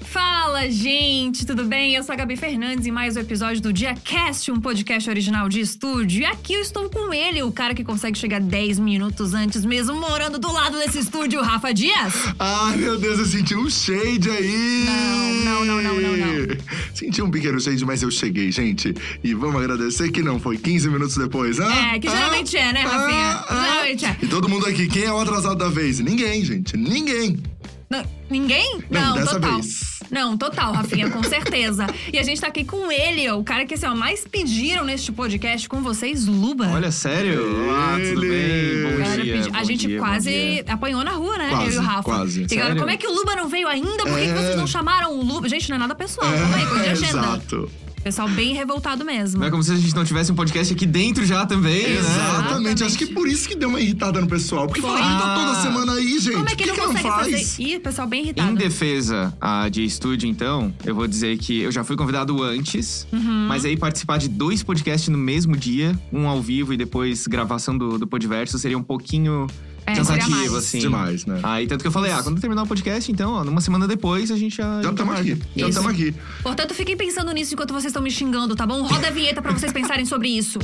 Fala, gente, tudo bem? Eu sou a Gabi Fernandes e mais um episódio do DiaCast, um podcast original de estúdio. E aqui eu estou com ele, o cara que consegue chegar 10 minutos antes, mesmo morando do lado desse estúdio, Rafa Dias. Ai, meu Deus, eu senti um shade aí! Não, não, não, não, não, não. Senti um pequeno shade, mas eu cheguei, gente. E vamos agradecer que não foi 15 minutos depois, ah, É, que geralmente é, né, Rafinha? Geralmente é. E todo mundo aqui, quem é o atrasado da vez? Ninguém, gente, ninguém. Não, ninguém? Não, dessa total. vez. Não, total, Rafinha, com certeza. E a gente tá aqui com ele, ó, o cara que assim, ó, mais pediram neste podcast com vocês, Luba. Olha, sério? Olá, tudo Ele. bem? Bom Galera dia. pedi- bom a gente dia, bom quase dia. apanhou na rua, né? eu Quase, e o Rafa. quase. E galera, Sério? como é que o Luba não veio ainda? Por que, que É. vocês não chamaram o Luba? Gente, não é nada pessoal, calma aí, coisa de agenda. exato. Pessoal bem revoltado mesmo. Não é como se a gente não tivesse um podcast aqui dentro já também, né? Exatamente. Exatamente. Acho que por isso que deu uma irritada no pessoal. Porque Foi. fala, ah, tá Ah. toda semana aí, gente. Como é que, Por não que, consegue não faz? fazer? Ih, pessoal bem irritado. Em defesa ah, de estúdio, então, eu vou dizer que eu já fui convidado antes, Uhum. mas aí participar de dois podcasts no mesmo dia, um ao vivo e depois gravação do, do Podverso, seria um pouquinho É, seria mais. cansativo, assim. Demais, né? Aí tanto que eu falei, ah, quando terminar o podcast, então, ó, numa semana depois, a gente já. Já estamos aqui. Já Isso. estamos aqui. Portanto, fiquem pensando nisso enquanto vocês estão me xingando, tá bom? Roda a vinheta pra vocês pensarem sobre isso.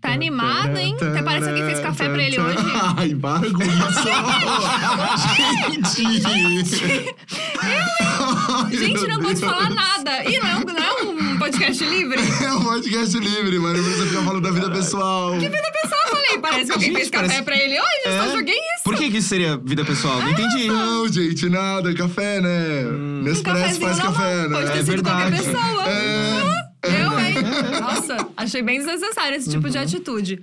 Tá animado, hein? Até parece que alguém fez café pra ele hoje. Ai, para com isso. gente! Ai, Gente, meu não pode Deus. falar nada. Ih, não é um, não é um podcast livre? É um podcast livre, mano. Você fica falando da vida pessoal. Eu pessoal falei, parece que alguém Gente, fez café parece- pra ele hoje, eu só É? joguei isso. Por que, que isso seria vida pessoal? Não entendi. Não, gente, nada. Café, né? Nespresso Hum. um cafezinho faz na café, mão. né? Pode ter É sido qualquer verdade. pessoa. É. Uhum. Eu, hein? Nossa, achei bem desnecessário esse tipo de atitude.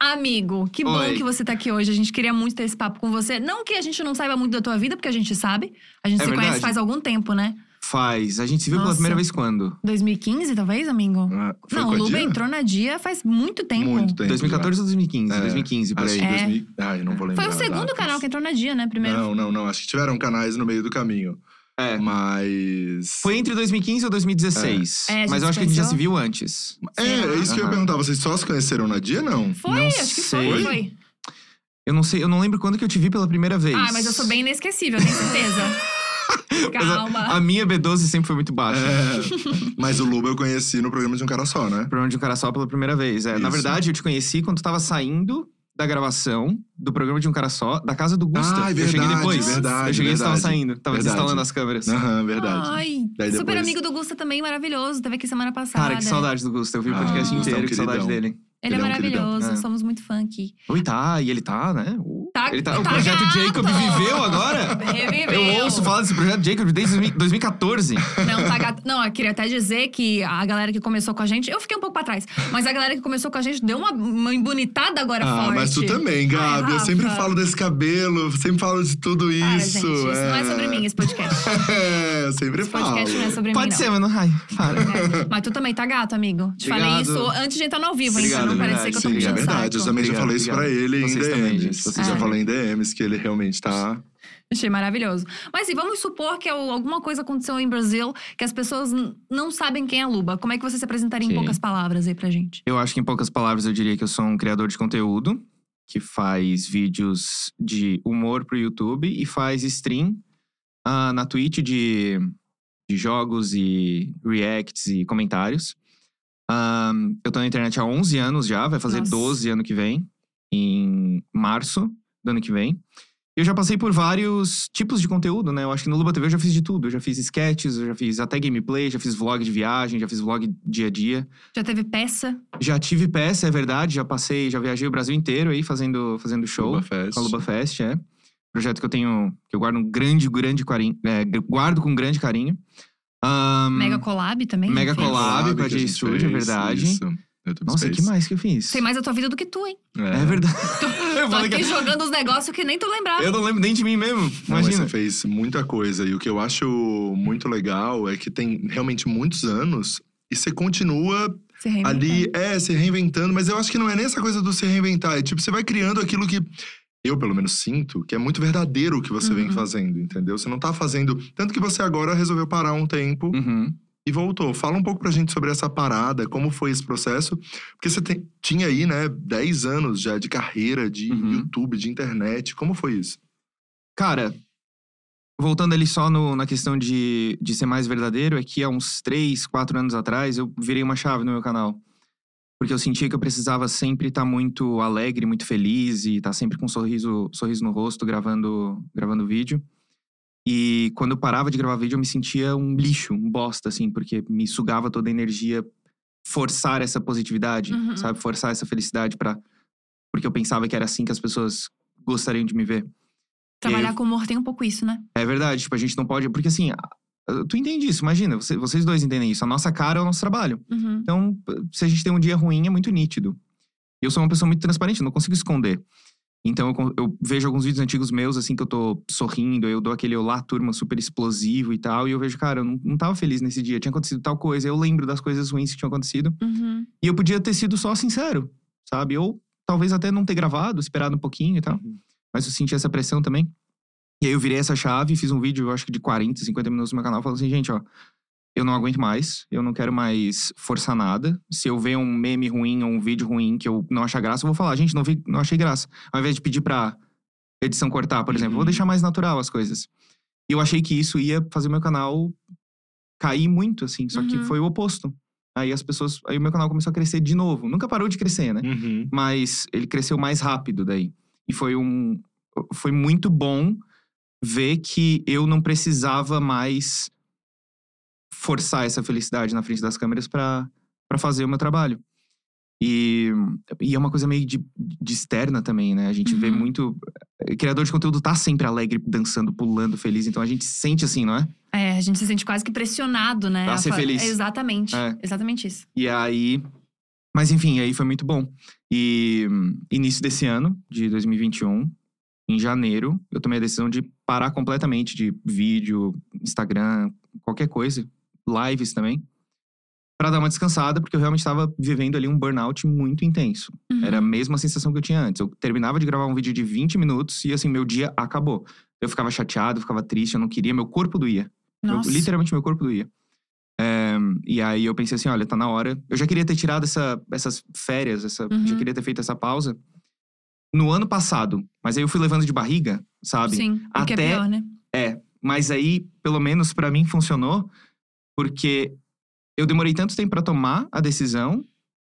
Amigo, que bom Oi. que você tá aqui hoje. A gente queria muito ter esse papo com você. Não que a gente não saiba muito da tua vida, porque a gente sabe. A gente É se conhece verdade. faz algum tempo, né? Faz. A gente se viu Nossa. pela primeira vez quando? 2015, talvez, amigo? Ah, foi não, o com a Luba Dia? entrou na dia faz muito tempo. Muito tempo. 2014 ou 2015? É. 2015, por Acho aí. que 2000 Ai, não vou lembrar. Foi o segundo datas. canal que entrou na dia, né? Primeiro. Não, não, não. Acho que tiveram canais no meio do caminho. É. Mas. Foi entre 2015 ou 2016. É. É, a gente mas eu acho se que a gente já conheceu? se viu antes. É, é isso que eu ia Aham. perguntar. Vocês só se conheceram na dia, não? Foi, Não acho que foi, sei. foi. Eu não sei, eu não lembro quando que eu te vi pela primeira vez. Ah, mas eu sou bem inesquecível, tenho certeza. Mas a- Calma. A, minha B12 sempre foi muito baixa. É. Mas o Luba eu conheci no programa de um cara só, É. né? O Programa de um cara só pela primeira vez. É, Isso. Na verdade, eu te conheci quando tu tava saindo da gravação do programa de um cara só, da casa do Gusta. Ah, é eu cheguei verdade, depois. verdade, eu cheguei e tu tava verdade. saindo. Tava Verdade. desinstalando as câmeras. Aham, verdade. Ai, Daí super depois- amigo do Gusta também, maravilhoso. Teve aqui semana passada. Cara, que saudade do Gusta. Eu vi o Ah, podcast Gusta é um inteiro, que saudade queridão. dele. Ele é Ele é um maravilhoso, queridão. É. somos muito fã aqui. Oi, tá, e ele tá, né? Uh, Tá- ele tá o projeto gato! Jacob viveu agora? Reviveu. Eu ouço falar desse projeto Jacob desde 2000 2014. Não, tá gato. Não, eu queria até dizer que a galera que começou com a gente. Eu fiquei um pouco pra trás, mas a galera que começou com a gente deu uma, uma embonitada agora Ah, forte. mas tu também, Gabi. Ai, eu sempre Rafa. falo desse cabelo, sempre falo de tudo isso. Para, gente, isso não é sobre mim, esse podcast. É, eu sempre Esse falo. podcast não é sobre mim. Pode não. ser, mas não. Ai, para. É. Mas tu também tá gato, amigo. Te falei Obrigado. isso antes de entrar no ao vivo, hein? Pra Obrigado, não parecer verdade, que eu tô Sim, é puxando verdade. Eu saco. também já Obrigado, falei isso pra obrigado. ele em Vocês também, DMs. gente, Vocês vocês já também. falei em DMs que ele realmente tá. Achei maravilhoso. Mas e vamos supor que al- alguma coisa aconteceu em Brasil que as pessoas n- não sabem quem é a Luba. Como é que você se apresentaria em Sim. poucas palavras aí pra gente? Eu acho que, em poucas palavras, eu diria que eu sou um criador de conteúdo que faz vídeos de humor pro YouTube e faz stream ah, na Twitch de, de jogos e reacts e comentários. Ahn, eu tô na internet há 11 anos já, vai fazer Nossa. 12 ano que vem, em março do ano que vem. E Eu já passei por vários tipos de conteúdo, né? Eu acho que no Luba TV eu já fiz de tudo. Eu já fiz sketches, eu já fiz até gameplay, já fiz vlog de viagem, já fiz vlog dia a dia. Já teve peça? Já tive peça, é verdade. Já passei, já viajei o Brasil inteiro aí fazendo, fazendo show Luba Fest. com a Luba Fest, é. Projeto que eu tenho, que eu guardo um grande, grande carinho. é, guardo com grande carinho. Ahn, Mega collab também? Hum, Mega Enfim. collab. Collab pra que a J gente Studio, é fez, verdade. Isso. YouTube Nossa, Space. que mais que eu fiz? Sei mais da tua vida do que tu, hein? É verdade. eu, Tô falei aqui que- é- jogando os negócios que nem tu lembrava. eu não lembro nem de mim mesmo. Não, mas Imagina. você fez muita coisa. E o que eu acho muito legal é que tem realmente muitos anos e você continua Se reinventando. ali, é, se reinventando. Mas eu acho que não é nem essa coisa do se reinventar. É tipo, você vai criando aquilo que. Eu, pelo menos, sinto que é muito verdadeiro o que você vem Uhum. fazendo, entendeu? Você não tá fazendo. Tanto que você agora resolveu parar um tempo Uhum. e voltou. Fala um pouco pra gente sobre essa parada, como foi esse processo, porque você tem- tinha aí, né, 10 anos já de carreira, de Uhum. YouTube, de internet, como foi isso? Cara, voltando ali só no- na questão de, de ser mais verdadeiro, é que há uns 3, 4 anos atrás eu virei uma chave no meu canal. Porque eu sentia que eu precisava sempre estar muito alegre, muito feliz e estar sempre com um sorriso, sorriso no rosto gravando, gravando vídeo. E quando eu parava de gravar vídeo, eu me sentia um lixo, um bosta, assim, porque me sugava toda a energia forçar essa positividade, Uhum. sabe? Forçar essa felicidade para Porque eu pensava que era assim que as pessoas gostariam de me ver. Trabalhar com humor tem um pouco isso, né? É verdade, tipo, a gente não pode. Porque assim, a- a- tu entende isso, imagina, você- vocês dois entendem isso. A nossa cara é o nosso trabalho. Uhum. Então, p- se a gente tem um dia ruim, é muito nítido. E eu sou uma pessoa muito transparente, eu não consigo esconder. Então, eu, con- eu vejo alguns vídeos antigos meus, assim, que eu tô sorrindo, eu dou aquele olá, turma, super explosivo e tal. E eu vejo, cara, eu não, não tava feliz nesse dia, tinha acontecido tal coisa. Eu lembro das coisas ruins que tinham acontecido. Uhum. E eu podia ter sido só sincero, sabe? Ou talvez até não ter gravado, esperado um pouquinho e tal. Mas eu senti essa pressão também. E aí eu virei essa chave, fiz um vídeo, eu acho que de 40, 50 minutos no meu canal, falando assim, gente, ó, eu não aguento mais, eu não quero mais forçar nada. Se eu ver um meme ruim ou um vídeo ruim que eu não achar graça, eu vou falar, gente, não, vi, não achei graça. Ao invés de pedir pra edição cortar, por exemplo, eu vou Uhum. deixar mais natural as coisas. E eu achei que isso ia fazer meu canal cair muito, assim, só que Uhum. foi o oposto. Aí as pessoas. Aí o meu canal começou a crescer de novo. Nunca parou de crescer, né? Uhum. Mas ele cresceu mais rápido daí. E foi um. Foi muito bom ver que eu não precisava mais forçar essa felicidade na frente das câmeras pra pra fazer o meu trabalho. E, e é uma coisa meio de, de externa também, né? A gente vê Uhum. muito. Criador de conteúdo tá sempre alegre, dançando, pulando, feliz. Então a gente sente assim, não é? É, a gente se sente quase que pressionado, né? Pra a ser fa- feliz. Exatamente. É. Exatamente isso. E aí. Mas enfim, aí foi muito bom. E hum, início desse ano, de 2021, em janeiro, eu tomei a decisão de parar completamente de vídeo, Instagram, qualquer coisa, lives também, Pra dar uma descansada, porque eu realmente estava vivendo ali um burnout muito intenso. Uhum. Era a mesma sensação que eu tinha antes. Eu terminava de gravar um vídeo de 20 minutos e assim, meu dia acabou. Eu ficava chateado, ficava triste, eu não queria, meu corpo doía. Meu- Uhum. Nossa. literalmente, meu corpo doía. É, e aí eu pensei assim: olha, tá na hora. Eu já queria ter tirado essa, essas férias, essa, Uhum. já queria ter feito essa pausa no ano passado. Mas aí eu fui levando de barriga, sabe? Sim, o que é Até- pior, né? Mas aí, pelo menos pra mim, funcionou, porque eu demorei tanto tempo pra tomar a decisão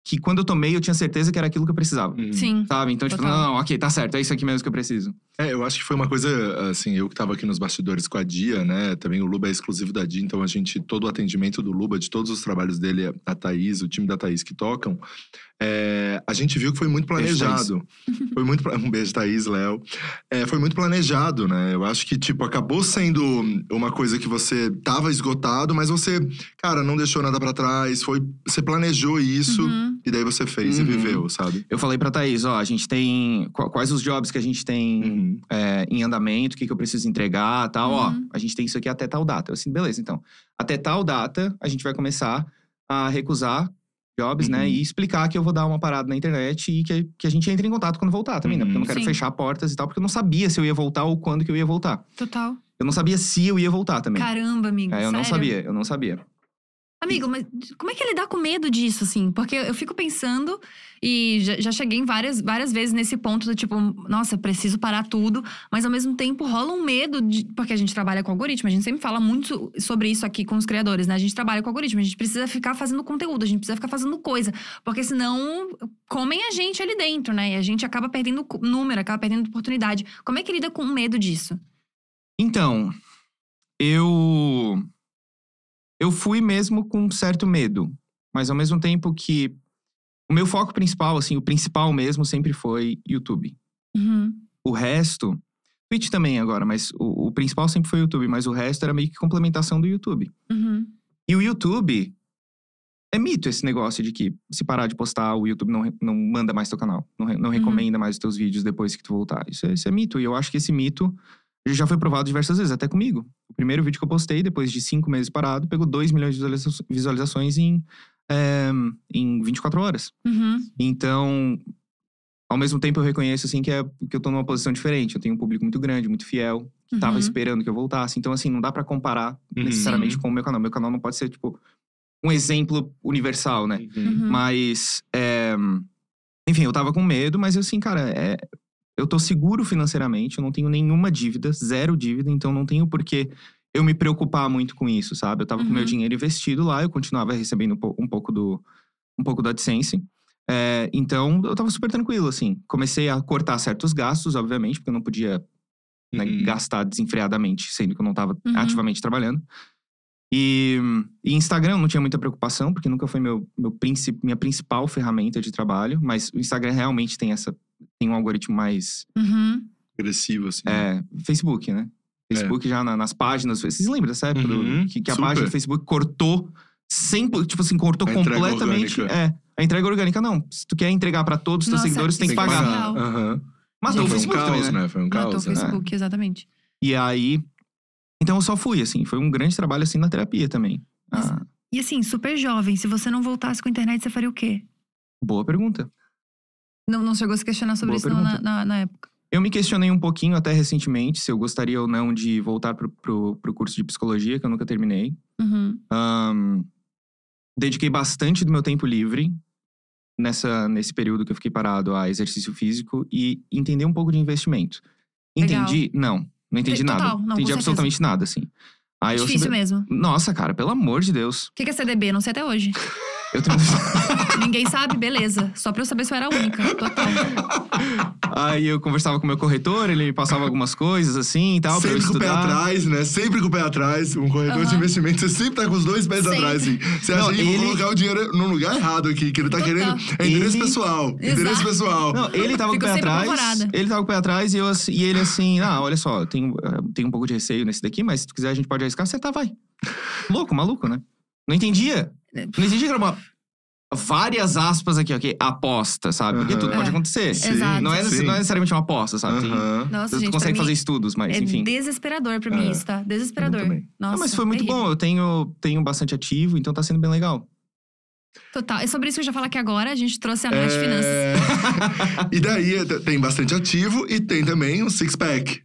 que quando eu tomei, eu tinha certeza que era aquilo que eu precisava. Uhum. Sim. Sabe? Então, tipo, Total. não, não, ok, tá certo, é isso aqui mesmo que eu preciso. É, eu acho que foi uma coisa, assim, eu que tava aqui nos bastidores com a Dia, né? Também o Luba é exclusivo da Dia, então a gente, todo o atendimento do Luba, de todos os trabalhos dele, é a Thaís, o time da Thaís que tocam, é, a gente viu que foi muito Beijo, planejado. Foi muito. pla- Um beijo, Thaís, Léo. É, foi muito planejado, né? Eu acho que, tipo, acabou sendo uma coisa que você tava esgotado, mas você, cara, não deixou nada pra trás, foi. Você planejou isso Uhum. e daí você fez e Uhum. viveu, sabe? Eu falei pra Thaís, ó, a gente tem. qu- Quais os jobs que a gente tem Uhum. é, em andamento, o que, que eu preciso entregar tal. Uhum. Ó, a gente tem isso aqui até tal data. Eu assim, beleza, então. Até tal data, a gente vai começar a recusar jobs, Uhum. né? E explicar que eu vou dar uma parada na internet e que, que a gente entre em contato quando voltar também, né? Porque eu não quero Uhum. Sim. fechar portas e tal, porque eu não sabia se eu ia voltar ou quando que eu ia voltar. Total. Eu não sabia se eu ia voltar também. Caramba, amigo. É, eu não sério? sabia, eu não sabia. Amigo, mas como é que ele dá com medo disso, assim? Porque eu fico pensando, e já, já cheguei em várias, várias vezes nesse ponto do tipo, nossa, preciso parar tudo, mas ao mesmo tempo rola um medo, de- porque a gente trabalha com algoritmo, a gente sempre fala muito sobre isso aqui com os criadores, né? A gente trabalha com algoritmo, a gente precisa ficar fazendo conteúdo, a gente precisa ficar fazendo coisa, porque senão comem a gente ali dentro, né? E a gente acaba perdendo cu- número, acaba perdendo oportunidade. Como é que lida com o medo disso? Então, eu. Eu fui mesmo com um certo medo, mas ao mesmo tempo que. O meu foco principal, assim, o principal mesmo sempre foi YouTube. Uhum. O resto. Twitch também agora, mas o, o principal sempre foi o YouTube, mas o resto era meio que complementação do YouTube. Uhum. E o YouTube. É mito esse negócio de que se parar de postar, o YouTube não, re- não manda mais teu canal, não, re- não recomenda mais os teus vídeos depois que tu voltar. Isso é, isso é mito. E eu acho que esse mito já foi provado diversas vezes, até comigo. O primeiro vídeo que eu postei, depois de cinco meses parado, pegou 2 milhões de visualiza- visualizações em, eh, em 24 horas. Uhum. Então, ao mesmo tempo eu reconheço assim que, é, que eu tô numa posição diferente. Eu tenho um público muito grande, muito fiel, que tava uhum. esperando que eu voltasse. Então, assim, não dá pra comparar necessariamente Uhum. com o meu canal. Meu canal não pode ser, tipo, um exemplo universal, né? Uhum. Mas, é, enfim, eu tava com medo, mas eu assim, cara, é, eu tô seguro financeiramente, eu não tenho nenhuma dívida, zero dívida, então não tenho por que eu me preocupar muito com isso, sabe? Eu tava com meu Uhum. dinheiro investido lá, eu continuava recebendo um po- um pouco do um pouco da AdSense. É, então, eu tava super tranquilo, assim. Comecei a cortar certos gastos, obviamente, porque eu não podia né, Uhum. gastar desenfreadamente, sendo que eu não estava Uhum. ativamente trabalhando. E, e Instagram eu não tinha muita preocupação, porque nunca foi meu, meu princi- minha principal ferramenta de trabalho, mas o Instagram realmente tem essa tem um algoritmo mais Uhum. Agressivo, assim. é, Facebook, né? É. Facebook já na- nas páginas. Vocês lembram dessa época do- Uhum, que, que a super. página do Facebook cortou 100%, tipo assim, cortou A entrega completamente. orgânica. É, a entrega orgânica não. Se tu quer entregar para todos os teus Nossa, seguidores, tu tem que isso é pagar. surreal. Aham. Matou Gente, Foi o um Facebook também, caos, né? né? Foi um Matou o caos. né? Facebook, exatamente. E aí. Então eu só fui, assim. Foi um grande trabalho, assim, na terapia também. Nossa. Ah, E assim, super jovem, se você não voltasse com a internet, você faria o quê? boa pergunta. Não, não chegou a se questionar sobre Boa isso não, na, pergunta. na- na época. Eu me questionei um pouquinho até recentemente se eu gostaria ou não de voltar pro, pro, pro curso de psicologia, que eu nunca terminei. Uhum. Ahn, dediquei bastante do meu tempo livre nessa, nesse período que eu fiquei parado a exercício físico e entender um pouco de investimento. Legal. Entendi? Não, não entendi Total, nada. não, com entendi certeza. absolutamente nada, assim. Aí eu Difícil sempre- mesmo. Nossa, cara, pelo amor de Deus. O que que é CDB? Não sei até hoje. Eu tenho... Ninguém sabe, beleza. Só pra eu saber se eu era a única. Total. Aí eu conversava com o meu corretor, ele me passava algumas coisas assim e tal, pra eu Sempre com o pé estudar. atrás, né? Sempre com o pé atrás. Um corretor de Aham. investimento, você sempre tá com os dois pés Sempre. atrás, assim. Você Não, acha que ele- vou colocar o dinheiro no lugar errado aqui, que ele tá Total. querendo. É interesse Ele- pessoal. Interesse Exato. pessoal. Não, ele tava Fico com o pé sempre atrás. apavorada. Ele tava com o pé atrás e, eu, assim- e ele assim, ah, olha só, tem, tem um pouco de receio nesse daqui, mas se tu quiser a gente pode arriscar, você tá, vai. Louco, maluco, né? Não entendia. É. Não entendia que era uma. Várias aspas aqui, ok? Aposta, sabe? Porque Aham. tudo pode É. acontecer. Sim, Exato. Não, é, sim. não é necessariamente uma aposta, sabe? Tem- Aham. Nossa, tu gente, pra consegue mim fazer estudos, mas é enfim. desesperador pra mim É. isso, tá? Eu Desesperador. também. Nossa, Não, Ah, mas foi muito é terrível. bom. Eu tenho, tenho bastante ativo, então tá sendo bem legal. Total. É sobre isso que eu já falo aqui agora. A gente trouxe a Ana de Finanças. É, e daí eh, tem bastante ativo e tem também um six-pack.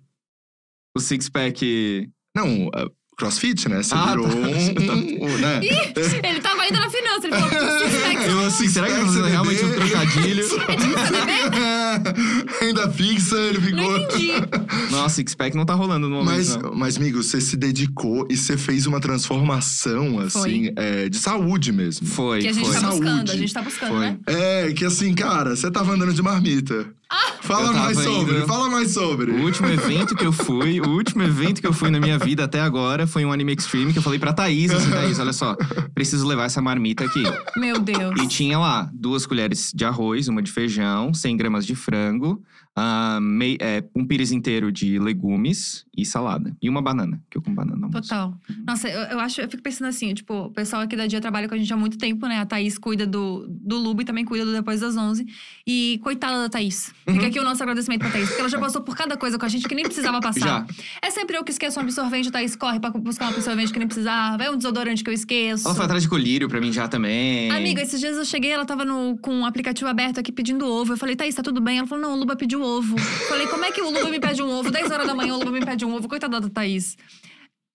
O six-pack. Não, eh, crossfit, né? Você Ah, virou tá. um, um, um, né? Ele tava indo na finança. Ele falou, "Six-pack". Eu assim, será que eu tô fazendo CDB? realmente um trocadilho? Ainda fixa, ele não ficou. entendi. Nossa, six-pack não tá rolando no momento. Mas, não. mas, amigo, você se dedicou e você fez uma transformação, assim, eh, de saúde mesmo. Foi, Que a gente foi. tá Saúde. buscando. A gente tá buscando, Foi. né? É, que assim, cara, você tava andando de marmita. Eu Ah! Fala tava mais sobre, indo. fala mais sobre. O último evento que eu fui, o último evento que eu fui na minha vida até agora foi um anime extreme que eu falei pra Thaís, assim, Thaís, olha só, preciso levar essa marmita aqui. Meu Deus. E tinha lá duas colheres de arroz, uma de feijão, 100 gramas de frango, ah, mei- é, um pires inteiro de legumes e salada. E uma banana, que eu como banana não Total. Nossa, eu, eu acho, eu fico pensando assim, tipo, o pessoal aqui da Dia trabalha com a gente há muito tempo, né? A Thaís cuida do, do Lubo e também cuida do Depois das 11. E coitada da Thaís. Uhum. Fica aqui o nosso agradecimento pra Thaís, porque ela já passou por cada coisa com a gente que nem precisava passar. Já. É sempre eu que esqueço um absorvente, a Thaís corre pra buscar um absorvente que nem precisava. É um desodorante que eu esqueço. Ela foi atrás de colírio pra mim já também. Amiga, esses dias eu cheguei, ela tava no, com o aplicativo aberto aqui pedindo ovo. Eu falei, Thaís, tá tudo bem? Ela falou, não, o Luba pediu ovo. Eu falei, como é que o Luba me pede um ovo? 10 horas da manhã o Luba me pede um ovo. Coitada da Thaís.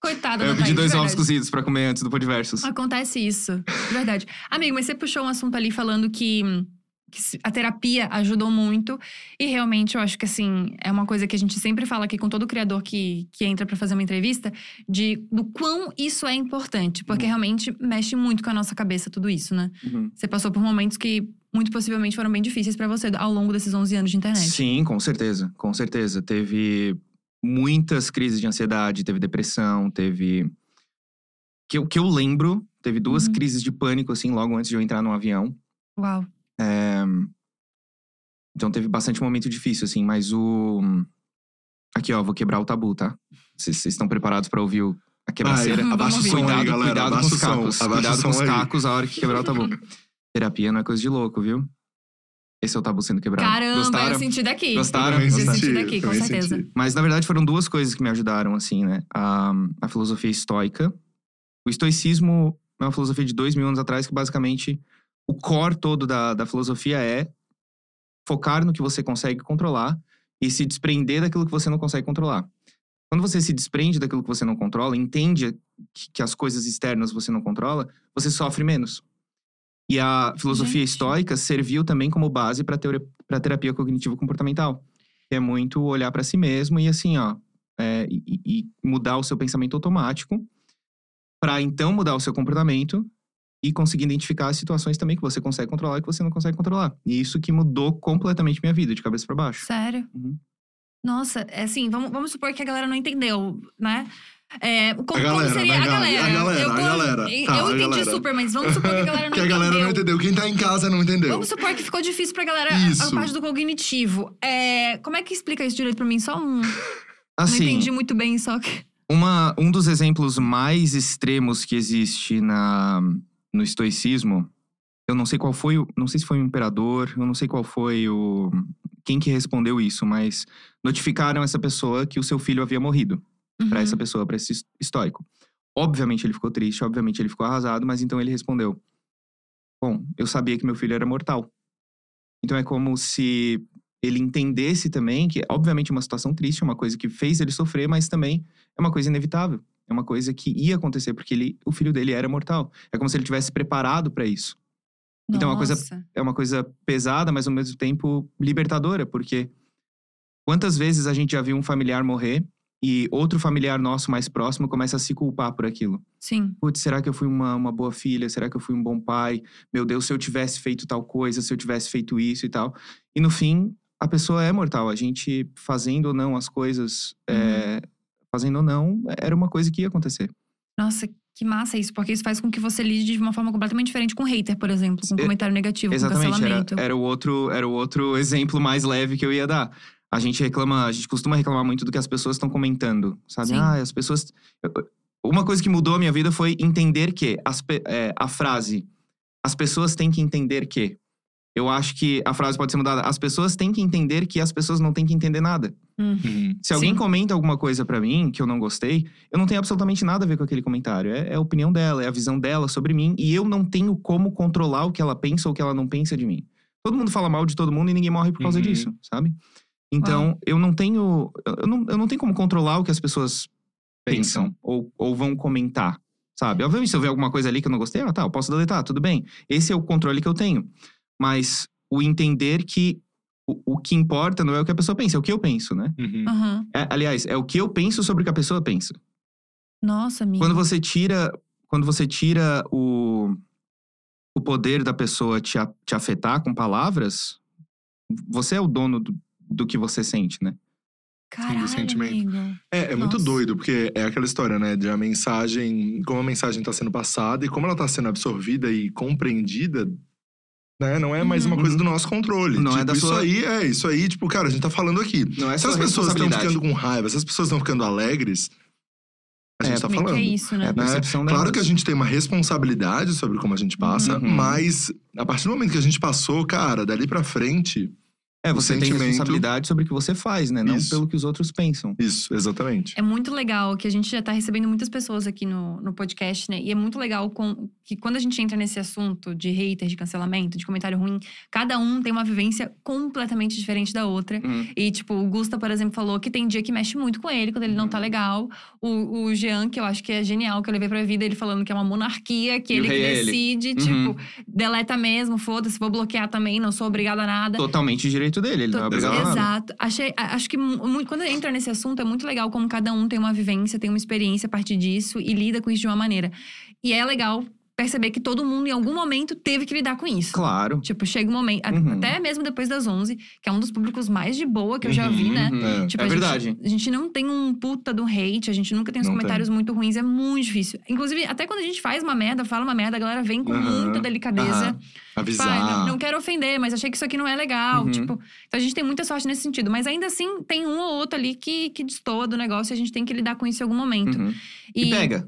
Coitada eu da pedi Thaís, dois de ovos verdade. cozidos pra comer antes do Podversus. Acontece isso, de verdade. Amigo, mas você puxou um assunto ali falando que, que se- a terapia ajudou muito. E realmente eu acho que, assim, é uma coisa que a gente sempre fala aqui com todo criador que, que entra pra fazer uma entrevista, de do quão isso é importante. Porque realmente mexe muito com a nossa cabeça tudo isso, né? Uhum. Você passou por momentos que muito possivelmente foram bem difíceis pra você ao longo desses 11 anos de internet. Sim, com certeza, com certeza. Teve muitas crises de ansiedade, teve depressão, teve. Que eu, que eu lembro, teve duas Uhum. crises de pânico, assim, logo antes de eu entrar no avião. Uau. Então teve bastante momento difícil, assim, mas o. Aqui, ó, vou quebrar o tabu, tá? Vocês vocês estão preparados pra ouvir o- a quebraceira? Hum, abaixa o vamos som cuidado, aí, galera. cuidado abaixa com o os som. cacos. Abaixa Cuidado o com som os aí. cacos a hora que quebrar o tabu. Terapia não é coisa de louco, viu? Esse é o tabu sendo quebrado. Caramba, Gostaram? eu senti daqui. Gostaram? Também Gostaram? senti, Esse sentido aqui, com também certeza. senti. Mas na verdade foram duas coisas que me ajudaram, assim, né? A, a filosofia estoica. O estoicismo é uma filosofia de dois mil anos atrás que basicamente o core todo da, da filosofia é focar no que você consegue controlar e se desprender daquilo que você não consegue controlar. Quando você se desprende daquilo que você não controla, entende que, que as coisas externas você não controla, você sofre menos. E a filosofia Gente. estoica serviu também como base para a terapia cognitivo-comportamental. que É muito olhar para si mesmo e assim, ó, é, e- e, e mudar o seu pensamento automático para então mudar o seu comportamento e conseguir identificar as situações também que você consegue controlar e que você não consegue controlar. E isso que mudou completamente minha vida, de cabeça para baixo. Sério? Uhum. Nossa, é assim, vamos, vamos supor que a galera não entendeu, né? É, como, como galera, seria né, a gal- galera? a galera, eu, a eu- galera. Eu, Tá, a entendi galera. super, mas vamos supor que a galera não Que a entendeu. galera não entendeu. Quem tá em casa não entendeu. Vamos supor que ficou difícil pra galera a Isso. parte do cognitivo. É, como é que explica isso direito pra mim? Só um. não Assim, entendi muito bem, só que. Uma, um dos exemplos mais extremos que existe na, no estoicismo, eu não sei qual foi, o- não sei se foi o imperador, eu não sei qual foi o quem que respondeu isso, mas notificaram essa pessoa que o seu filho havia morrido Pra Uhum. essa pessoa, pra esse his- estoico. Obviamente ele ficou triste, obviamente ele ficou arrasado, mas então ele respondeu: "Bom, eu sabia que meu filho era mortal". Então é como se ele entendesse também que, obviamente, uma situação triste é uma coisa que fez ele sofrer, mas também é uma coisa inevitável. É uma coisa que ia acontecer, porque ele, o filho dele era mortal. É como se ele tivesse preparado para isso. Então, uma coisa- Uhum. Nossa. É uma coisa pesada, mas ao mesmo tempo libertadora, porque quantas vezes a gente já viu um familiar morrer e outro familiar nosso mais próximo começa a se culpar por aquilo? Sim. Putz, será que eu fui uma, uma boa filha? Será que eu fui um bom pai? Meu Deus, se eu tivesse feito tal coisa, se eu tivesse feito isso e tal. E no fim, a pessoa é mortal. A gente, fazendo ou não as coisas, é, fazendo ou não, era uma coisa que ia acontecer. Nossa, que massa isso, porque isso faz com que você lide de uma forma completamente diferente com hater, por exemplo, com um É, comentário negativo, com Exatamente, era, é cancelamento. era, o outro, era o outro exemplo mais leve que eu ia dar. A gente reclama, a gente costuma reclamar muito do que as pessoas estão comentando, sabe? Sim. Ah, as pessoas. eu- eu- Uma coisa que mudou a minha vida foi entender que as pe- é, a frase as pessoas têm que entender que. Eu acho que a frase pode ser mudada. As pessoas têm que entender que as pessoas não têm que entender nada. Hum. Uhum. Se alguém Sim. comenta alguma coisa pra mim que eu não gostei, eu não tenho absolutamente nada a ver com aquele comentário. É, é a opinião dela, é a visão dela sobre mim. E eu não tenho como controlar o que ela pensa ou o que ela não pensa de mim. Todo mundo fala mal de todo mundo e ninguém morre por causa Uhum. disso, sabe? Então, eu não tenho. eu- Eu não, eu não tenho como controlar o que as pessoas pensam, ou, ou vão comentar, sabe? Obviamente, se eu ver alguma coisa ali que eu não gostei, ah, tá, eu posso deletar, tudo bem. Esse é o controle que eu tenho. Mas o entender que o, o que importa não é o que a pessoa pensa, é o que eu penso, né? Uhum. Aham. É, aliás, é o que eu penso sobre o que a pessoa pensa. Nossa, amigo. Quando você tira, quando você tira o, o poder da pessoa te, a- te afetar com palavras, você é o dono do, do que você sente, né? Caralho, sentimento. amigo. É, é muito Nossa. doido, porque é aquela história, né? De a mensagem, como a mensagem tá sendo passada e como ela tá sendo absorvida e compreendida, né? Não é mais Uhum. uma coisa do nosso controle. Não é Tipo, da isso sua- aí, é, isso aí, tipo, cara, a gente tá falando aqui. Não é Se só as pessoas estão responsabilidade. ficando com raiva, se as pessoas estão ficando alegres, a gente É, tá Meio falando. que é isso, É né? a percepção delas. Claro que a gente tem uma responsabilidade sobre como a gente passa, Uhum. mas a partir do momento que a gente passou, cara, dali pra frente. É, o você tem sentimento- responsabilidade sobre o que você faz, né? Não Isso. pelo que os outros pensam. Isso, exatamente. É muito legal que a gente já tá recebendo muitas pessoas aqui no, no podcast, né? E é muito legal com- que quando a gente entra nesse assunto de hater, de cancelamento, de comentário ruim, cada um tem uma vivência completamente diferente da outra. E, tipo, o Gusta, por exemplo, falou que tem dia que mexe muito com ele, quando ele não tá Uhum. legal. O, o Jean, que eu acho que é genial, que eu levei pra vida, ele falando que é uma monarquia, que E o ele que rei é ele. decide, Uhum. tipo, deleta mesmo, foda-se, vou bloquear também, não sou obrigada a nada. Totalmente direito dele, ele não é Tô- obrigado a nada. né? Exato. Achei, a- acho que mu- muito- quando entra nesse assunto é muito legal como cada um tem uma vivência, tem uma experiência a partir disso e lida com isso de uma maneira. E é legal perceber que todo mundo em algum momento teve que lidar com isso. Claro. Tipo, chega um momento, a- Uhum. até mesmo depois das 11, que é um dos públicos mais de boa que eu já vi, Uhum. né? Uhum. Tipo, é a gente- verdade. a gente não tem um puta do hate, a gente nunca tem uns Não comentários muito ruins, é muito difícil. Inclusive, até quando a gente faz uma merda, fala uma merda, a galera vem com Aham, muita delicadeza. aham. Avisar. Pai, um não, não quero ofender, mas achei que isso aqui não é legal. Uhum. Tipo, então a gente tem muita sorte nesse sentido. Mas ainda assim, tem um ou outro ali que, que destoa do negócio e a gente tem que lidar com isso em algum momento. Uhum. E... pega.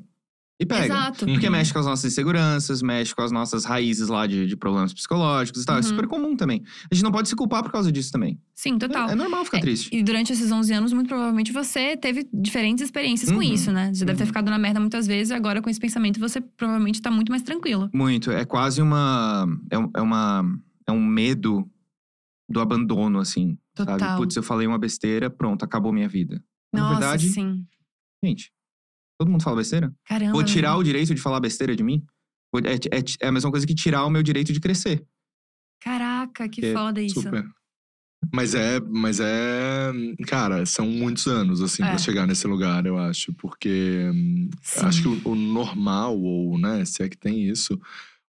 E pega. Exato. Uhum. Porque mexe com as nossas inseguranças, mexe com as nossas raízes lá de, de problemas psicológicos e tal. É Uhum. super comum também. A gente não pode se culpar por causa disso também. Sim, É- total. É, normal ficar É, triste. E durante esses 11 anos, muito provavelmente você teve diferentes experiências com Uhum. isso, né? Você deve ter Uhum. ficado na merda muitas vezes e agora com esse pensamento você provavelmente tá muito mais tranquilo. Muito. É quase uma. É, um- é uma. É um medo do abandono, assim. Total. Sabe? Putz, eu falei uma besteira, pronto, acabou minha vida. Na Nossa, verdade, sim. gente, todo mundo fala besteira? Caramba. Vou tirar né? o direito de falar besteira de mim? Vou- É, é- é a mesma coisa que tirar o meu direito de crescer. Caraca, que É, foda isso. Super. Mas é, mas é. Cara, são muitos anos, assim, É. pra chegar nesse lugar, eu acho. Porque hum, Sim. acho que o, o normal, ou, né, se é que tem isso,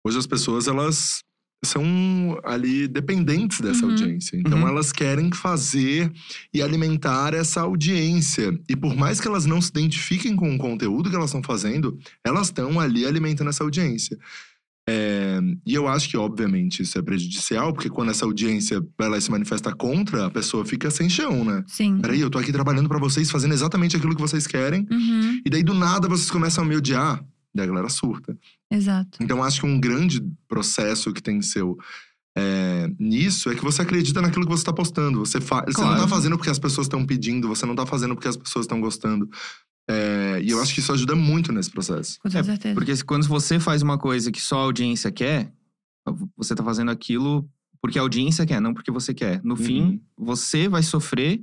hoje as pessoas, elas são ali dependentes dessa Uhum. audiência. Então Uhum. elas querem fazer e alimentar essa audiência. E por mais que elas não se identifiquem com o conteúdo que elas estão fazendo, elas estão ali alimentando essa audiência. É, e eu acho que, obviamente, isso é prejudicial, porque quando essa audiência ela se manifesta contra, a pessoa fica sem chão, né? Sim. Peraí, eu tô aqui trabalhando pra vocês, fazendo exatamente aquilo que vocês querem, Uhum, e daí do nada vocês começam a me odiar, daí a galera surta. Exato. Então, acho que um grande processo que tem seu é, nisso é que você acredita naquilo que você está postando. Você, fa- você não Claro. tá fazendo porque as pessoas estão pedindo, você não tá fazendo porque as pessoas estão gostando. É, e eu acho que isso ajuda muito nesse processo. Com toda É, certeza. Porque se- quando você faz uma coisa que só a audiência quer, você tá fazendo aquilo porque a audiência quer, não porque você quer. No Uhum. fim, você vai sofrer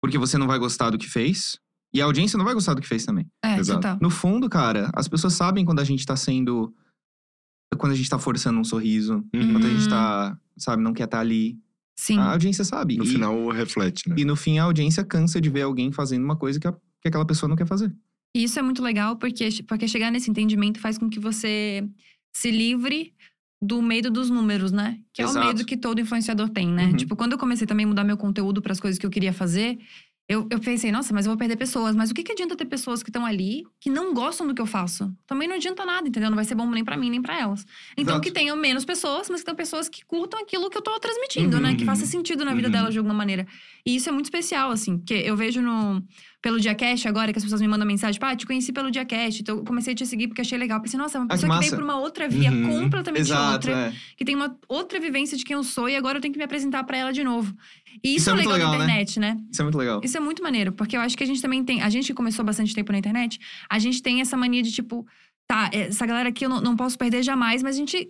porque você não vai gostar do que fez. E a audiência não vai gostar do que fez também. é, exato. total. No fundo, cara, as pessoas sabem quando a gente tá sendo. Quando a gente tá forçando um sorriso. Quando a gente tá, sabe, não quer estar ali. Sim. A audiência sabe. Uhum. No e, final, reflete, né? e no fim, a audiência cansa de ver alguém fazendo uma coisa que, a- que aquela pessoa não quer fazer. E isso é muito legal, porque, porque chegar nesse entendimento faz com que você se livre do medo dos números, né? Que é Exato. o medo que todo influenciador tem, né? Uhum. Tipo, quando eu comecei também a mudar meu conteúdo para as coisas que eu queria fazer, eu, eu pensei, nossa, mas eu vou perder pessoas. Mas o que, que adianta ter pessoas que estão ali que não gostam do que eu faço? Também não adianta nada, entendeu? Não vai ser bom nem para mim, nem para elas. Então, Exato. que tenham menos pessoas, mas que tenham pessoas que curtam aquilo que eu tô transmitindo, Uhum, né? Que uhum. faça sentido na vida Uhum. delas de alguma maneira. E isso é muito especial, assim, porque eu vejo no, pelo Diacast agora que as pessoas me mandam mensagem, pá, te conheci pelo Diacast, então eu comecei a te seguir porque achei legal. Pensei, nossa, é uma Ah, que pessoa que, veio massa. por uma outra via Uhum, completamente outra, é. que tem uma outra vivência de quem eu sou e agora eu tenho que me apresentar pra ela de novo. E isso, Isso é é o muito legal, da legal, né? internet, né? Isso é muito legal. Isso é muito maneiro, porque eu acho que a gente também tem. A gente que começou bastante tempo na internet, a gente tem essa mania de tipo, tá, essa galera aqui eu não, não posso perder jamais, mas a gente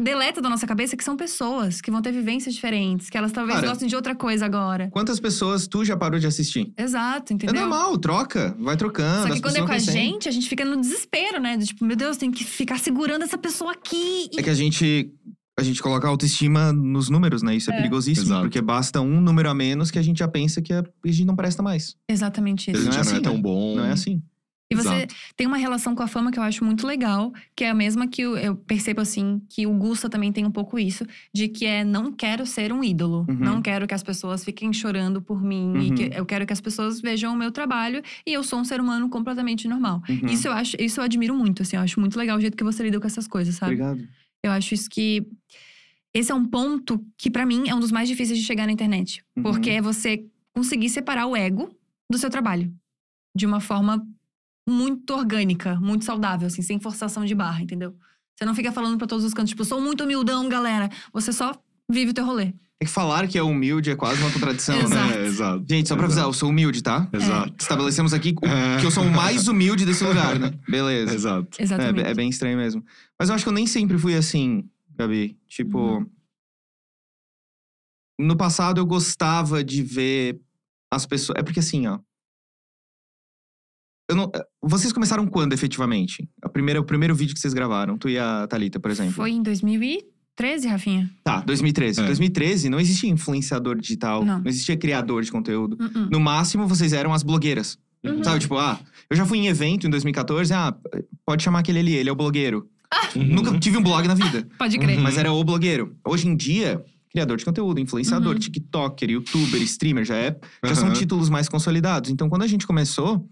deleta da nossa cabeça que são pessoas que vão ter vivências diferentes, que elas talvez Cara. gostem de outra coisa agora. Quantas pessoas tu já parou de assistir? Exato, entendeu? É normal, troca, vai trocando. Só as que quando é Ah, com pessoas a crescendo. gente, a gente fica no desespero, né? De, tipo, meu Deus, tem que ficar segurando essa pessoa aqui. e- É que a gente. A gente coloca a autoestima nos números, né? Isso é, É. perigosíssimo, Exato. porque basta um número a menos que a gente já pensa que a, que a gente não presta mais. Exatamente Ele isso. já Não não é é, assim, tão né? bom. Não é assim. E você Exato. tem uma relação com a fama que eu acho muito legal, que é a mesma que eu, eu percebo assim, que o Gusta também tem um pouco isso, de que é não quero ser um ídolo. Uhum. Não quero que as pessoas fiquem chorando por mim. E Uhum. que eu quero que as pessoas vejam o meu trabalho e eu sou um ser humano completamente normal. Uhum. Isso é um eu acho, isso eu admiro muito, assim, eu acho muito legal o jeito que você lida com essas coisas, sabe? Obrigado. Eu acho isso que. Esse é um ponto que, pra mim, é um dos mais difíceis de chegar na internet. Uhum. Porque é você conseguir separar o ego do seu trabalho. De uma forma muito orgânica, muito saudável, assim, sem forçação de barra, entendeu? Você não fica falando pra todos os cantos, tipo, sou muito humildão, galera. Você só vive o teu rolê. É que falar que é humilde é quase uma contradição, né? Exato. É, exato. Gente, só pra avisar, eu sou humilde, tá? Exato. Estabelecemos aqui o- É. que eu sou o mais humilde desse lugar, né? Beleza. Exato. É, Exatamente. be- é bem estranho mesmo. Mas eu acho que eu nem sempre fui assim, Gabi. Tipo. Uhum. No passado eu gostava de ver as pessoas. É porque assim, ó. Eu não... eh, Vocês começaram quando, efetivamente? A primeira, o primeiro vídeo que vocês gravaram, tu e a Thalita, por exemplo. Foi em 2013, Rafinha? Tá, 2013. É. 2013 não existia influenciador digital, Não. não existia criador de conteúdo. Uh-uh. No máximo, vocês eram as blogueiras. Uhum. Sabe, tipo, ah, eu já fui em evento em 2014, ah, pode chamar aquele ali, ele é o blogueiro. Nunca tive um blog na vida, Pode crer. Uhum. mas era um o blogueiro. Hoje em dia, criador de conteúdo, influenciador, Uhum. tiktoker, youtuber, streamer, já é, já são Aham. títulos mais consolidados. Então, quando a gente começou,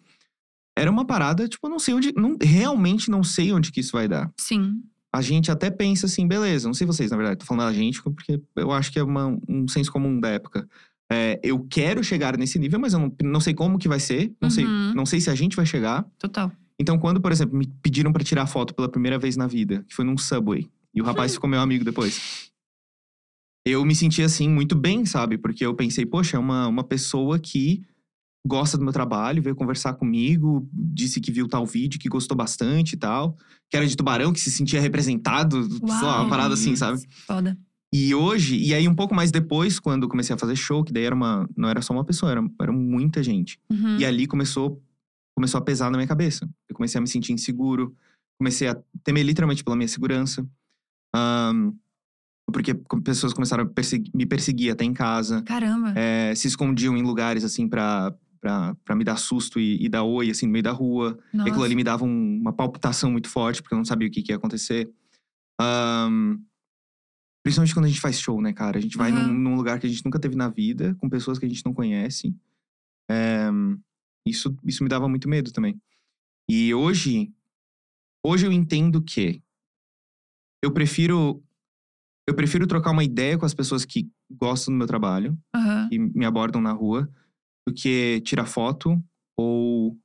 era uma parada, tipo, eu não sei onde, não, realmente não sei onde que isso vai dar. Sim. A gente até pensa assim, beleza, não sei vocês, na verdade, tô falando a gente, porque eu acho que é uma- um senso comum da época. É, eu quero chegar nesse nível, mas eu não, não sei como que vai ser, não, sei, Uhum. não sei se a gente vai chegar. Total. Então, quando, por exemplo, me pediram pra tirar foto pela primeira vez na vida, que foi num subway, e o rapaz ficou meu amigo depois. Eu me senti assim muito bem, sabe? Porque eu pensei, poxa, é uma, uma pessoa que gosta do meu trabalho, veio conversar comigo, disse que viu tal vídeo, que gostou bastante e tal, que era de tubarão, que se sentia representado, sei lá, Uau. uma parada assim, sabe? Foda. E hoje, e aí um pouco mais depois, quando eu comecei a fazer show, que daí era uma, não era só uma pessoa, era, era muita gente. Uhum. E ali começou, começou a pesar na minha cabeça. Eu comecei a me sentir inseguro, comecei a temer literalmente pela minha segurança. Ahn, porque com- pessoas começaram a persegui- me perseguir até em casa, Caramba. eh, se escondiam em lugares assim pra, pra, pra me dar susto e, e dar oi, assim, no meio da rua. E Nossa. aquilo ali me dava um- uma palpitação muito forte, porque eu não sabia o que, que ia acontecer. Ahn, principalmente quando a gente faz show, né, cara? A gente vai Aham. num, num lugar que a gente nunca teve na vida, com pessoas que a gente não conhece. Ehm, isso, isso me dava muito medo também. E hoje, hoje eu entendo que eu prefiro eu prefiro trocar uma ideia com as pessoas que gostam do meu trabalho Aham. e me abordam na rua do que tirar foto ou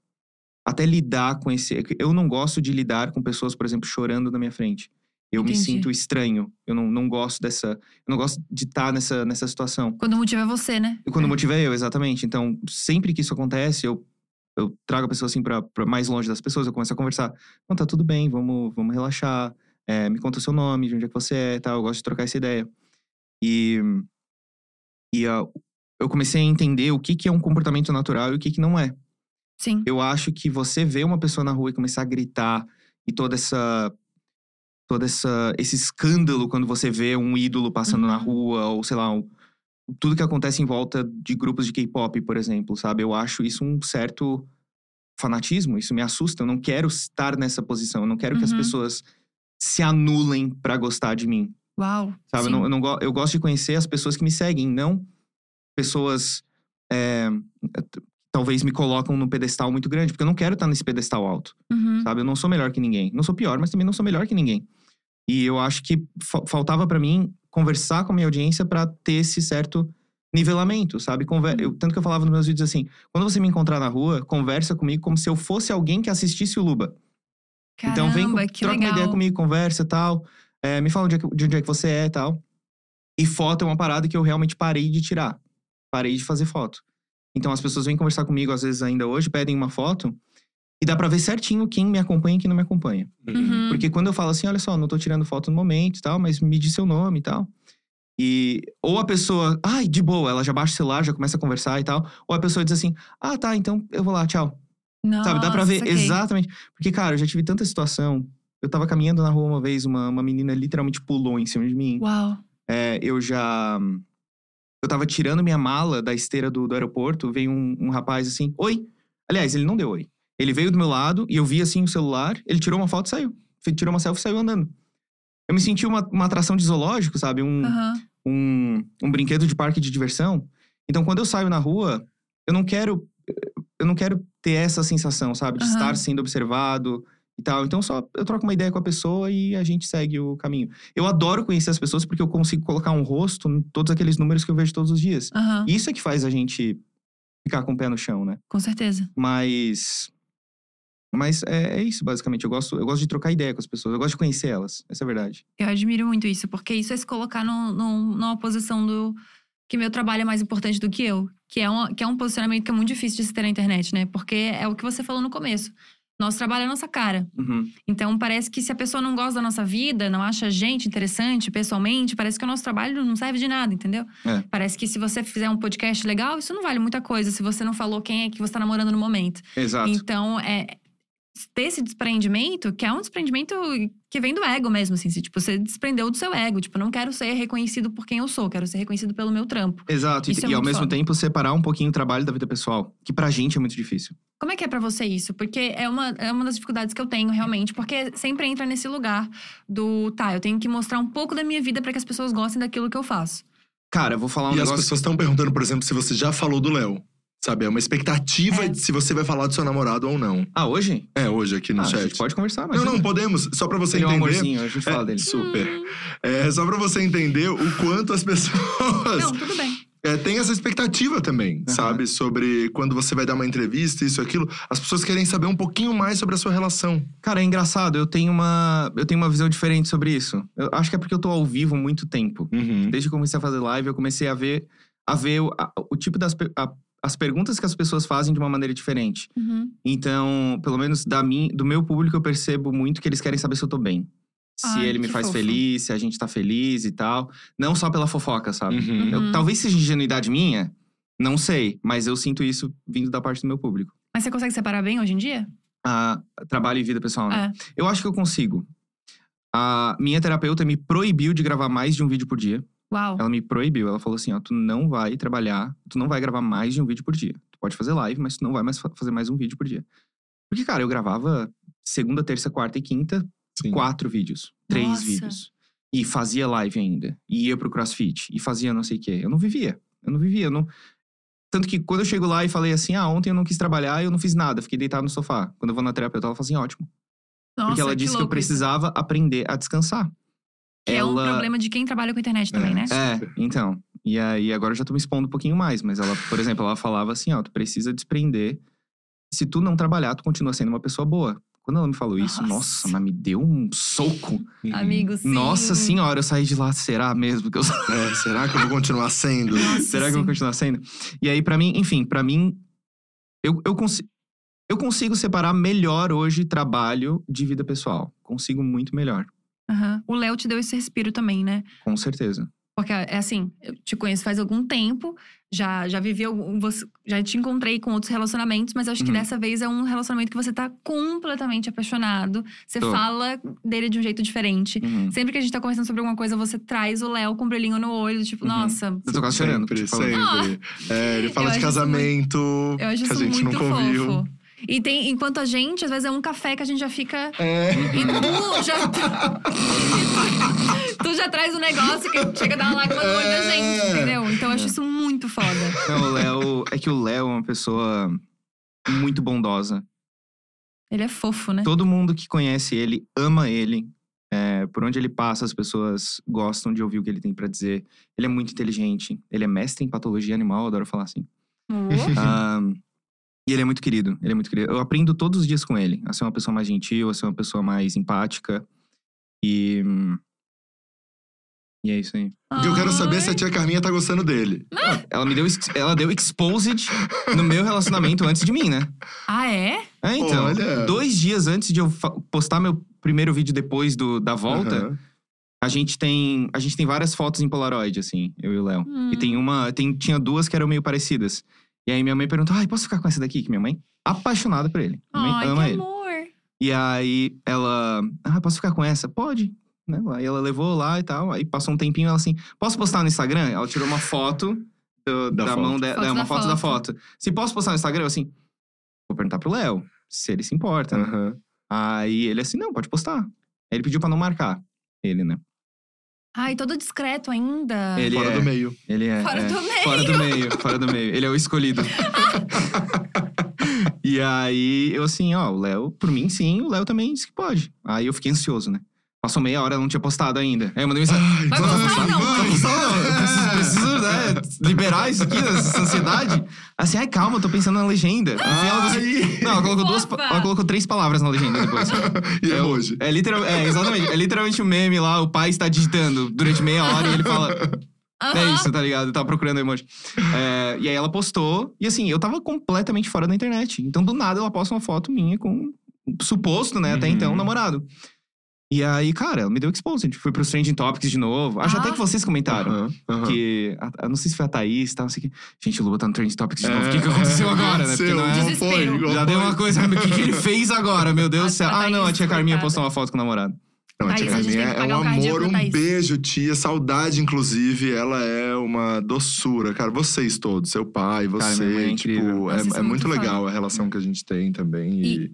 até lidar com esse. é Eu não gosto de lidar com pessoas, por exemplo, chorando na minha frente. Eu Entendi. me sinto estranho. Eu não, não gosto dessa. Eu não gosto de estar nessa, nessa situação. Quando o motivo é você, né? E quando o motivo é eu, exatamente. Então, sempre que isso acontece, eu, eu trago a pessoa assim pra, pra mais longe das pessoas, eu começo a conversar. Não, tá tudo bem, vamos, vamos relaxar. É, me conta o seu nome, de onde é que você é e tal. Eu gosto de trocar essa ideia. E, e ah, eu comecei a entender o que, que é um comportamento natural e o que, que não é. Sim. Eu acho que você ver uma pessoa na rua e começar a gritar e toda essa todo essa esse escândalo quando você vê um ídolo passando na Uhum. rua ou sei lá, um- tudo que acontece em volta de grupos de K-pop, por exemplo, sabe? Eu acho isso um certo fanatismo, isso me assusta, eu não quero estar nessa posição, eu não quero que as Uhum. pessoas se anulem pra gostar de mim. Uau. Sabe? Eu, Sim. não, eu, não go- eu gosto de conhecer as pessoas que me seguem, não pessoas é, t- talvez me colocam num pedestal muito grande, porque eu não quero estar nesse pedestal alto, Uhum. sabe? Eu não sou melhor que ninguém. Não sou pior, mas também não sou melhor que ninguém. E eu acho que fa- faltava pra mim conversar com a minha audiência pra ter esse certo nivelamento, sabe? Conver Uhum. eu, tanto que eu falava nos meus vídeos assim: quando você me encontrar na rua, conversa comigo como se eu fosse alguém que assistisse o Luba. Caramba, então vem, com- que troca legal. uma ideia comigo, conversa e tal. É, me fala onde é que- de onde é que você é e tal. E foto é uma parada que eu realmente parei de tirar. Parei de fazer foto. Então as pessoas vêm conversar comigo, às vezes ainda hoje, pedem uma foto. E dá pra ver certinho quem me acompanha e quem não me acompanha. Uhum. Porque quando eu falo assim, olha só, não tô tirando foto no momento e tal, mas me diz seu nome e tal. E ou a pessoa, ai, de boa, ela já baixa o celular, já começa a conversar e tal. Ou a pessoa diz assim, ah, tá, então eu vou lá, tchau. Sabe, dá pra Nossa, ver saquei. exatamente. Porque, cara, eu já tive tanta situação. Eu tava caminhando na rua uma vez, uma, uma menina literalmente pulou em cima de mim. Uau. É, eu já. Eu tava tirando minha mala da esteira do, do aeroporto, veio um, um rapaz assim, oi. Aliás, ele não deu oi. Ele veio do meu lado e eu vi assim o celular, ele tirou uma foto e saiu. Fe- Tirou uma selfie e saiu andando. Eu me senti uma, uma atração de zoológico, sabe? Um, Aham. um, um brinquedo de parque de diversão. Então, quando eu saio na rua, eu não quero eu não quero ter essa sensação, sabe, de Aham. estar sendo observado e tal. Então, só eu troco uma ideia com a pessoa e a gente segue o caminho. Eu adoro conhecer as pessoas porque eu consigo colocar um rosto em todos aqueles números que eu vejo todos os dias. Aham. Isso é que faz a gente ficar com o pé no chão, né? Com certeza. Mas mas é, é isso basicamente. Eu gosto eu gosto de trocar ideia com as pessoas. Eu gosto de conhecer elas. Essa é a verdade. Eu admiro muito isso, porque isso é se colocar num- num- numa posição do. Que meu trabalho é mais importante do que eu. Que é, um, que é um posicionamento que é muito difícil de se ter na internet, né? Porque é o que você falou no começo. Nosso trabalho é a nossa cara. Uhum. Então parece que se a pessoa não gosta da nossa vida, não acha a gente interessante pessoalmente, parece que o nosso trabalho não serve de nada, entendeu? É. Parece que se você fizer um podcast legal, isso não vale muita coisa se você não falou quem é que você tá namorando no momento. Exato. Então, é ter esse desprendimento, que é um desprendimento que vem do ego mesmo, assim. se, Tipo, você desprendeu do seu ego. Tipo, não quero ser reconhecido por quem eu sou, quero ser reconhecido pelo meu trampo. Exato, e- Isso é e, ao muito mesmo foda. tempo separar um pouquinho o trabalho da vida pessoal, que pra gente é muito difícil. Como é que é pra você isso? Porque é uma, é uma das dificuldades que eu tenho, realmente. Porque sempre entra nesse lugar do, tá, eu tenho que mostrar um pouco da minha vida pra que as pessoas gostem daquilo que eu faço. Cara, eu vou falar um E as negócio. pessoas estão perguntando, por exemplo, se você já falou do Léo. Sabe, é uma expectativa É. de se você vai falar do seu namorado ou não. Ah, hoje? É, hoje aqui no Ah, a chat. gente pode conversar, mas. Não, não, podemos. Só pra você Ele é um entender. amorzinho, a gente fala É, dele. Super. Hum. É, só pra você entender o quanto as pessoas Não, tudo bem. é, têm essa expectativa também, Aham. sabe? Sobre quando você vai dar uma entrevista, isso, aquilo. As pessoas querem saber um pouquinho mais sobre a sua relação. Cara, é engraçado, eu tenho uma. Eu tenho uma visão diferente sobre isso. Eu acho que é porque eu tô ao vivo há muito tempo. Uhum. Desde que eu comecei a fazer live, eu comecei a ver, a ver o, a- o tipo das per- a- as perguntas que as pessoas fazem de uma maneira diferente. Uhum. Então, pelo menos da mim, do meu público, eu percebo muito que eles querem saber se eu tô bem. se Ai, ele me que faz fofo. feliz, se a gente tá feliz e tal. Não só pela fofoca, sabe? Uhum. Eu- Uhum. talvez seja ingenuidade minha, não sei, mas eu sinto isso vindo da parte do meu público. Mas você consegue separar bem hoje em dia? Ah, trabalho e vida pessoal, né? É. Eu acho que eu consigo. A minha terapeuta me proibiu de gravar mais de um vídeo por dia. Uau. Ela me proibiu. Ela falou assim: ó, tu não vai trabalhar, tu não vai gravar mais de um vídeo por dia. Tu pode fazer live, mas tu não vai mais fa- fazer mais um vídeo por dia. Porque, cara, eu gravava segunda, terça, quarta e quinta, Sim. quatro vídeos, três Nossa. vídeos. E fazia live ainda. E ia pro CrossFit. E fazia não sei o quê. Eu não vivia. Eu não vivia. Eu não... Tanto que quando eu chego lá e falei assim, ah, ontem eu não quis trabalhar, eu não fiz nada, fiquei deitado no sofá. Quando eu vou na terapeuta, ela fala assim, ótimo. Nossa, Porque ela disse que, eu louco isso. precisava aprender a descansar. Que é um problema de quem trabalha com internet também, É. né? É, então. E aí agora eu já tô me expondo um pouquinho mais, mas ela, por exemplo, ela falava assim, ó, tu precisa desprender. Se tu não trabalhar, tu continua sendo uma pessoa boa. Quando ela me falou isso, Nossa. nossa, mas me deu um soco. Amigo, sim. Nossa senhora, eu saí de lá, será mesmo que eu É, será que eu vou continuar sendo? Nossa, Será que sim. eu vou continuar sendo? E aí, pra mim, enfim, pra mim, eu, eu, consi- eu consigo separar melhor hoje trabalho de vida pessoal. Consigo muito melhor, Aham. O Léo te deu esse respiro também, né? com certeza. Porque é assim, eu te conheço faz algum tempo, já já vivi algum, você- já te encontrei com outros relacionamentos, mas acho que Uhum. dessa vez é um relacionamento que você tá completamente apaixonado. Você Tô. fala dele de um jeito diferente. Uhum. Sempre que a gente tá conversando sobre alguma coisa, você traz o Léo com um brilhinho no olho, tipo, Uhum. nossa, Eu tô quase chorando. Sempre, tô falando. sempre. É, ele fala Eu acho de isso casamento, eu acho isso que a gente muito nunca fofo. ouviu. E tem, enquanto a gente, às vezes é um café que a gente já fica É. E tu já. tá, tu já traz um negócio que chega a dar uma lágrima no olho da gente, É. entendeu? Então eu acho isso muito foda. Não, o Léo. É que o Léo é uma pessoa muito bondosa. Ele é fofo, né? Todo mundo que conhece ele ama ele. É, por onde ele passa, as pessoas gostam de ouvir o que ele tem pra dizer. Ele é muito inteligente. Ele é mestre em patologia animal, eu adoro falar assim. Uou. Ahn, e ele é muito querido, ele é muito querido. Eu aprendo todos os dias com ele a ser uma pessoa mais gentil, a ser uma pessoa mais empática. E. hum, E é isso aí. E eu quero saber se a Ai. tia Carminha tá gostando dele. Ela me deu. ex- Ela deu exposed no meu relacionamento antes de mim, né? Ah, é? É, então. Olha. Dois dias antes de eu fa- postar meu primeiro vídeo depois do, da volta, Aham. a gente tem. A gente tem várias fotos em Polaroid, assim, eu e o Léo. E Hum. tem uma. Tem, tinha duas que eram meio parecidas. E aí minha mãe perguntou: Ai, posso ficar com essa daqui? Que minha mãe, apaixonada por ele. Minha mãe Ai, ama que ele. amor. E aí ela, ah, posso ficar com essa? Pode. Né? Aí ela levou lá e tal. Aí passou um tempinho, ela assim, posso postar no Instagram? Ela tirou uma foto do- da, Da foto. mão dela, Foto é, uma da foto, da foto. Se posso postar no Instagram? Eu assim, vou perguntar pro Léo, se ele se importa, né? Aham. Aí ele assim, não, pode postar. Aí ele pediu pra não marcar. Ele, né? Ai, todo discreto ainda. Ele Fora é, do meio. Ele é. Fora é. do meio. Fora do meio, fora do meio. Ele é o escolhido. e aí, eu assim, ó, o Léo, por mim sim, o Léo também disse que pode. Aí eu fiquei ansioso, né? Passou meia hora, eu não tinha postado ainda. Aí eu mandei mensagem. Ai, é." Vai vamos, gostar ou não? vamos. Não, não, eu preciso, preciso, né, liberar isso aqui, essa ansiedade. Assim, ai, calma, eu tô pensando na legenda. No fim, ela conseguiu- Ai. Não, ela colocou, duas, pa- Ah, Fofa. ela colocou três palavras na legenda depois. E É o- emoji. É, literal, é, exatamente. É literalmente o meme lá, o pai está digitando durante meia hora e ele fala, Aham. é isso, tá ligado? Eu tava procurando emoji. É, e aí ela postou, e assim, eu tava completamente fora da internet. Então, do nada, ela posta uma foto minha com um suposto, né, até Uhum. então, um namorado. E aí, cara, ela me deu exposed. Fui pro Trending Topics de novo. Acho Ah. até que vocês comentaram. Aham, aham. É. Que, a- a- não sei se foi a Thaís e tal, não sei o que. Gente, o Luba tá no Trending Topics de novo. O que, que É, aconteceu é, agora, né? Porque Seu, não é- igual Desespero. foi, igual Já deu foi. uma coisa, o que, que ele fez agora, meu Deus do A- céu? a Ah, não, a Thaís, tia Carminha coitada. postou uma foto com o namorado. Não, a tia Thaís, a gente tem Carminha que é pagar um o cardíaco amor, da Thaís. um beijo, tia. Saudade, inclusive. Ela é uma doçura, cara. Vocês todos, seu pai, Cara, você. minha mãe é incrível. tipo, é, Nossa, isso é é muito muito foda. legal a relação que a gente tem também. E.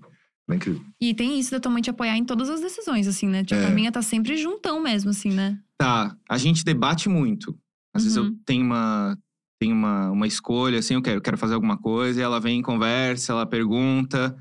É incrível. E tem isso da tua mãe te apoiar em todas as decisões, assim, né? Tipo, É. a minha tá sempre juntão mesmo, assim, né? Tá, a gente debate muito. Às vezes eu Uhum. tenho uma tenho uma, uma escolha, assim, eu quero, quero fazer alguma coisa, e ela vem, conversa, ela pergunta.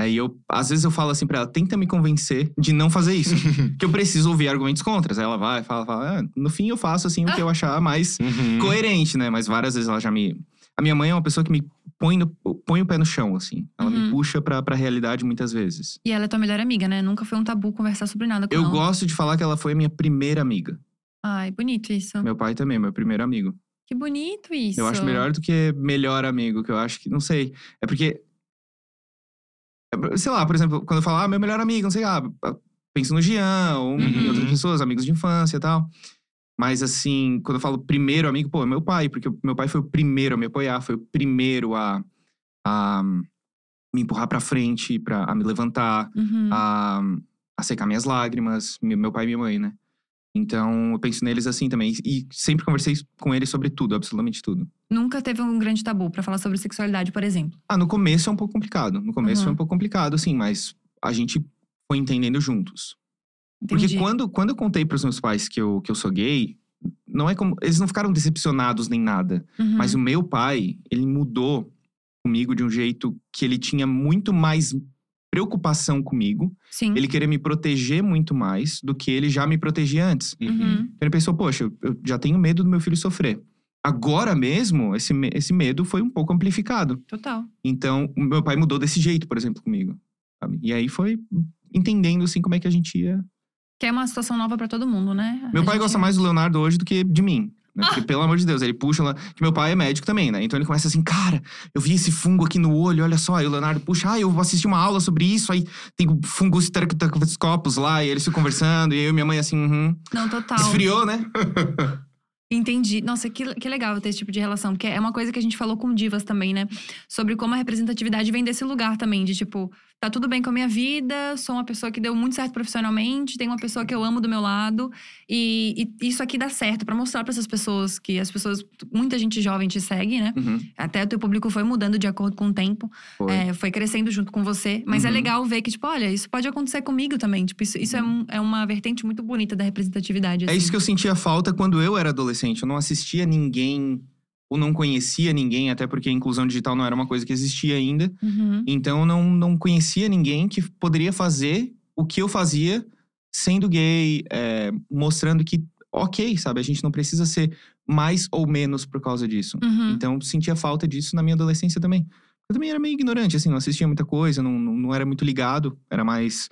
Aí eu, às vezes eu falo assim pra ela, tenta me convencer de não fazer isso. que eu preciso ouvir argumentos contras. Aí ela vai, fala, fala. "Ah, no fim eu faço assim o que eu Ah. achar mais Uhum. Uhum. coerente, né? Mas várias vezes ela já me. A minha mãe é uma pessoa que me põe, no, põe o pé no chão, assim. Ela Uhum. me puxa pra, pra realidade muitas vezes. E ela é tua melhor amiga, né? Nunca foi um tabu conversar sobre nada com Eu ela. gosto de falar que ela foi a minha primeira amiga. Ai, bonito isso. Meu pai também, meu primeiro amigo. Que bonito isso. Eu acho melhor do que melhor amigo, que eu acho que, não sei. É porque. é por- Sei lá, por exemplo, quando eu falo, ah, meu melhor amigo, não sei, ah, penso no Jean, ou em Uhum. outras pessoas, amigos de infância e tal. Mas assim, quando eu falo primeiro amigo, pô, é meu pai, porque o meu pai foi o primeiro a me apoiar, foi o primeiro a, a me empurrar pra frente, pra, a me levantar, Uhum. a, a secar minhas lágrimas, me- meu pai e minha mãe, né? Então, eu penso neles assim também. E sempre conversei com eles sobre tudo, absolutamente tudo. Nunca teve um grande tabu pra falar sobre sexualidade, por exemplo. Ah, no começo é um pouco complicado. No começo Uhum. foi um pouco complicado, assim, mas a gente foi entendendo juntos. Entendi. Porque quando, quando eu contei pros meus pais que eu, que eu sou gay, não é como. Eles não ficaram decepcionados nem nada. Uhum. Mas o meu pai, ele mudou comigo de um jeito que ele tinha muito mais preocupação comigo. Sim. Ele queria me proteger muito mais do que ele já me protegia antes. Uhum. Então ele pensou, poxa, eu- eu já tenho medo do meu filho sofrer. Agora mesmo, esse, me- esse medo foi um pouco amplificado. Total. Então, o meu pai mudou desse jeito, por exemplo, comigo. sabe? E aí foi entendendo, assim, como é que a gente ia. Que é uma situação nova pra todo mundo, né? Meu A pai gente- Ah. gosta mais do Leonardo hoje do que de mim. né? Porque, pelo amor de Deus, ele puxa. lá- Que meu pai é médico também, né? Então ele começa assim, cara, eu vi esse fungo aqui no olho, olha só. Aí o Leonardo puxa, ah, eu vou assistir uma aula sobre isso. Aí tem o fungus tercopos lá, e eles ficam conversando. E eu e minha mãe assim, uhum. Não, total. Esfriou, né? Entendi. Nossa, que, que legal ter esse tipo de relação, porque é uma coisa que a gente falou com divas também, né? Sobre como a representatividade vem desse lugar também, de tipo, tá tudo bem com a minha vida, sou uma pessoa que deu muito certo profissionalmente, tem uma pessoa que eu amo do meu lado, e, e isso aqui dá certo pra mostrar pra essas pessoas que as pessoas, muita gente jovem te segue, né? Uhum. Até o teu público foi mudando de acordo com o tempo. Foi. É, foi crescendo junto com você. Mas é Uhum. legal ver que, tipo, olha, isso pode acontecer comigo também. Tipo, isso, isso é um- é, uma vertente muito bonita da representatividade. assim. É isso que eu sentia falta quando eu era adolescente. Eu não assistia ninguém ou não conhecia ninguém, até porque a inclusão digital não era uma coisa que existia ainda. eu. Uhum. Então eu não, não conhecia ninguém que poderia fazer o que eu fazia sendo gay, é, mostrando que, ok, sabe, a gente não precisa ser mais ou menos por causa disso. Uhum. Então eu sentia falta disso na minha adolescência também. Eu também era meio ignorante, assim, não assistia muita coisa, não, não, não era muito ligado, era mais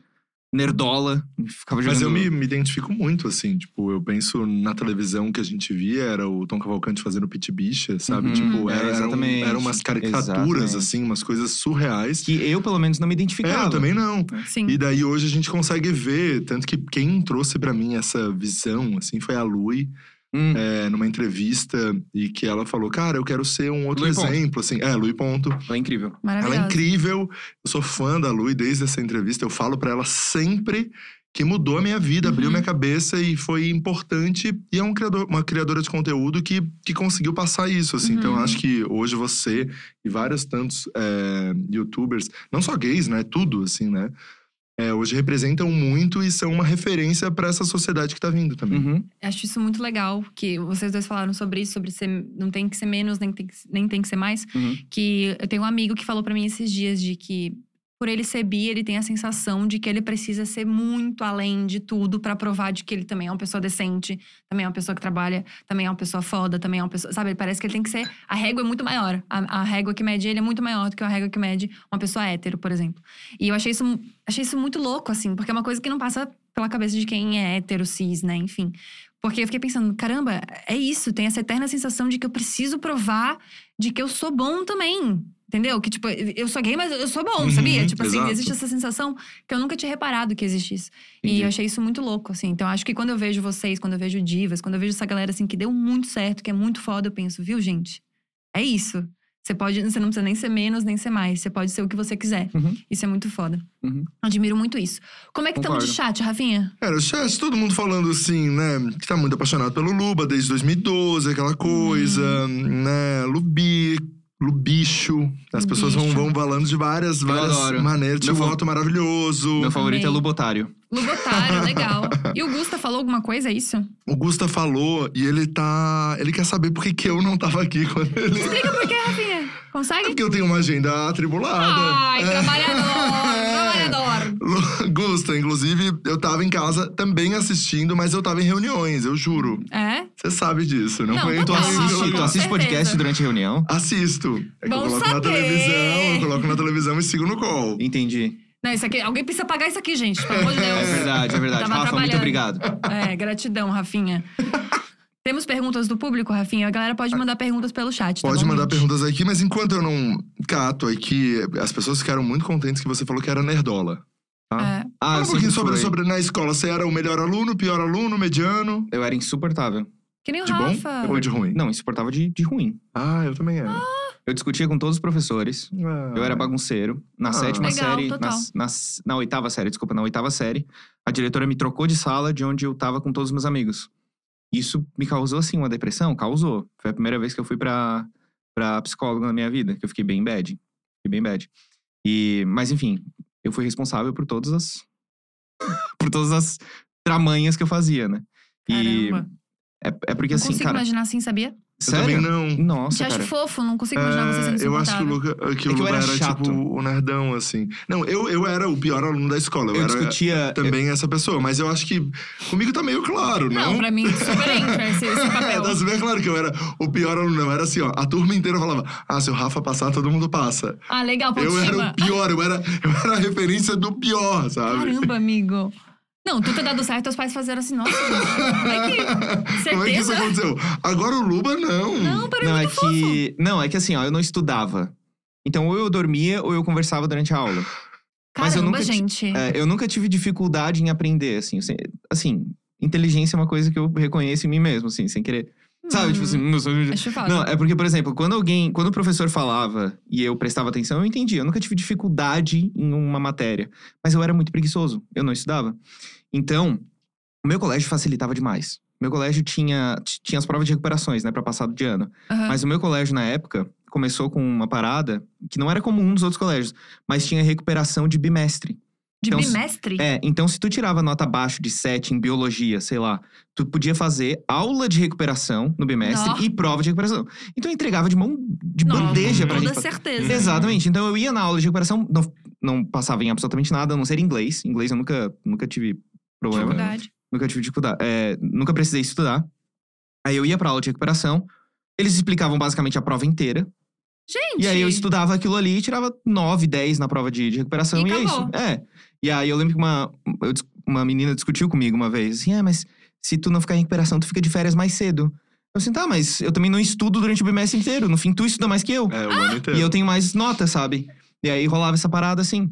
nerdola, ficava jogando. Mas eu me, me identifico muito, assim. Tipo, eu penso na televisão que a gente via, era o Tom Cavalcante fazendo Pit Bicha, sabe? Uhum. Tipo, É, era, eram, exatamente. eram umas caricaturas, Exatamente. assim, umas coisas surreais. Que Uhum. eu, pelo menos, não me identificava. É, eu também não. Então, Sim. E daí hoje a gente consegue ver, tanto que quem trouxe pra mim essa visão, assim, foi a Lui, Hum. é, numa entrevista, e que ela falou, cara, eu quero ser um outro Lui Ponto. exemplo, assim. É, Lui Ponto. Ela é incrível. Ela é Maravilhosa. incrível, eu sou fã da Lui desde essa entrevista, eu falo pra ela sempre que mudou a minha vida, abriu Uhum. minha cabeça e foi importante, e é um criador, uma criadora de conteúdo que, que conseguiu passar isso, assim. Então eu Uhum. acho que hoje você e vários tantos é, youtubers, não só gays, né, tudo assim, né, é, hoje representam muito e são uma referência pra essa sociedade que tá vindo também. Uhum. Acho isso muito legal que vocês dois falaram sobre isso, sobre ser, não tem que ser menos, nem tem que, nem tem que ser mais. Uhum. Que eu tenho um amigo que falou pra mim esses dias de que, por ele ser bi, ele tem a sensação de que ele precisa ser muito além de tudo pra provar de que ele também é uma pessoa decente, também é uma pessoa que trabalha, também é uma pessoa foda, também é uma pessoa. Sabe? Parece que ele tem que ser. A régua é muito maior. A, a régua que mede ele é muito maior do que a régua que mede uma pessoa hétero, por exemplo. E eu achei isso, mu- achei isso muito louco, assim, porque é uma coisa que não passa pela cabeça de quem é hétero, cis, né? Enfim. Porque eu fiquei pensando, caramba, é isso, tem essa eterna sensação de que eu preciso provar de que eu sou bom também. Entendeu? Que, tipo, eu sou gay, mas eu sou bom, Uhum, sabia? Tipo assim, exato. existe essa sensação que eu nunca tinha reparado que existe isso. E Entendi. eu achei isso muito louco, assim. Então, acho que quando eu vejo vocês, quando eu vejo divas, quando eu vejo essa galera, assim, que deu muito certo, que é muito foda, eu penso, viu, gente? É isso. Você pode, você não precisa nem ser menos, nem ser mais. Você pode ser o que você quiser. Uhum. Isso é muito foda. Uhum. Admiro muito isso. Como é que estamos de chat, Rafinha? Cara, o chat, todo mundo falando assim, né? Que tá muito apaixonado pelo Luba desde 2012, aquela coisa, Uhum. né? Lubi, Lubicho. As pessoas vão, Lubicho. vão falando de várias, várias adoro. maneiras. Tinha Meu um fa- voto maravilhoso. Meu favorito é Amei. Lubotário. Lubotário, legal. E o Gusta falou alguma coisa, é isso? O Gusta falou e ele tá. Ele quer saber por que, que eu não tava aqui quando ele. É Explica por quê, Rafinha. Consegue? Porque eu tenho uma agenda atribulada. Ah. Ai, É. trabalhador, trabalhador. Lu- Gusta, inclusive, eu tava em casa também assistindo, mas eu tava em reuniões, eu juro. É? Você sabe disso, não, Não, foi Então, em Tu total, tua- Rafa, assiste, tu com assiste certeza. podcast durante a reunião? Assisto. É que eu Bom coloco na saber. televisão, eu coloco na televisão e sigo no call. Entendi. Não, isso aqui, alguém precisa pagar isso aqui, gente, pelo amor de Deus. É verdade, é verdade. Tava Rafa, muito trabalhando. obrigado. É, gratidão, Rafinha. Temos perguntas do público, Rafinha? A galera pode mandar perguntas pelo chat. tá Pode bom, mandar gente? perguntas aqui, mas enquanto eu não cato aqui, as pessoas ficaram muito contentes que você falou que era nerdola. Tá? É. Ah, eu Fala um pouquinho sempre sobre, fui. sobre na escola. Você era o melhor aluno, pior aluno, mediano? Eu era insuportável. Que nem o De bom? Ah, Rafa. Ou de ruim? Não, insuportável de, de ruim. Ah, eu também era. Eu discutia com todos os professores. Eu era bagunceiro. Na Ah. sétima Legal, série. total. nas- nas- na oitava série, desculpa, na oitava série, a diretora me trocou de sala de onde eu tava com todos os meus amigos. Isso me causou, assim, uma depressão? Causou. Foi a primeira vez que eu fui pra, pra psicóloga na minha vida, que eu fiquei bem bad. Fiquei bem bad. E, mas, enfim, eu fui responsável por todas as. por todas as tramanhas que eu fazia, né? E Caramba. é, é porque, não assim, consigo cara. imaginar assim, sabia? Eu também Sério? não. Nossa, Te acho cara. fofo, não consigo imaginar você sendo É, eu acho que o insuportável. Luca, que o É que eu Luca era era, chato. tipo o nerdão, assim. Não, eu, eu era o pior aluno da escola. Eu, Eu era discutia. também essa pessoa. Mas eu acho que comigo tá meio claro, não? Não, pra mim, super entra esse, É esse papel. tá super claro que eu era o pior aluno. Eu era assim, ó. A turma inteira falava: Ah, se o Rafa passar, todo mundo passa. Ah, legal, ponto Eu de era o pior, eu era, eu era a referência do pior, sabe? Caramba, amigo. Não, tu ter dado certo, teus pais fizeram assim, nossa, gente, como é que... Como é que isso Certeza? aconteceu? Agora o Luba, não. Não, peraí, não, é muito fofo. que. Não, é que assim, ó, eu não estudava. Então, ou eu dormia ou eu conversava durante a aula. Mas eu Caramba, nunca ti- gente. É, eu nunca tive dificuldade em aprender, assim. eu se- Assim, inteligência é uma coisa que eu reconheço em mim mesmo, assim, sem querer. Sabe? Hum, Tipo assim, não sou. É chufado. Não, é porque, por exemplo, quando alguém. Quando o professor falava e eu prestava atenção, eu entendia. Eu nunca tive dificuldade em uma matéria. Mas eu era muito preguiçoso. Eu não estudava. Então, o meu colégio facilitava demais. Meu colégio tinha, t- tinha as provas de recuperações, né, pra passado de ano. Aham. Mas o meu colégio, na época, começou com uma parada que não era comum nos outros colégios, mas tinha recuperação de bimestre. De então, bimestre? É, então se tu tirava nota abaixo de 7 em biologia, sei lá, tu podia fazer aula de recuperação no bimestre Nó. e prova de recuperação. Então eu entregava de mão de Não, bandeja com pra toda gente. fa- certeza. né? Exatamente. Então eu ia na aula de recuperação, não, não passava em absolutamente nada, a não ser inglês. Inglês eu nunca, nunca tive problema. Dificuldade. Nunca tive dificuldade. é, nunca precisei estudar. Aí eu ia pra aula de recuperação. Eles explicavam basicamente a prova inteira. Gente, E aí eu estudava aquilo ali e tirava 9, 10 na prova de, de recuperação. E E, é isso. acabou. É. E aí eu lembro que uma, eu dis- uma menina discutiu comigo uma vez. Assim, é, mas se tu não ficar em recuperação, tu fica de férias mais cedo. Eu assim, tá, mas eu também não estudo durante o bimestre inteiro. No fim, tu estuda mais que eu. É, o Ah! ano inteiro. E eu tenho mais notas, sabe? E aí rolava essa parada assim.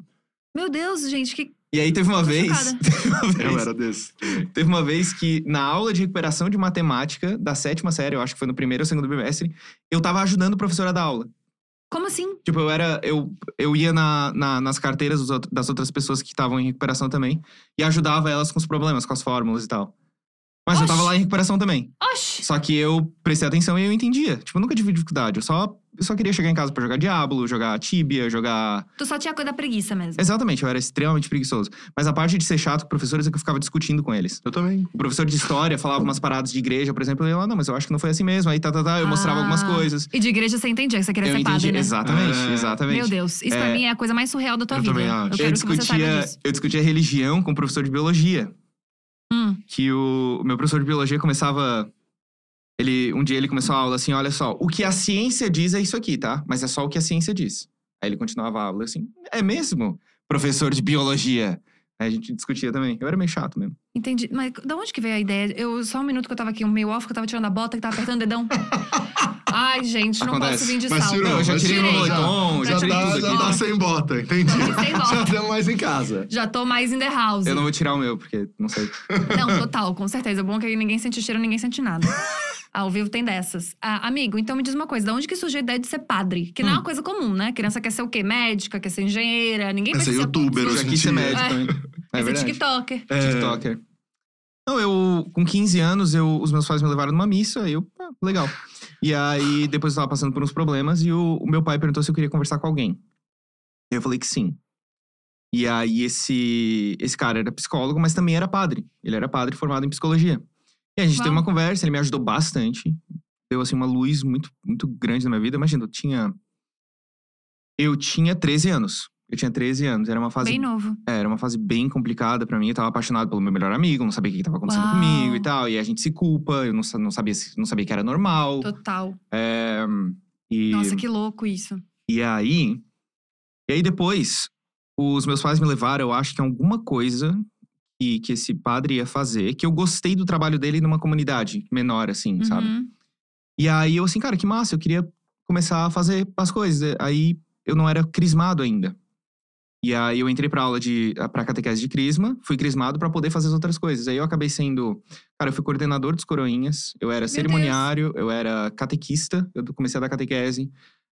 meu Deus, gente, que... E aí teve uma Tô vez. chocada. Teve uma vez. Eu era desse. Teve uma vez que, na aula de recuperação de matemática da sétima série, eu acho que foi no primeiro ou segundo bimestre, eu tava ajudando a professora da aula. Como assim? Tipo, eu era. Eu, eu ia na, na- nas carteiras dos outro- das outras pessoas que estavam em recuperação também e ajudava elas com os problemas, com as fórmulas e tal. Mas eu tava Oxi! lá em recuperação também. Oxi! Só que eu prestei atenção e eu entendia. Tipo, eu nunca tive dificuldade. Eu só, eu só queria chegar em casa pra jogar Diablo, jogar Tibia, jogar Tu só tinha coisa da preguiça mesmo. Exatamente, eu era extremamente preguiçoso. Mas a parte de ser chato com professores é que eu ficava discutindo com eles. Eu também. O professor de história falava umas paradas de igreja, por exemplo, e eu, ah, não, mas eu acho que não foi assim mesmo. Aí tá, tá, tá, eu mostrava Ah. algumas coisas. E de igreja você entendia que você queria eu ser entendi. padre, né? Exatamente, É. exatamente. Meu Deus, isso pra É. mim é a coisa mais surreal da tua Eu vida. também acho. Eu eu quero que você saiba discutia, disso. eu discutia religião com o professor de biologia. Hum. Que o, o meu professor de biologia começava. Ele, um dia ele começou a aula assim: olha só, o que a ciência diz é isso aqui, tá? Mas é só o que a ciência diz. Aí ele continuava a aula assim: é mesmo? Professor de biologia. Aí a gente discutia também. Eu era meio chato mesmo. Entendi. Mas da onde que veio a ideia? Eu, só um minuto que eu tava aqui, um meio off, que eu tava tirando a bota, que tava apertando o dedão. Ai, gente, não Acontece. posso vir de Mas salto. tirou, Não, eu já mas tirei meu tirei, já. moletom, já, Já tirei tá, tudo já aqui. tá sem bota, entendi. Tamo Tá sem bota. já estamos mais em casa. Já tô mais in the house. Eu não vou tirar o meu, porque não sei. Não, total, com certeza. Bom é que ninguém sente cheiro, ninguém sente nada. Ao vivo tem dessas. Ah, amigo, então me diz uma coisa: da onde que surgiu a ideia de ser padre? Que não é Hum. uma coisa comum, né? Criança quer ser o quê? Médica, quer ser engenheira, ninguém Quer pensa ser em youtuber, ser Eu Eu já quis sentia. ser médico É. também. É Quer ser verdade. TikToker. É, TikToker. Ah, Não, eu, com 15 anos, eu, os meus pais me levaram numa missa, aí eu, ah, legal. E aí, depois eu tava passando por uns problemas e o, o meu pai perguntou se eu queria conversar com alguém. Eu falei que sim. E aí, esse, esse cara era psicólogo, mas também era padre. Ele era padre formado em psicologia. E a gente teve Uau. uma conversa, ele me ajudou bastante. Deu, assim, uma luz muito, muito grande na minha vida. Imagina, eu tinha. Eu tinha 13 anos. Eu tinha 13 anos. Era uma fase Bem novo. é, era uma fase bem complicada pra mim. Eu tava apaixonado pelo meu melhor amigo, não sabia o que que tava acontecendo Uau. comigo e tal. E a gente se culpa, eu não, sa- não sabia, se- não sabia que era normal. Total. É, e, Nossa, que louco isso. e aí. E aí depois, os meus pais me levaram, eu acho que alguma coisa que, que esse padre ia fazer, que eu gostei do trabalho dele numa comunidade menor, assim, sabe? Uhum. E aí eu assim, cara, que massa, eu queria começar a fazer as coisas. Aí eu não era crismado ainda. E aí eu entrei pra aula de para catequese de crisma, fui crismado para poder fazer as outras coisas. Aí eu acabei sendo, cara, eu fui coordenador dos coroinhas, eu era cerimoniário, eu era catequista, eu comecei a dar catequese.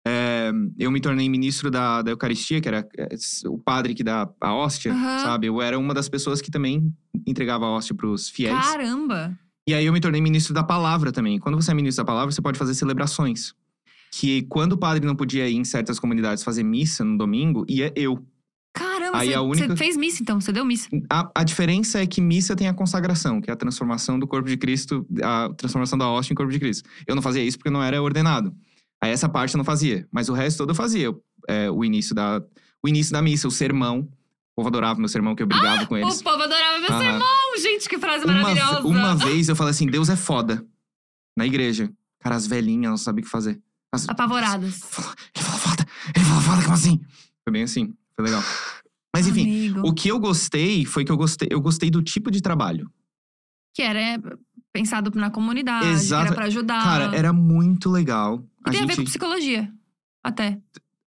É, eu me tornei ministro da, da Eucaristia, que era é, o padre que dá a hóstia, Aham. sabe? Eu era uma das pessoas que também entregava a hóstia pros fiéis. Caramba! E aí eu me tornei ministro da palavra também. Quando você é ministro da palavra, você pode fazer celebrações. Que quando o padre não podia ir em certas comunidades fazer missa no domingo, ia eu. Caramba, Aí você, a única- você fez missa então, você deu missa. A, a diferença é que missa tem a consagração, que é a transformação do corpo de Cristo, a transformação da hóstia em corpo de Cristo. Eu não fazia isso porque eu não era ordenado. Aí essa parte eu não fazia, mas o resto todo eu fazia. Eu, é, o, início da, o início da missa, o sermão. O povo adorava meu sermão, que eu brigava com eles. Ah, Ah, O povo adorava meu Aham. sermão, gente, que frase Uma, é maravilhosa. uma vez eu falei assim, Deus é foda. Na igreja. Cara, as velhinhas não sabem o que fazer. As- Apavoradas. Ele fala foda, ele fala foda, como assim? Foi bem assim, foi legal. Ah, Mas enfim, Amigo. o que eu gostei foi que eu gostei, eu gostei do tipo de trabalho. Que era é, pensado na comunidade, que Exato. era pra ajudar. Cara, era muito legal. Ah. E A tem a ver com gente. psicologia, até.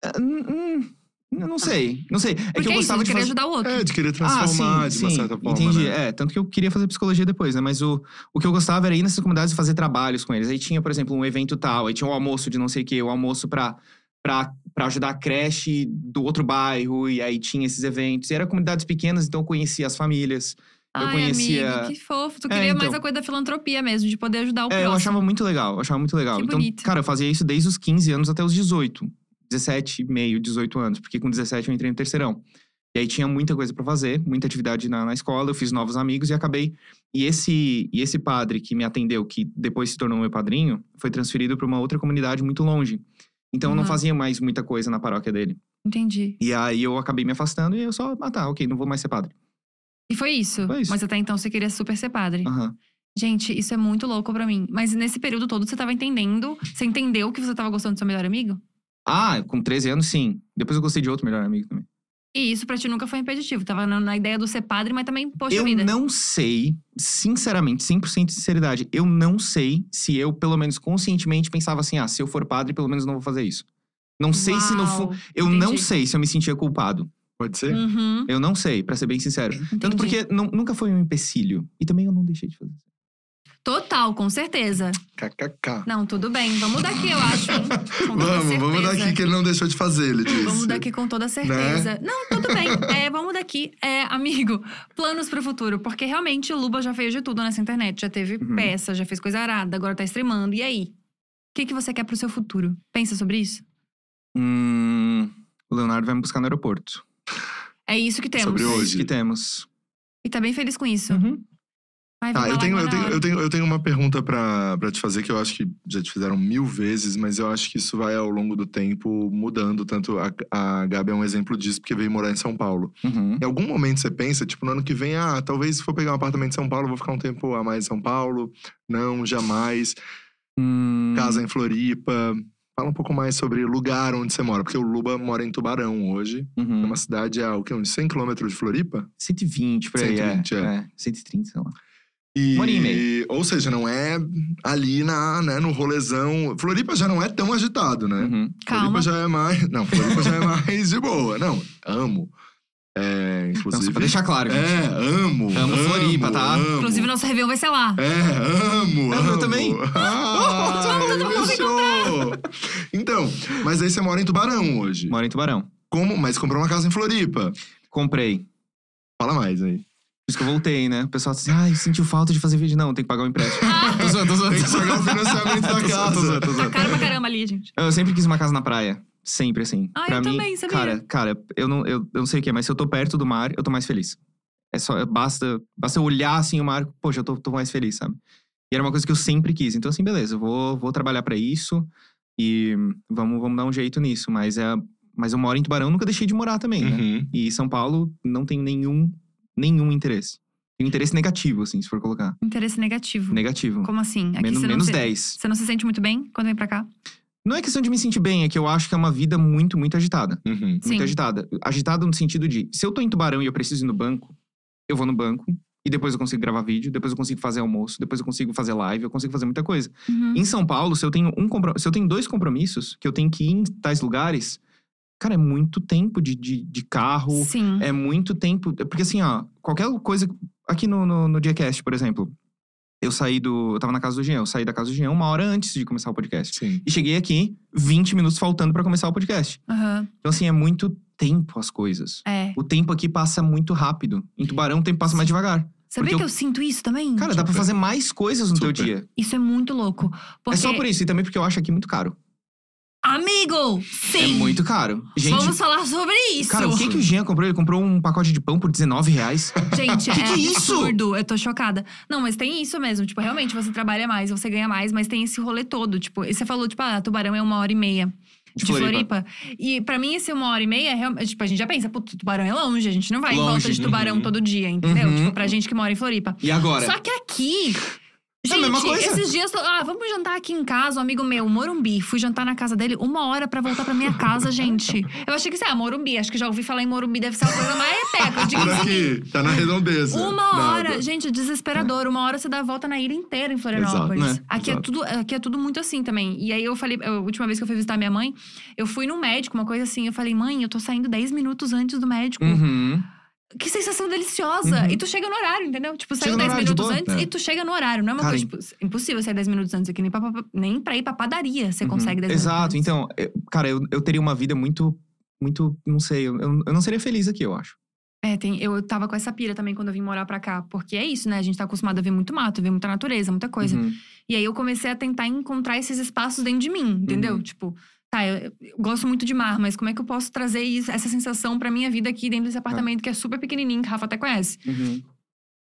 Ah, hum, hum, eu não sei, não sei. É que Tá Porque eu é isso, gostava de de querer fazer. ajudar o outro. É, de querer Ah, sim, transformar de uma sim, certa forma. entendi. Né? É, tanto que eu queria fazer psicologia depois, né? Mas o, o que eu gostava era ir nessas comunidades e fazer trabalhos com eles. Aí tinha, por exemplo, um evento tal, aí tinha um almoço de não sei o quê, o almoço pra, pra, pra ajudar a creche do outro bairro, e aí tinha esses eventos. E eram comunidades pequenas, então eu conhecia as famílias. Ai, conhecia- amigo, que fofo. Tu É, queria mais então. a coisa da filantropia mesmo, de poder ajudar o É, eu próximo. achava muito legal, eu achava muito legal. Que então, bonito. cara, eu fazia isso desde os 15 anos até os 18. 17 e meio, 18 anos, porque com 17 eu entrei no terceirão. E aí tinha muita coisa pra fazer, muita atividade na, na escola, eu fiz novos amigos e acabei. E esse, e esse padre que me atendeu, que depois se tornou meu padrinho, foi transferido pra uma outra comunidade muito longe. Então eu não Aham. fazia mais muita coisa na paróquia dele. Entendi. E aí eu acabei me afastando e eu só, ah tá, ok, não vou mais ser padre. E foi isso. Foi isso. Mas até então você queria super ser padre. Aham. Gente, isso é muito louco pra mim. Mas nesse período todo você tava entendendo, você entendeu que você tava gostando do seu melhor amigo? Ah, com 13 anos sim. Depois eu gostei de outro melhor amigo também. E isso pra ti nunca foi impeditivo. Tava na, na ideia do ser padre, mas também, poxa Eu vida. não sei, sinceramente, 100% de sinceridade, eu não sei se eu, pelo menos conscientemente, pensava assim: ah, se eu for padre, pelo menos não vou fazer isso. Não sei se no fundo. Uau, Eu não entendi. sei se eu me sentia culpado. Pode ser? Uhum, Eu não sei, pra ser bem sincero. Tanto entendi. porque nu- nunca foi um empecilho. E também eu não deixei de fazer. Total, com certeza. KKK. Não, tudo bem. Vamos daqui, eu acho. hein? Com toda Vamos, vamos certeza. daqui que ele não deixou de fazer, ele disse. Vamos daqui com toda certeza. Não, tudo bem. É, vamos daqui. É, amigo, planos pro futuro. Porque realmente o Luba já fez de tudo nessa internet. Já teve Uhum. peça, já fez coisa arada, agora tá streamando. E aí? O que, que você quer pro seu futuro? Pensa sobre isso? Hum. O Leonardo vai me buscar no aeroporto. É isso que temos. Sobre É hoje. isso que temos. E tá bem feliz com isso. Uhum. Vai, Tá, vai eu lá tenho, agora eu, na tenho, hora. eu, tenho, eu tenho uma pergunta pra, pra te fazer que eu acho que já te fizeram mil vezes, mas eu acho que isso vai ao longo do tempo mudando. Tanto a, a Gabi é um exemplo disso, porque veio morar em São Paulo. Uhum. Em algum momento você pensa, tipo, no ano que vem, ah, talvez se for pegar um apartamento em São Paulo, vou ficar um tempo a mais em São Paulo. Não, jamais. Hum, Casa em Floripa. Fala um pouco mais sobre lugar onde você mora, porque o Luba mora em Tubarão hoje. É Uhum. uma cidade a o quê? Uns 100 quilômetros de Floripa? 120 por aí. 120, é. é. é. 130, sei lá. E, Uma hora Um e Ou seja, não é ali na, né, no rolezão. Floripa já não é tão agitado, né? Uhum. Calma. Floripa já é mais. Não, Floripa já é mais de boa. Não, amo. É, Não, só inclusive. pra deixar claro. gente. é, amo. Amo Floripa, tá? amo. Inclusive, nosso review vai ser lá. Tá É, amo, Amo, eu amo. também. Ah, todo mundo se show. Então, mas aí você mora em Tubarão hoje. Moro em Tubarão. Como? Mas comprou uma casa em Floripa. Comprei. Fala mais aí. Por isso que eu voltei, né? O pessoal assim, ai, sentiu falta de fazer vídeo. Não, tem que pagar o empréstimo. tô zoando, tô zoando. Tem que pagar o financiamento da Tô zoando, tô casa. zoando, tô Tá zoando. caro pra caramba ali, gente. Eu sempre quis uma casa na praia. Sempre, assim. Ah, pra eu mim, também, sabia? Cara, cara, eu não, eu, eu não sei o que é, mas se eu tô perto do mar, eu tô mais feliz. É só, basta, basta eu olhar, assim, o mar, poxa, eu tô, tô mais feliz, sabe? E era uma coisa que eu sempre quis. Então, assim, beleza, eu vou, vou trabalhar pra isso. E vamos, vamos dar um jeito nisso. Mas, é, mas eu moro em Tubarão, nunca deixei de morar também, né? Uhum. E São Paulo, não tenho nenhum, nenhum interesse. Tenho interesse negativo, assim, se for colocar. Interesse negativo. Negativo. Como assim? Aqui menos você não menos se... 10. Você não se sente muito bem quando vem pra cá? Não é questão de me sentir bem, é que eu acho que é uma vida muito, muito agitada. Uhum. Sim. Muito agitada. Agitada no sentido de, se eu tô em Tubarão e eu preciso ir no banco, eu vou no banco. E depois eu consigo gravar vídeo, depois eu consigo fazer almoço, depois eu consigo fazer live, eu consigo fazer muita coisa. Uhum. Em São Paulo, se eu tenho um compro- se eu tenho dois compromissos que eu tenho que ir em tais lugares, Cara, é muito tempo de, de, de carro, Sim. é muito tempo. Porque assim, ó, qualquer coisa. Aqui no, no, no Diacast, por exemplo, eu saí do. Eu tava na casa do Jean, eu saí da casa do Jean uma hora antes de começar o podcast. Sim. E cheguei aqui 20 minutos faltando pra começar o podcast. Aham. Então, assim, é muito tempo as coisas. É. O tempo aqui passa muito rápido. Em Tubarão, o tempo passa mais devagar. Sabia Porque que eu... eu- sinto isso também? Cara, dá pra Super. fazer mais coisas no teu Super. dia. Isso é muito louco. Porque, É só por isso. E também porque eu acho aqui muito caro. amigo, É sim. muito caro. Gente, Vamos falar sobre isso. cara, o que, que o Jean comprou? Ele comprou um pacote de pão por 19 reais. Gente, é que é isso? absurdo. Eu tô chocada. Não, mas tem isso mesmo. Tipo, realmente você trabalha mais, você ganha mais, mas tem esse rolê todo. Tipo, e você falou, tipo, ah, tubarão é uma hora e meia. De Floripa. E pra mim, esse uma hora e meia, é real- tipo, a gente já pensa, putz, tubarão é longe, a gente não vai em Longe, volta de tubarão uhum. todo dia, entendeu? Uhum. Tipo, pra gente que mora em Floripa. E agora? Só que aqui. É a Gente, mesma coisa. esses dias. Ah, vamos jantar aqui em casa, um amigo meu, Morumbi. Fui jantar na casa dele uma hora pra voltar pra minha casa, gente. Eu achei que isso é ah, Morumbi. Acho que já ouvi falar em Morumbi, deve ser uma coisa mais peca. Por digamos assim. aqui, tá na redondeza. Uma hora, Nada. gente, desesperador. Uma hora você dá a volta na ilha inteira em Florianópolis. É. Exato, né? Aqui, é Exato. tudo, aqui é tudo muito assim também. E aí eu falei, a última vez que eu fui visitar minha mãe, eu fui no médico, uma coisa assim. Eu falei, mãe, eu tô saindo 10 minutos antes do médico. Uhum. Que sensação deliciosa! Uhum. E tu chega no horário, entendeu? Tipo, Chega saiu no 10 horário de minutos boa, antes né? e tu chega no horário. Não é uma Cara, coisa, tipo, impossível sair 10 minutos antes aqui, nem pra, pra- nem pra ir pra padaria você Uhum. consegue 10 Exato. minutos. Então, eu- cara, eu, eu teria uma vida muito. Muito. Não sei. Eu, eu não seria feliz aqui, eu acho. É, tem, eu tava com essa pira também quando eu vim morar pra cá. Porque é isso, né? A gente tá acostumado a ver muito mato, ver muita natureza, muita coisa. Uhum. E aí eu comecei a tentar encontrar esses espaços dentro de mim, entendeu? Uhum. Tipo, tá, eu, eu gosto muito de mar, mas como é que eu posso trazer isso- essa sensação pra minha vida aqui dentro desse apartamento que é super pequenininho, que a Rafa até conhece? Uhum.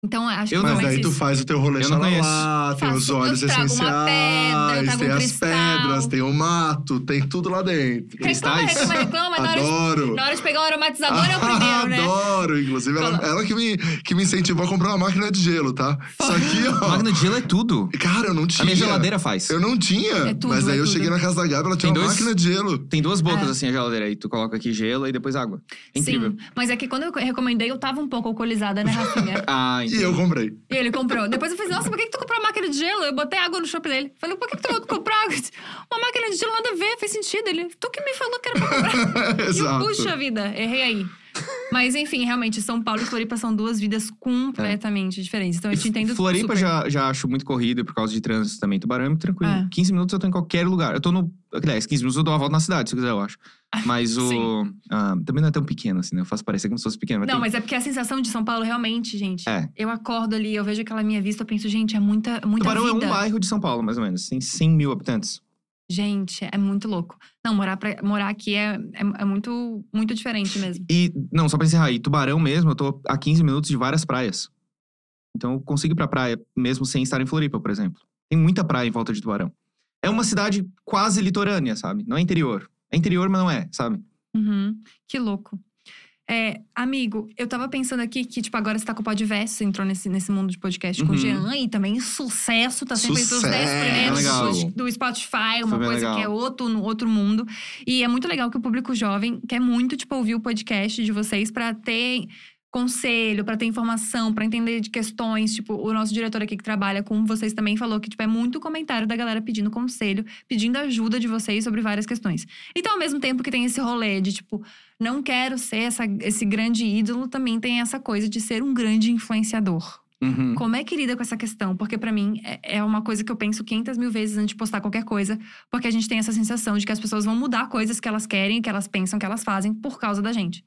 Então, acho Eu que não. Mas realmente daí tu isso. faz o teu rolê Eu não lá, tem os Faço- eu óleos trago uma essenciais, pedra, eu trago tem um as cristal. pedras, tem o mato, tem tudo lá dentro. Reclama, cristais? reclama, reclama, mas na hora, de, Adoro. na hora de pegar o aromatizador é o primeiro, né? Adoro, inclusive. Ela, Fala. ela que, me, que me incentivou a comprar uma máquina de gelo, tá? Isso aqui, ó. Magno de gelo é tudo. Cara, eu não tinha. A minha geladeira faz. Eu não tinha. É tudo, mas aí é eu tudo. cheguei na casa da Gabi, ela tinha Tem uma dois? máquina de gelo. Tem duas bocas É. assim a geladeira aí. Tu coloca aqui gelo e depois água. É incrível. Sim, mas é que quando eu recomendei, eu tava um pouco alcoolizada, né, Rafinha? Ah, E entendi. eu comprei. e ele comprou. Depois eu falei, nossa, por que, que tu comprou uma máquina de gelo? Eu botei água no shopping dele. Falei, por que, que tu comprou água? Uma máquina de gelo nada a ver, fez sentido. Ele, tu que me falou que era pra comprar. E eu, Exato. puxa vida, errei aí. Mas enfim, realmente, São Paulo e Floripa são duas vidas completamente diferentes. Então eu te entendo É. Floripa super. é já, já acho muito corrido por causa de trânsito também. Tubarão é muito tranquilo. É. 15 minutos eu tô em qualquer lugar. Eu tô no. Aliás, 15 minutos eu dou uma volta na cidade, se quiser, eu acho. Mas o. ah, também não é tão pequeno assim, né? Eu faço parecer como se fosse pequeno. Não, tem- mas é porque a sensação de São Paulo, realmente, gente. É. Eu acordo ali, eu vejo aquela minha vista, eu penso, gente, é muita, muita Tubarão vida. é um bairro de São Paulo, mais ou menos. Tem 100 mil habitantes. Gente, é muito louco. Não, morar, pra, morar aqui é, é, é muito, muito diferente mesmo. E, não, só pra encerrar aí, Tubarão mesmo, eu tô a 15 minutos de várias praias. Então eu consigo ir pra praia, mesmo sem estar em Floripa, por exemplo. Tem muita praia em volta de Tubarão. É uma cidade quase litorânea, sabe? Não é interior. É interior, mas não é, sabe? Uhum, Que louco. É, amigo, eu tava pensando aqui que, tipo, agora você tá com o Podverso, você entrou nesse, nesse mundo de podcast com o Uhum. Jean e também sucesso, tá sempre entre os 10 Sucesso! primeiros é Legal. pod- do Spotify, uma bem coisa legal. que é outro, no outro mundo. E é muito legal que o público jovem quer muito, tipo, ouvir o podcast de vocês pra ter conselho, pra ter informação, pra entender de questões, tipo, o nosso diretor aqui que trabalha com vocês também falou que tipo é muito comentário da galera pedindo conselho, pedindo ajuda de vocês sobre várias questões. Então, ao mesmo tempo que tem esse rolê de tipo, não quero ser essa, esse grande ídolo, também tem essa coisa de ser um grande influenciador. Uhum. Como é que lida com essa questão? Porque pra mim é, é uma coisa que eu penso 500 mil vezes antes de postar qualquer coisa, porque a gente tem essa sensação de que as pessoas vão mudar coisas que elas querem, que elas pensam, que elas fazem por causa da gente.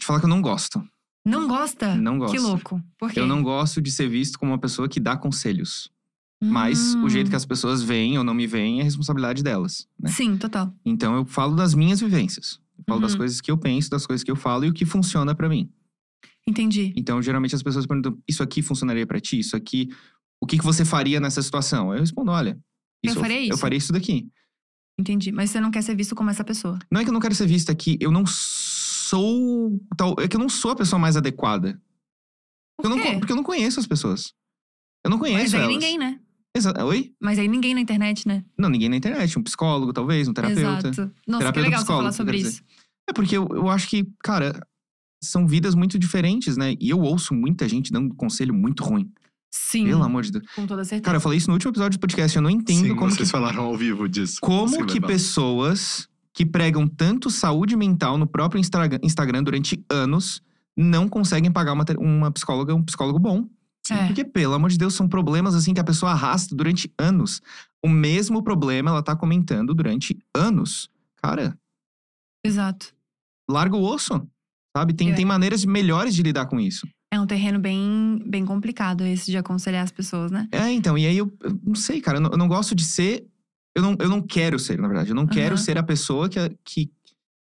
Te falar que eu não gosto. Não gosta? Não gosto. Ah, Que louco. Por quê? Eu não gosto de ser visto como uma pessoa que dá conselhos. Mas Hum. o jeito que as pessoas veem ou não me veem é responsabilidade delas, né? Ah. Sim, total. Então eu falo das minhas vivências. Eu falo das Uhum. coisas que eu penso, das coisas que eu falo e o que funciona pra mim. Entendi. Então, geralmente as pessoas perguntam: isso aqui funcionaria pra ti? Isso aqui, o que, que você faria nessa situação? Eu respondo: olha, Eu isso, faria isso." Eu faria isso daqui. Entendi. Mas você não quer ser visto como essa pessoa. Não é que eu não quero ser vista aqui, eu não sou. Tal, é que eu não sou a pessoa mais adequada. Por Eu não quê? con- porque eu não conheço as pessoas. Eu não conheço Mas aí elas. ninguém, né? Exa- Oi? Mas aí ninguém na internet, né? Não, ninguém na internet. Um psicólogo, talvez, um Exato. terapeuta. Nossa, que Terapeuta legal você psicólogo, falar sobre quer isso. É porque eu, eu acho que, cara, são vidas muito diferentes, né? E eu ouço muita gente dando conselho muito ruim. Sim. Pelo amor de Deus. Com toda certeza. Cara, eu falei isso no último episódio do podcast. Eu não entendo Sim, como que vocês falaram ao vivo disso. Como Isso é que legal. pessoas que pregam tanto saúde mental no próprio Instagram, Instagram durante anos não conseguem pagar uma, ter- uma psicóloga, um psicólogo bom. É. Porque, pelo amor de Deus, são problemas assim que a pessoa arrasta durante anos. O mesmo problema ela tá comentando durante anos. Cara, É, Exato. larga o osso, sabe? Tem, É. tem maneiras melhores de lidar com isso. É um terreno bem, bem complicado esse de aconselhar as pessoas, né? É, então, e aí eu, eu não sei, cara, eu não, eu não gosto de ser. Eu não, eu não quero ser, na verdade. Eu não quero Aham. ser a pessoa que, é- que,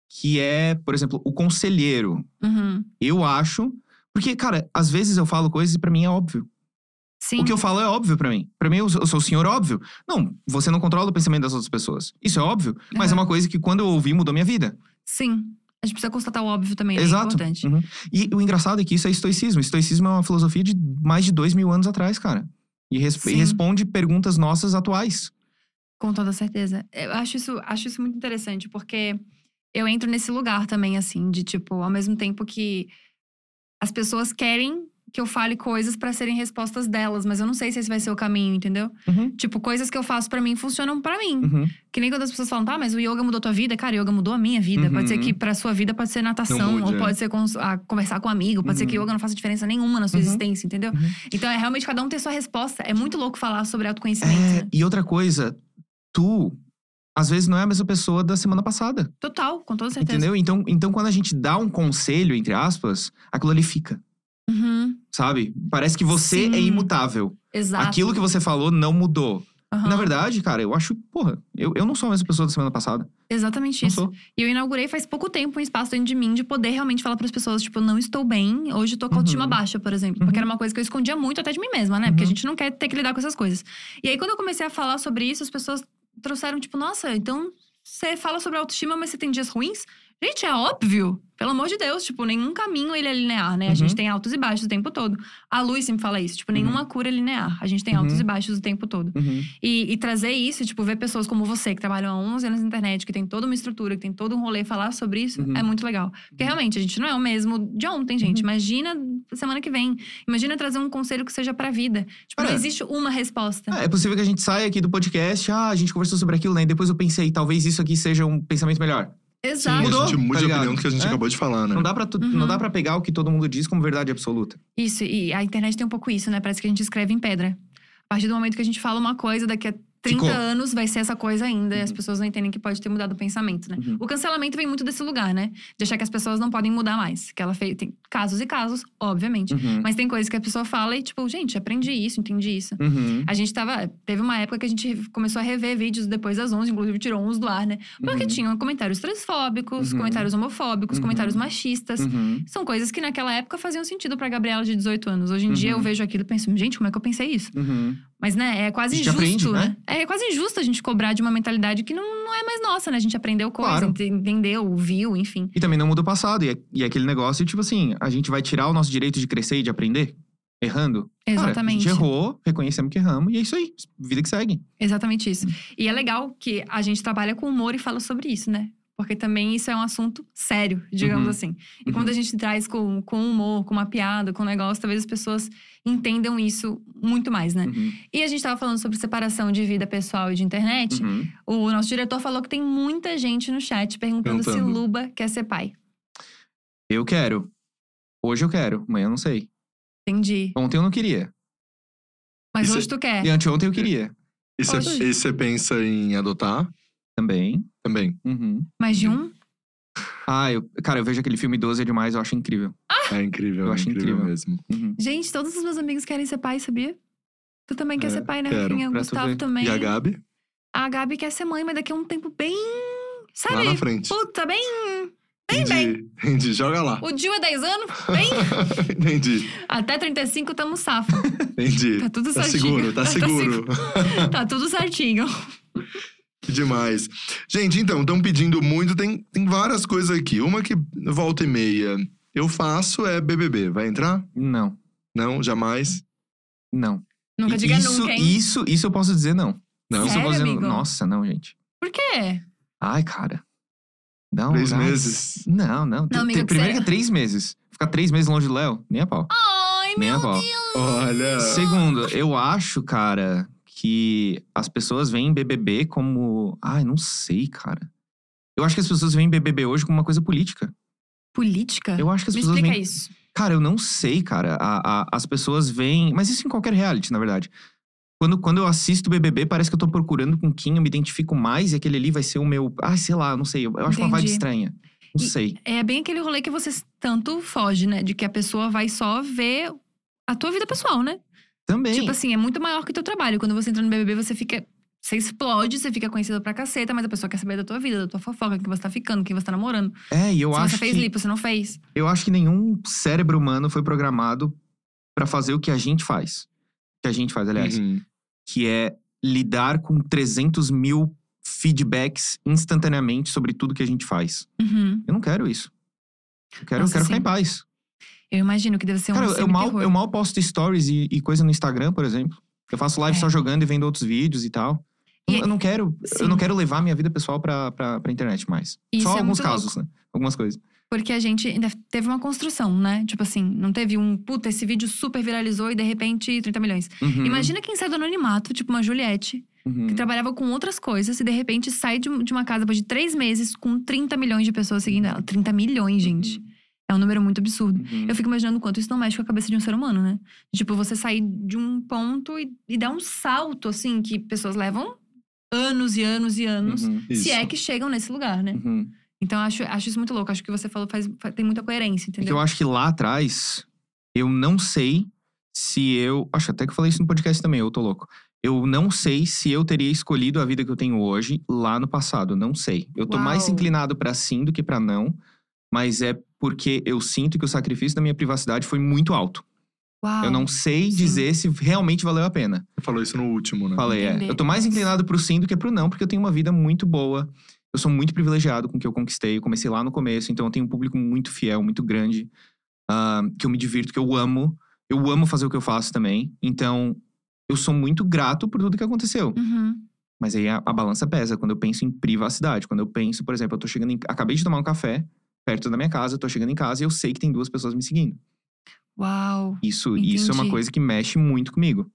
que é, por exemplo, o conselheiro. Uhum. Eu acho. Porque, cara, às vezes eu falo coisas e pra mim é óbvio. Sim. O que eu falo é óbvio pra mim. Pra mim, eu sou, eu sou o senhor óbvio. Não, você não controla o pensamento das outras pessoas. Isso é óbvio. Mas é Aham. uma coisa que quando eu ouvi mudou minha vida. Sim. A gente precisa constatar o óbvio também, né? É Exato. importante. Uhum. E o engraçado é que isso é estoicismo. Estoicismo é uma filosofia de mais de dois mil anos atrás, cara. E, resp- e Sim. responde perguntas nossas atuais. Com toda certeza. Eu acho isso, acho isso muito interessante, porque eu entro nesse lugar também, assim, de tipo, ao mesmo tempo que as pessoas querem que eu fale coisas pra serem respostas delas, mas eu não sei se esse vai ser o caminho, entendeu? Uhum. Tipo, coisas que eu faço pra mim funcionam pra mim. Uhum. Que nem quando as pessoas falam, tá, mas o yoga mudou tua vida. Cara, yoga mudou a minha vida. Uhum. Pode ser que pra sua vida pode ser natação, Não mude, ou é. pode ser cons- ah, conversar com um amigo, pode ser que Uhum. yoga não faça diferença nenhuma na sua Uhum. existência, entendeu? Uhum. Então é realmente cada um ter sua resposta. É muito louco falar sobre autoconhecimento, É, né? e outra coisa, tu às vezes não é a mesma pessoa da semana passada, Total, com toda certeza. entendeu? Então, então quando a gente dá um conselho entre aspas, aquilo ali fica, Uhum, sabe? Parece que você é Sim. imutável. exato. Aquilo que você falou não mudou. Aham, Na verdade, cara, eu acho, porra, eu, eu não sou a mesma pessoa da semana passada. Exatamente Não isso. sou. E eu inaugurei faz pouco tempo um espaço dentro de mim de poder realmente falar pras pessoas, tipo, não estou bem, hoje eu tô com a autoestima Uhum. baixa, por exemplo. Uhum. Porque era uma coisa que eu escondia muito até de mim mesma, né? Porque a Uhum. gente não quer ter que lidar com essas coisas. E aí, quando eu comecei a falar sobre isso, as pessoas trouxeram, tipo, nossa, então você fala sobre autoestima, mas você tem dias ruins? Gente, é óbvio. Pelo amor de Deus, tipo, nenhum caminho ele é linear, né? A Uhum. gente tem altos e baixos o tempo todo. A Luz sempre fala isso, tipo, Uhum. nenhuma cura é linear. A gente tem Uhum. altos e baixos o tempo todo. Uhum. E, e trazer isso, tipo, ver pessoas como você, que trabalham há 11 anos na internet, que tem toda uma estrutura, que tem todo um rolê, falar sobre isso, Uhum. é muito legal. Porque realmente, a gente não é o mesmo de ontem, gente. Imagina semana que vem. Imagina trazer um conselho que seja pra vida. Tipo, não É. existe uma resposta. Ah, É possível que a gente saia aqui do podcast, ah, a gente conversou sobre aquilo, né? E depois eu pensei, talvez isso aqui seja um pensamento melhor. Sim, Exato. a Mudou, gente tá muda a ligado? opinião do que a gente É. acabou de falar, né? Não dá para tu, Uhum. não dá para pegar o que todo mundo diz como verdade absoluta. Isso, e a internet tem um pouco isso, né? Parece que a gente escreve em pedra. A partir do momento que a gente fala uma coisa, daqui a 30 Ficou. anos vai ser essa coisa ainda. E as Uhum. pessoas não entendem que pode ter mudado o pensamento, né? Uhum. O cancelamento vem muito desse lugar, né? De achar que as pessoas não podem mudar mais. Que ela fez. Tem casos e casos, obviamente. Uhum. Mas tem coisas que a pessoa fala e, tipo, gente, aprendi isso, entendi isso. Uhum. A gente tava. Teve uma época que a gente começou a rever vídeos depois das 11, inclusive tirou uns do ar, né? Porque Uhum. tinham comentários transfóbicos, Uhum. comentários homofóbicos, Uhum. comentários machistas. Uhum. São coisas que naquela época faziam sentido pra Gabriela de 18 anos. Hoje em dia eu Uhum. vejo aquilo e penso, gente, como é que eu pensei isso? Uhum. Mas, né, é quase A gente injusto, aprende, né? É quase injusto a gente cobrar de uma mentalidade que não, não é mais nossa, né? A gente aprendeu coisa, Claro. ente- entendeu, viu, enfim. E também não muda o passado. E, é- e é aquele negócio, tipo assim, a gente vai tirar o nosso direito de crescer e de aprender? Errando? Cara, Exatamente. a gente errou, reconhecemos que erramos, e é isso aí. Vida que segue. Exatamente Hum. isso. E é legal que a gente trabalha com humor e fala sobre isso, né? Porque também isso é um assunto sério, digamos Uhum. assim. E Uhum. quando a gente traz com, com humor, com uma piada, com um negócio, talvez as pessoas entendam isso muito mais, né? Uhum. E a gente tava falando sobre separação de vida pessoal e de internet. Uhum. O nosso diretor falou que tem muita gente no chat perguntando se Perguntando. Luba quer ser pai. Eu quero. Hoje eu quero, amanhã eu não sei. Entendi. Ontem eu não queria. Mas Isso é hoje tu quer. E anteontem eu queria. E Oxe. você pensa em adotar Também. também? Uhum. Mais de um? Ah, eu, cara, eu vejo aquele filme 12 é demais, eu acho incrível. É incrível, Eu é acho incrível, incrível. mesmo. Uhum. Gente, todos os meus amigos querem ser pai, sabia? Tu também quer É, ser pai, né, quero, Rafinha? O pra tu Gustavo ver. também. E a Gabi, A Gabi quer ser mãe, mas daqui a um tempo bem. lá Sabe? na frente. Puta, bem. bem. Entendi, entendi. Joga lá. O Gil é 10 anos, bem. Entendi, Até 35 tamo safo. entendi. Tá tudo Tá certinho. seguro, tá seguro. segu- tá tudo certinho. Que Demais. Gente, então, estão pedindo muito. Tem, tem várias coisas aqui. Uma que volta e meia eu faço é BBB. Vai entrar? Não, Não, jamais. não. Nunca E diga isso, nunca, hein? Isso, isso eu posso dizer não. Não. Isso eu Sério, posso dizer amigo? não. Nossa, não, gente. Por quê? Ai, cara. Não, Três não. meses. Não, não. Tem- amigo, que tem- primeiro você- que é três meses. Ficar três meses longe do Léo, nem a pau. Ai, Né? nem a meu pau. Olha. Segundo, eu acho, cara, que as pessoas veem BBB como. Ai, não sei, cara. Eu acho que as pessoas veem BBB hoje como uma coisa política. Política? Eu acho que as É. Me pessoas explica veem. isso. Cara, eu não sei, cara. A- a- as pessoas veem. Mas isso em qualquer reality, na verdade. Quando, quando eu assisto BBB, parece que eu tô procurando com quem eu me identifico mais e aquele ali vai ser o meu. Ah, sei lá, não sei. Eu, eu acho uma vibe Entendi. estranha. Não E- sei. É bem aquele rolê que você tanto foge, né? De que a pessoa vai só ver a tua vida pessoal, né? Também. Tipo assim, é muito maior que o teu trabalho. Quando você entra no BBB, você fica. Você explode, você fica conhecido pra caceta, mas a pessoa quer saber da tua vida, da tua fofoca, quem você tá ficando, quem você tá namorando. é, e eu se acho. você fez que... lipo, você não fez. Eu acho que nenhum cérebro humano foi programado pra fazer o que a gente faz. O que a gente faz, aliás. Uhum. Que é lidar com 300 mil feedbacks instantaneamente sobre tudo que a gente faz. Uhum. Eu não quero isso. Eu quero, eu Nossa, quero ficar sim. em paz. Eu imagino que deve ser um Cara, eu- eu mal, semi-terror. eu mal posto stories e, e coisa no Instagram, por exemplo. Eu faço live É. só jogando e vendo outros vídeos e tal. Eu E- não- eu não quero, eu sim. não quero levar minha vida pessoal pra, pra, pra internet mais. Isso só é alguns muito casos, né? Algumas coisas. Porque a gente ainda teve uma construção, né? Tipo assim, não teve um puta, esse vídeo super viralizou e de repente 30 milhões. Uhum, Imagina quem sai do anonimato, tipo uma Juliette, uhum. que trabalhava com outras coisas e de repente sai de, um- de uma casa depois de três meses com 30 milhões de pessoas seguindo ela. 30 milhões, gente. É um número muito absurdo. Uhum. Eu fico imaginando o quanto isso não mexe com a cabeça de um ser humano, né? Tipo, você sair de um ponto e, e dar um salto, assim, que pessoas levam anos e anos e anos, Uhum. se Isso. é que chegam nesse lugar, né? Uhum. Então, acho, acho isso muito louco. Acho que você falou faz, fa- tem muita coerência, É que entendeu? eu acho que lá atrás, eu não sei se eu. Acho até que eu falei isso no podcast também, eu tô louco. Eu não sei se eu teria escolhido a vida que eu tenho hoje lá no passado. eu Não sei. Eu tô mais Uau. inclinado pra sim do que pra não, mas é porque eu sinto que o sacrifício da minha privacidade foi muito alto. Uau. eu não sei sim. dizer se realmente valeu a pena. Você falou isso no último, né? Falei, é. Entender. Eu tô mais inclinado pro sim do que pro não, porque eu tenho uma vida muito boa. Eu sou muito privilegiado com o que eu conquistei. Eu comecei lá no começo, então eu tenho um público muito fiel, muito grande, ah, que eu me divirto, que eu amo. Eu amo fazer o que eu faço também. Então, eu sou muito grato por tudo que aconteceu. Uhum. Mas aí a, a balança pesa quando eu penso em privacidade. Quando eu penso, por exemplo, eu tô chegando em. Acabei de tomar um café perto da minha casa, eu tô chegando em casa e eu sei que tem duas pessoas me seguindo. Uau. Isso, isso é uma Entendi. coisa que mexe muito comigo.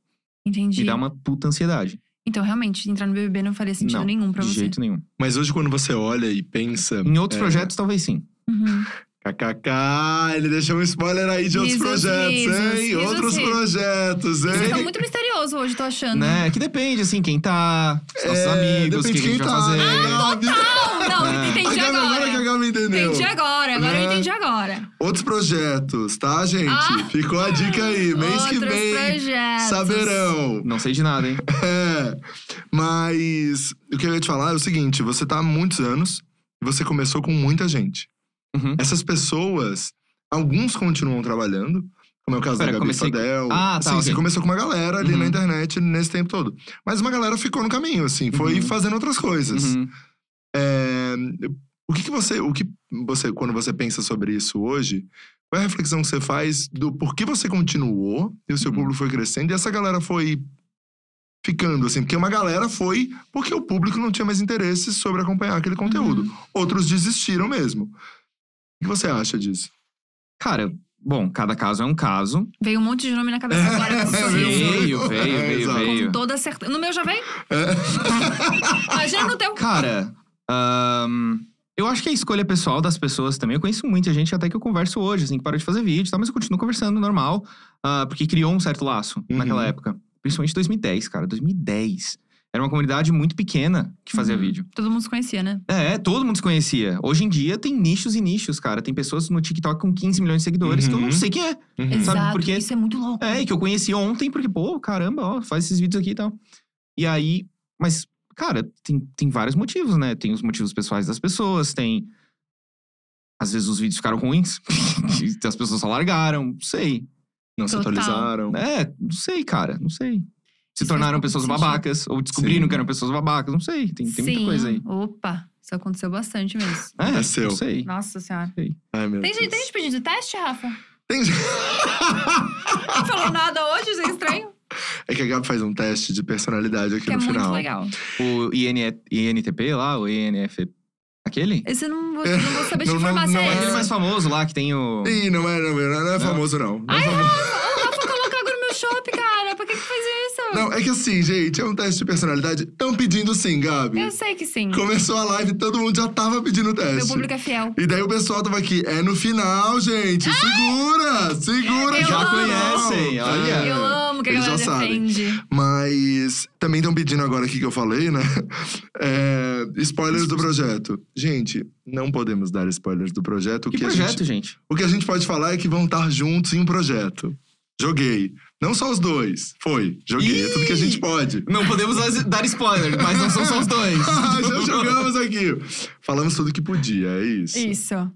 Entendi. Me dá uma puta ansiedade. Então, realmente, entrar no BBB não faria sentido Não, nenhum pra de você. jeito nenhum. Mas hoje, quando você olha e pensa. Em outros é, projetos, talvez sim. Uhum. KKK, ele deixou um spoiler aí de outros Risos, projetos, risos, hein? risos, outros risos. projetos, Vocês estão hein? tá muito misterioso hoje, tô achando. Né? Que depende, assim, quem tá, os nossos Uhum. É, amigos, o depende que, de a gente quem vai fazer. tá, né, Gabi? Não, não, Ah, entendi A Gabi, agora. que a Gabi entendeu. Entendi agora, agora eu Né? entendi agora. Outros projetos, tá, gente? Ah! Ficou a dica aí. Mês que Outros vem projetos. saberão. Não sei de nada, hein? É. Mas o que eu ia te falar é o seguinte: você tá há muitos anos e você começou com muita gente. Uhum. Essas pessoas, alguns continuam trabalhando, como é o caso Pera, da Gabi comecei- Fadel. Ah, tá, Assim, ok. Você começou com uma galera ali Uhum. na internet nesse tempo todo. Mas uma galera ficou no caminho, assim, foi Uhum. fazendo outras coisas. Uhum. É, o que, que você, o que você, quando você pensa sobre isso hoje, qual é a reflexão que você faz do por que você continuou e o seu Uhum. público foi crescendo e essa galera foi ficando assim? Porque uma galera foi porque o público não tinha mais interesse sobre acompanhar aquele conteúdo. Uhum. Outros desistiram mesmo. O que você acha disso? Cara, bom, cada caso é um caso. Veio um monte de nome na cabeça agora. com É, sorriso. Veio, veio, veio, Exato. Com veio. toda certeza. No meu já veio? Imagina no teu. Cara, ahn, eu acho que a escolha pessoal das pessoas também. Eu conheço muita gente até que eu converso hoje, assim, que parou de fazer vídeo e tal, mas eu continuo conversando normal, ah, porque criou um certo laço Uhum. naquela época. Principalmente 2010, cara, 2010. Era uma comunidade muito pequena que fazia Uhum. vídeo. Todo mundo se conhecia, né? É, todo mundo se conhecia. Hoje em dia tem nichos e nichos, cara. Tem pessoas no TikTok com 15 milhões de seguidores que eu não Uhum. sei quem é. Exato, Exato. porque- Isso é muito louco. É, e que eu conheci ontem, porque, pô, caramba, ó, faz esses vídeos aqui e tal. E aí, mas, cara, tem, tem vários motivos, né? Tem os motivos pessoais das pessoas, tem. Às vezes os vídeos ficaram ruins, e as pessoas só largaram, não sei. Não se Total. atualizaram. É, não sei, cara, não sei. Se Isso faz tornaram pouco pessoas sentido. babacas, ou descobriram Sim. que eram pessoas babacas, não sei. Tem, tem muita Sim. coisa aí. Opa, isso aconteceu bastante mesmo. É, Aconteceu. não sei. Nossa senhora. Ai, meu Tem gente, tem Deus. gente pedindo teste, Rafa? Tem gente- Não falou nada hoje, isso é estranho. É que a Gabi faz um teste de personalidade aqui Que é no muito final. legal. O INE INTP lá, o INF. Aquele? Esse eu não vou, não vou saber de Não, não, informação. não, é Aquele esse. mais famoso lá que tem o. Ih, não é, não é, não é famoso, não. Não é famoso. Rafa, coloca água no meu chopp, cara. Por que que faz isso? Não, é que assim, gente, é um teste de personalidade. Estão pedindo sim, Gabi. Eu sei que sim. Começou a live, todo mundo já tava pedindo Meu teste. público é fiel. E daí o pessoal tava aqui, é no final, gente. Segura! Segura, Ah! Eu já amo. conhecem. Olha. É. Eu amo que a Eles já galera sabem. defende. Mas também estão pedindo agora aqui que eu falei, né? É, spoilers do projeto. Gente, não podemos dar spoilers do projeto. O Que que a projeto, gente- gente? o que a gente pode falar é que vão estar juntos em um projeto. Joguei. Não só os dois. Foi. Joguei. É tudo que a gente Ih! pode. Não podemos dar spoiler, mas não são só os dois. Ah, já jogamos aqui. Falamos tudo que podia, é isso. Isso.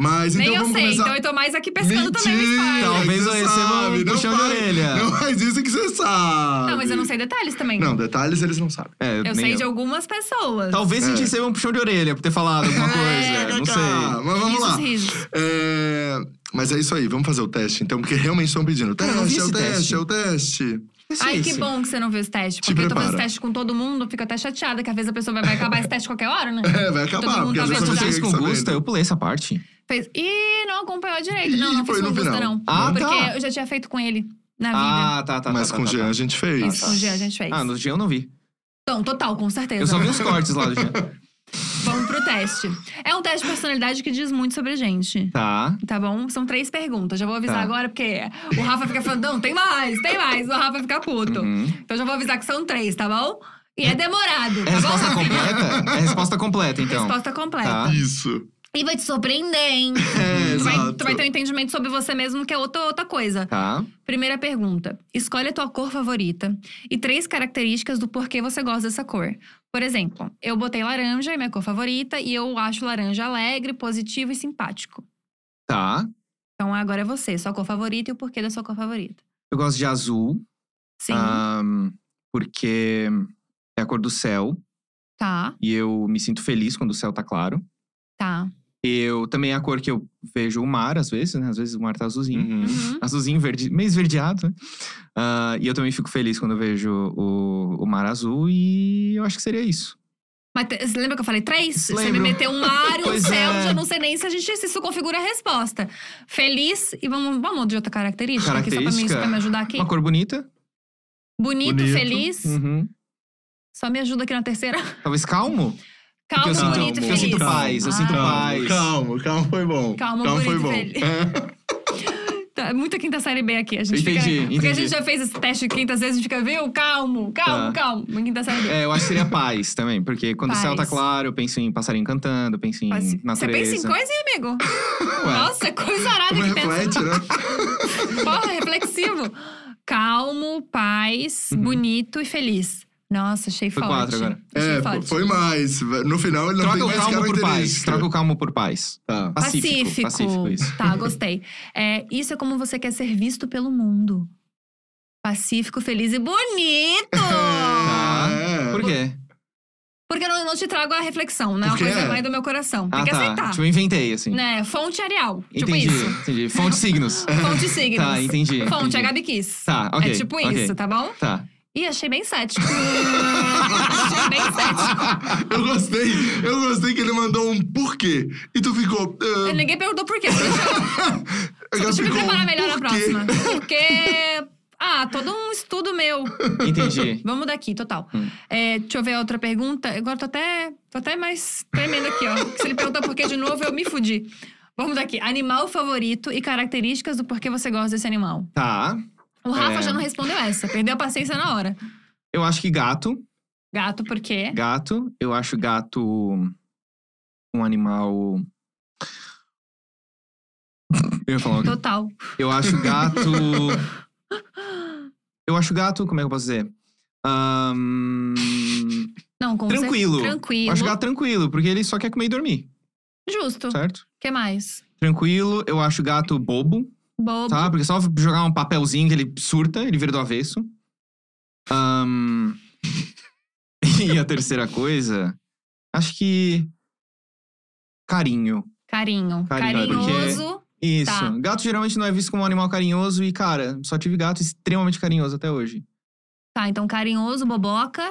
Mas então Nem eu vamos sei, começar. então eu tô mais aqui pescando também no Mentira, spoiler. Talvez que eu você receba um sabe. Não puxão de faz- orelha. Não faz isso que você sabe. então Não, mas eu não sei detalhes também. Não, detalhes eles não sabem. É, eu nem sei de algumas pessoas. Talvez a gente É. receba um puxão de orelha por ter falado alguma coisa. É, não sei. Mas vamos lá. Risos, risos. É, Mas é isso aí, vamos fazer o teste então, porque realmente estão pedindo. Cara, eu não vi Teste, é o esse teste, teste. é o teste. Isso, Ai, que é isso. bom que você não viu esse teste. Te Porque eu tô fazendo prepara. teste com todo mundo, eu fico até chateada que às vezes a pessoa vai- vai acabar esse teste qualquer hora, né? É, vai acabar, mundo porque tá às Mas vezes vendo tu você já. fez fica com Gusta, sabendo. eu pulei essa parte. Fez. Ih, não acompanhou direito. Ih, não, não foi fiz no com o Gusta, final. não. Ah, porque tá. eu já tinha feito com ele na vida. Ah, tá, tá. Mas tá, com o tá, Jean tá. a gente fez. Isso, com o Jean a gente fez. Ah, no Jean eu não vi. Então, total, com certeza. Eu só vi os cortes lá do Jean. Vamos pro teste. É um teste de personalidade que diz muito sobre a gente. Tá. Tá bom? São três perguntas. Já vou avisar Tá. agora, porque o Rafa fica falando, não, tem mais, tem mais. O Rafa fica puto. Uhum. Então já vou avisar que são três, tá bom? E é demorado, É tá bom? resposta Rafinha? completa? É resposta completa, então. Resposta completa. Tá. Isso. E vai te surpreender, hein? É, Tu vai, exato. tu vai ter um entendimento sobre você mesmo, que é outra, outra coisa. Tá. Primeira pergunta. Escolhe a tua cor favorita e três características do porquê você gosta dessa cor. Por exemplo, eu botei laranja, é minha cor favorita, e eu acho laranja alegre, positivo e simpático. Tá. Então agora é você, sua cor favorita e o porquê da sua cor favorita. Eu gosto de azul, Sim, Ah, ahn, porque é a cor do céu tá, e eu me sinto feliz quando o céu tá claro. tá. Eu também é a cor que eu vejo o mar às vezes, né? Às vezes o mar tá azulzinho. Uhum. Uhum. Azulzinho, verde, meio esverdeado, né? Ah, e eu também fico feliz quando eu vejo o, o mar azul e eu acho que seria isso. Mas te- você lembra que eu falei três? Você me Lembro. meteu um mar e um Pois céu, é. já não sei nem se a gente se isso configura a resposta. Feliz e vamos, vamos de outra característica, aqui só pra mim, Característica. isso pra me ajudar aqui. Uma cor bonita. Bonito, Bonito. feliz. Uhum. Só me ajuda aqui na terceira. Talvez calmo. Calmo, eu sinto- bonito e porque feliz. eu sinto paz, eu sinto Ah, paz. Calmo, calmo foi bom. Calmo, foi bonito, bom. velho. É. Tá, é muita quinta série B aqui. A gente Entendi, fica, Porque a entendi. gente já fez esse teste quintas vezes, a gente fica, viu? Calmo, calmo, Tá. calmo. Uma quinta série B. É, eu acho que seria paz também, porque quando o céu tá Paz. claro, eu penso em passarinho cantando, eu penso em Mas Você É, natureza. pensa em coisa, hein, amigo? Ué. Nossa, é coisa arada Como que pensa. reflete, né? Porra, reflexivo. Calmo, paz, bonito e feliz. Nossa, achei Uhum. Foi forte. quatro agora. Achei É, forte. foi mais. No final ele não Troca tem o mais calmo por paz. característica. Troca o calmo por paz. Tá. Pacífico. Pacífico, isso. Tá, gostei. É, isso é como você quer ser visto pelo mundo. Pacífico, feliz e bonito! Tá. É. Por quê? Porque eu não, não te trago a reflexão, né? É uma Porque coisa é. mais do meu coração. Tem ah, que tá. aceitar. Tipo, eu inventei, assim. Né? Fonte Arial. Entendi, Tipo isso. entendi. Fonte signos. Fonte signos. Tá, entendi. Fonte entendi. a Gabi Kiss. Tá, ok. é tipo ok. isso, tá bom? Tá. Ih, achei bem cético. achei bem cético. Eu gostei, eu gostei que ele mandou um porquê. E tu ficou. ah, Ninguém perguntou por quê. Deixa eu, ela deixa eu me ficou, preparar melhor na "Por quê?" próxima. Porque. Ah, todo um estudo meu. Entendi. Vamos daqui, total. Hum. É, deixa eu ver a outra pergunta. Agora eu tô até, tô até mais tremendo aqui, ó. Se ele perguntar por quê de novo, eu me fudi. Vamos daqui. Animal favorito e características do porquê você gosta desse animal. Tá. O Rafa É. já não respondeu essa. Perdeu a paciência na hora. Eu acho que gato. Gato, por quê? Gato. Eu acho gato um animal. Eu ia falar uma Total. Eu acho gato. eu acho gato, como é que eu posso dizer? Ahn, Não, com cer- tranquilo. Eu Tranquilo. acho gato tranquilo, porque ele só quer comer e dormir, Justo. O certo? que mais? Tranquilo, eu acho gato bobo, Bobo. tá? Porque só jogar um papelzinho que ele surta, ele vira do avesso. Ahn, e a terceira coisa, acho que. Carinho. Carinho. Carinho, porque- Carinhoso. Isso. Tá. Gato geralmente não é visto como um animal carinhoso, e cara, só tive gato extremamente carinhoso até hoje. Tá, então carinhoso, boboca.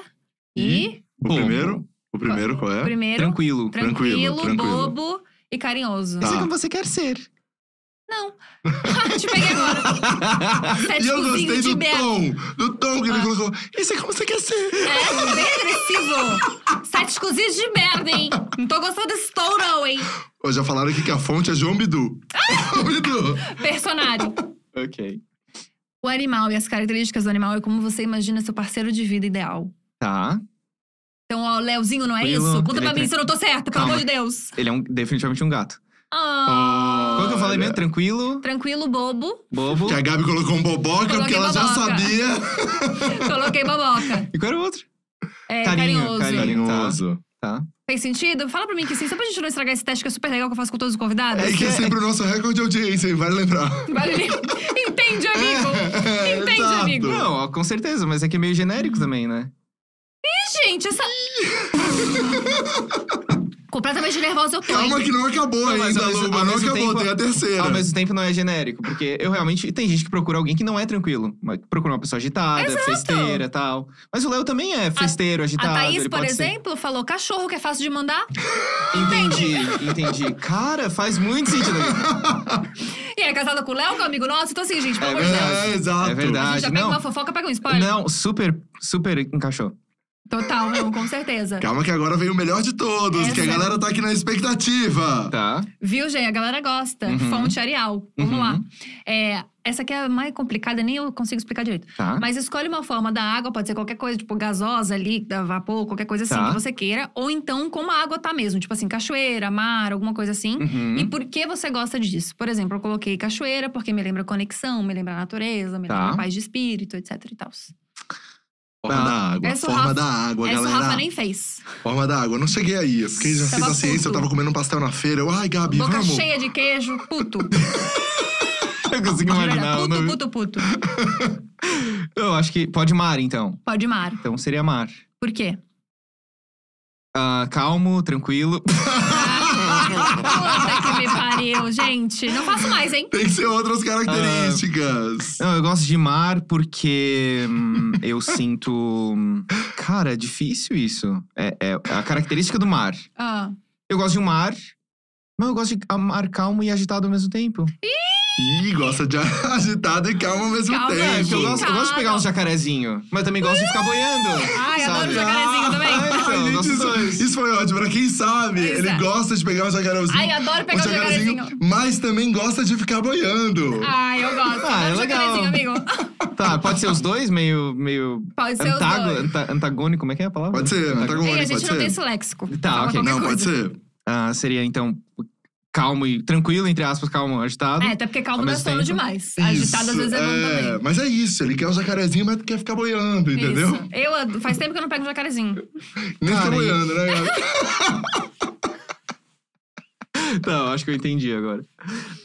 E, O Bobo. primeiro? O primeiro qual é? primeiro, Tranquilo. tranquilo, tranquilo, tranquilo. bobo e carinhoso. Tá. Isso é como você quer ser. Não. Te peguei agora. e eu Céticozinho gostei é tipo de Ah. do Beto. tom, do tom que ele colocou. Isso é como você quer ser. É, bem agressivo. Sete cozinhos de merda, hein? Não tô gostando desse tom, não, hein? Ó, já falaram aqui que a fonte é João Bidu. Ah! João Bidu. Personagem. Ok. O animal e as características do animal é como você imagina seu parceiro de vida ideal. Tá. Então, ó, o Leozinho não é Tranquilo. isso? Conta pra Ele mim tem- se eu não tô certa, pelo Calma. amor de Deus. Ele é um, definitivamente um gato. Ah, Qual que eu falei Olha. mesmo? Tranquilo, Tranquilo, bobo. bobo. Que a Gabi colocou um boboca Coloquei porque ela já boboca. sabia. Coloquei boboca. E qual era o outro? É, Carinho, carinhoso. carinho. Tá. Fez sentido? Fala pra mim que sim, só pra gente não estragar esse teste que é super legal que eu faço com todos os convidados. É que é sempre o nosso recorde de audiência, hein? vale lembrar. Vale. Entende, amigo? É, Entende, exato. amigo? Não, ó, com certeza, mas é que é meio Hum. genérico também, né? Ih, gente, essa. Completamente nervosa eu tô. hein? Calma que não acabou Não, mas ainda, ao mesmo- Luba. ao Não mesmo acabou, tempo- tem a terceira. Ao mesmo tempo não é genérico, porque eu realmente. Tem gente que procura alguém que não é tranquilo. mas Procura uma pessoa agitada, festeira e tal. Mas o Léo também é festeiro, agitado. A Thaís, ele por pode ser- exemplo, falou cachorro que é fácil de mandar. Entendi, entendi. Cara, faz muito sentido. E é casada com o Léo, que é um amigo nosso. Então, assim, gente, pelo É amor de Deus. É, exato. A gente já É verdade. pega uma Não, fofoca, pega um spoiler. não, super, super encaixou. Total, não, com certeza. Calma que agora vem o melhor de todos, Essa que a é- galera tá aqui na expectativa. Tá. Viu, gente? A galera gosta. Uhum. Fonte Arial. Vamos Uhum. lá. É, essa aqui é a mais complicada, nem eu consigo explicar direito. Tá. Mas escolhe uma forma da água, pode ser qualquer coisa, tipo gasosa, líquida, vapor, qualquer coisa assim Tá. que você queira. Ou então como a água tá mesmo, tipo assim, cachoeira, mar, alguma coisa assim. Uhum. E por que você gosta disso? Por exemplo, eu coloquei cachoeira porque me lembra conexão, me lembra natureza, me Tá. lembra paz de espírito, etc e tal. Forma Tá. da água, Essa o forma Rafa- da água, Essa o galera. Rafa nem fez. Forma da água, eu não cheguei aí. Eu fiquei já Tava sem paciência, eu puto. tava comendo um pastel na feira. Eu, ai, Gabi, Boca vamos. cheia de queijo, puto. Eu consigo De verdade, imaginar. o puto, nome. puto, puto. Eu acho que pode mar, então. Pode mar. Então seria mar. Por quê? Ah, calmo, tranquilo. Puta que me pariu, gente. Não faço mais, hein? Tem que ser outras características. Não, eu gosto de mar porque hum, eu sinto. hum, Cara, é difícil isso. É, é a característica do mar. Ah. Eu gosto de um mar, mas eu gosto de a- mar calmo e agitado ao mesmo tempo. Ih, gosta de agitado e calma ao mesmo Calma, É, tempo. porque eu gosto, eu gosto de pegar um jacarezinho, mas também gosto de ficar boiando. Ai, sabe? adoro jacarezinho também. Ah, então, Ai, eu gente, gosto dos dois. isso, isso foi ótimo. Pra quem sabe, Pois ele é. gosta de pegar um jacarãozinho. Ai, adoro um pegar o jacarezinho. mas também gosta de ficar boiando. Ai, eu gosto. Ah, é adoro legal. jacarezinho, amigo. Tá, pode ser os dois, meio. meio Pode é ser os antago, dois. anta- antagônico, como é que é a palavra? Pode ser, né? antagônico, Ei, a pode gente não ser. tem esse léxico. Tá, Fala ok. qualquer Não, pode coisa. ser. Ah, seria então calmo e tranquilo, entre aspas, calmo, agitado. É, até porque calmo Ao dá mesmo sono tempo. demais. Agitado às Isso, vezes é bom também. Mas é isso, ele quer um jacarezinho, mas quer ficar boiando, entendeu? Isso. Eu, ad- faz tempo que eu não pego um jacarezinho. Nem fica Cara, boiando, né? Gabi? É. Então, acho que eu entendi agora.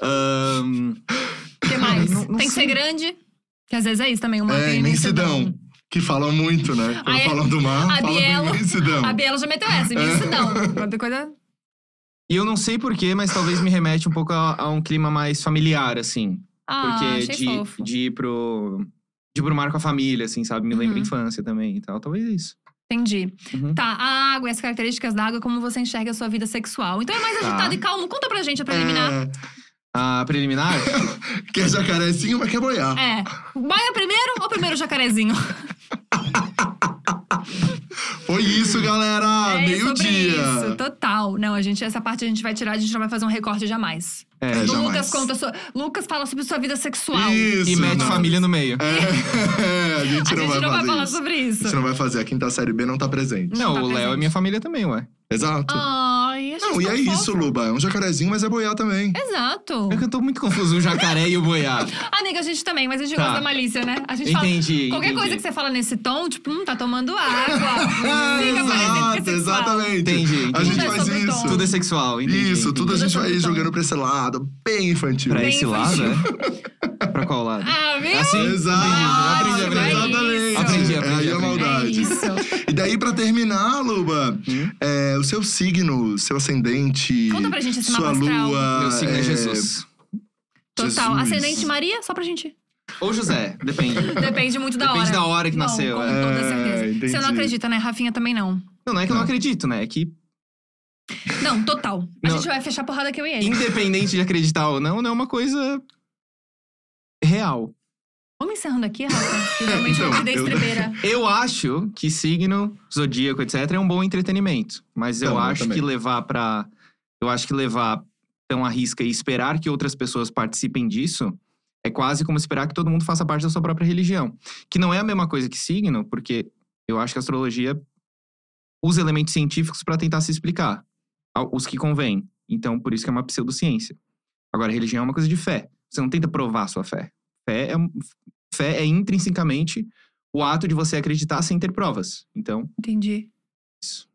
Ahn, O que mais? não- não tem que sei. ser grande, que às vezes é isso também, uma É, tem imensidão. Que falam muito, né? Quando Ah, é? falam do mar, A falam Bielo- do imensidão. A Biela já meteu É. essa, imensidão. Outra coisa... e eu não sei porquê, mas talvez me remete um pouco a, a um clima mais familiar, assim. Ah, Porque achei de, fofo. de ir pro. De ir pro mar com a família, assim, sabe? Me lembra Uhum. infância também e tal. Talvez isso. Entendi. Uhum. Tá, a água e as características da água, como você enxerga a sua vida sexual. Então é mais Tá. agitado e calmo. Conta pra gente a preliminar. É, Ah, preliminar? quer jacarezinho, mas quer boiar. É. Baia primeiro ou primeiro o jacarezinho? Foi isso, galera! é Meio sobre dia! isso, total. Não, a gente, essa parte a gente vai tirar, a gente não vai fazer um recorte jamais. É, É, jamais. Lucas conta sua, Lucas fala sobre sua vida sexual. Isso, e mete não. família no meio. É, a gente A não gente vai não vai fazer falar isso. sobre A gente isso. não vai fazer. A quinta série B não tá presente. Não, tá o Léo é presente. minha família também, ué. Exato. Ah, Ai, a gente não, e tá é fofo. isso, Luba. É um jacarezinho, mas é boiar também. Exato. É que eu tô muito confuso, o jacaré e o boiá. Amiga, a gente também, mas a gente Tá. gosta da malícia, né? A gente fala. Entendi. Qualquer entendi. coisa que você fala nesse tom, tipo, hum, tá tomando água. É, Fica parecendo exato, que é sexual. exatamente. Entendi, A entendi. gente faz Tudo é sobre isso. Tudo é sexual, entendi. Isso, tudo Tudo é a é gente vai sobre tom. jogando pra esse lado, bem infantil. Pra Bem esse infantil. lado, é? pra qual lado? Ah, viu? Assim? Exato. Aprendi, aprendi, aprendi. Ótimo, é isso. Aprendi, aprendi, É aí a aprendi. É maldade. isso. E daí, pra terminar, Luba, Hum? é, o seu signo, seu ascendente. Conta pra gente esse sua mapa astral. lua. Meu signo é é, Jesus. Total. Jesus. Ascendente Maria, só pra gente. Ou José, depende. Depende muito da hora. Depende da hora que Bom, nasceu. Com é. toda É, certeza. Você entendi. não acredita, né? Rafinha também não. Não, não é que eu não Não. acredito, né? É que Não, Não, total. A Não. gente vai fechar a porrada que eu e ele. Independente de acreditar ou não, não é uma coisa real. Vamos encerrando aqui, Rafa. que Realmente eu Então, perder a eu- estrebeira. Eu acho que signo, zodíaco, etc, é um bom entretenimento, mas eu Não, eu acho que também. levar pra. eu acho que levar tão à risca e esperar que outras pessoas participem disso é quase como esperar que todo mundo faça parte da sua própria religião, que não é a mesma coisa que signo, porque eu acho que a astrologia usa elementos científicos pra tentar se explicar, ao- os que convêm. Então, por isso que é uma pseudociência. Agora, religião é uma coisa de fé. Você não tenta provar a sua fé. Fé é, um- fé é intrinsecamente o ato de você acreditar sem ter provas. Então, Entendi. isso.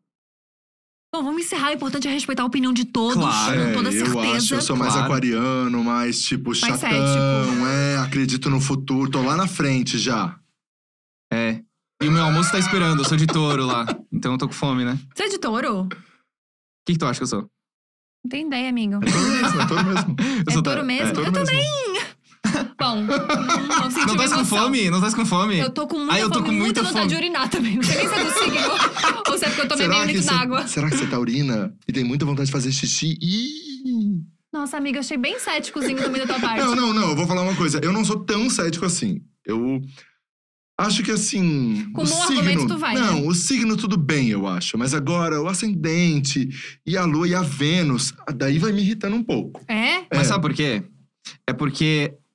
Bom, vamos encerrar. O importante é respeitar a opinião de todos, Claro. com toda É, certeza. Eu acho, eu sou mais Claro. aquariano, mais tipo Mais chatão, cético. é, acredito no futuro, tô lá na frente já. É. E o meu almoço tá esperando, eu sou de touro lá. Então eu tô com fome, né? O Você é de touro? que, que tu acha que eu sou? Não tem ideia, amigo. É todo mesmo, é todo mesmo. Eu É sou touro mesmo? é touro eu mesmo. também. Bom, não senti Não tá emoção. com fome? Não tá com fome? Eu tô com muita Ah, eu tô fome, com muita vontade fome. de urinar também. Não sei nem se é do signo ou se é porque eu tomei meio litro você, d'água. será que você é taurina e tem muita vontade de fazer xixi? Ih! Nossa, amiga, achei bem céticozinho também da tua parte. Não, não, não, eu vou falar uma coisa. Eu não sou tão cético assim. Eu acho que assim. Com o bom signo, argumento tu vai, né? Não, o signo tudo bem, eu acho. Mas agora, o ascendente e a lua e a Vênus, daí vai me irritando um pouco. É? Mas É. sabe por quê? É porque.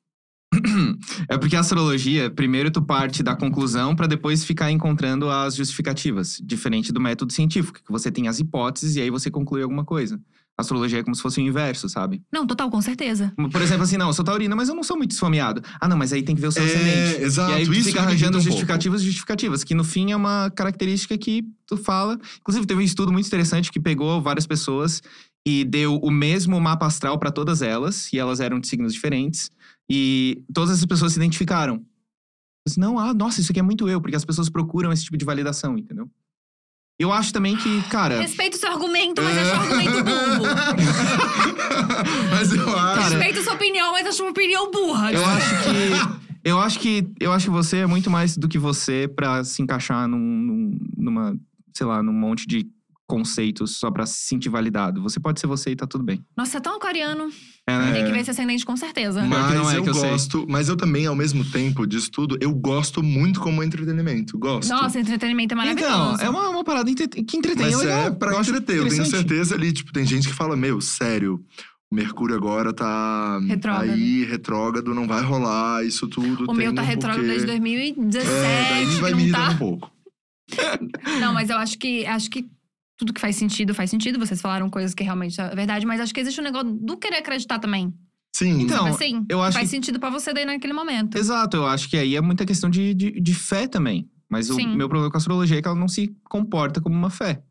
é porque a astrologia, primeiro tu parte da conclusão pra depois ficar encontrando as justificativas. Diferente do método científico, que você tem as hipóteses e aí você conclui alguma coisa. A astrologia é como se fosse o inverso, sabe? Não, total, com certeza. Por exemplo, assim, não, eu sou taurina, mas eu não sou muito esfomeado. Ah, não, mas aí tem que ver o seu ascendente. É, exato. e aí tu isso que me irrita fica é arranjando um pouco. justificativas e justificativas, que no fim é uma característica que tu fala. Inclusive, teve um estudo muito interessante que pegou várias pessoas e deu o mesmo mapa astral pra todas elas, e elas eram de signos diferentes, e todas essas pessoas se identificaram. Mas não, ah, nossa, isso aqui é muito eu, porque as pessoas procuram esse tipo de validação, entendeu? Eu acho também que, cara, Respeita o seu argumento, mas É. acho um argumento burro. Mas eu acho. Cara, Respeita a sua opinião, mas acho uma opinião burra. eu acho que. Eu acho que. Eu acho que você é muito mais do que você pra se encaixar num, num- numa, sei lá, num monte de conceitos só pra se sentir validado. Você pode ser você e tá tudo bem. Nossa, é tão aquariano. É, né? Tem que ver esse ascendente com certeza. Mas- Pior que não Mas é, eu que eu sei. gosto, mas eu também, ao mesmo tempo disso tudo, eu gosto muito como entretenimento. Gosto. Nossa, um entretenimento é Então, maravilhoso. é uma, uma parada entre- que entretém. Mas é legal. é pra Eu acho entreter, eu tenho interessante. certeza ali. Tipo, tem gente que fala, meu, sério, o Mercúrio agora tá Retrógrado. aí, retrógrado, não vai rolar, isso tudo. um O né? meu tá retrógrado desde 2017, É, daí vai que não me irritando um tá. pouco. Não, mas eu acho que acho que tudo que faz sentido faz sentido. Vocês falaram coisas que realmente é verdade, mas acho que existe um negócio do querer acreditar também. Sim, Então, Sabe assim, eu acho faz que- sentido pra você daí naquele momento. Exato, eu acho que aí é muita questão de, de, de fé também. Mas o Sim. meu problema com a astrologia é que ela não se comporta como uma fé.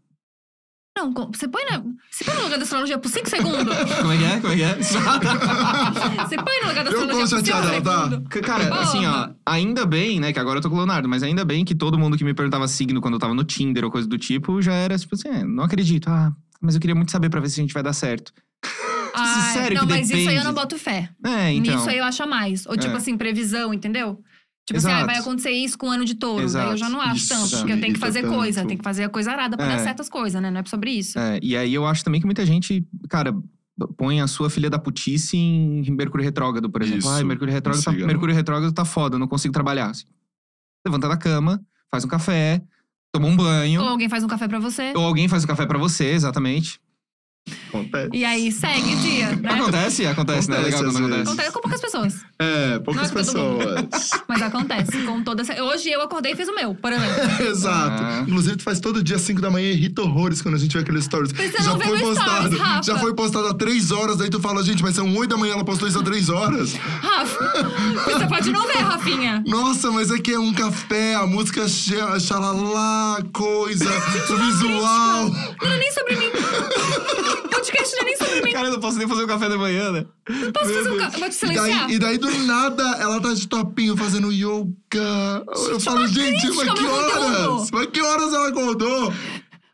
Não, com- você põe, na, você põe no lugar da astrologia por 5 segundos. Como é que é? Como é que é? Você põe no lugar da Eu astrologia tô por 5 chateada, ela tá? segundos. C- Cara, Porra. assim, ó, ainda bem, né, que agora eu tô com o Leonardo, mas ainda bem que todo mundo que me perguntava signo quando eu tava no Tinder ou coisa do tipo, já era tipo assim, é, não acredito, ah, mas eu queria muito saber pra ver se a gente vai dar certo. Ai, Tipo assim, Sério não, que mas isso aí eu depende. não boto fé. É, então. Nisso aí eu acho a mais. Ou tipo É. assim, previsão, entendeu? Tipo assim, ah, Exato. vai acontecer isso com o ano de touro. Daí eu Exato. já não acho Isso tanto, me porque eu tenho que irrita fazer tanto. coisa, tem que fazer a coisa arada pra É. dar certas coisas, né? Não é sobre isso. É, e aí eu acho também que muita gente, cara, põe a sua filha da putice em Mercúrio Retrógrado, por exemplo. Isso. Ai, Mercúrio Retrógrado, tá, Signo. Mercúrio Retrógrado tá foda, eu não consigo trabalhar. Assim, Levanta da cama, faz um café, toma um banho, Ou alguém faz um café pra você. ou alguém faz o café pra você, exatamente. acontece. E aí segue o dia, né? Acontece, acontece, né? É Legal Acontece quando às vezes. acontece. Acontece com poucas pessoas, É, poucas Não é todo pessoas. mas acontece. Com toda essa... Hoje eu acordei e fiz o meu, por exemplo. Exato. Ah. Inclusive, tu faz todo dia 5 da manhã e irrita horrores quando a gente vê aqueles stories. Mas você já não vê foi no stories, postado. Rafa. já foi postado há 3 horas, aí tu fala, gente, mas são 8 da manhã, ela postou isso há 3 horas. Rafa, você pode não ver, Rafinha. Nossa, mas aqui é um café, a música xa- xalalá, coisa, Tipo, o visual. Não é nem sobre mim. O podcast não é nem sobre mim. Cara, eu não posso nem fazer o café da manhã, né? Eu posso fazer um... ca- Eu vou te E silenciar. daí, e daí, do nada, ela tá de topinho fazendo yoga. Eu é falo, gente, crítica mas ao que meu horas? conteúdo." Mas que horas ela acordou?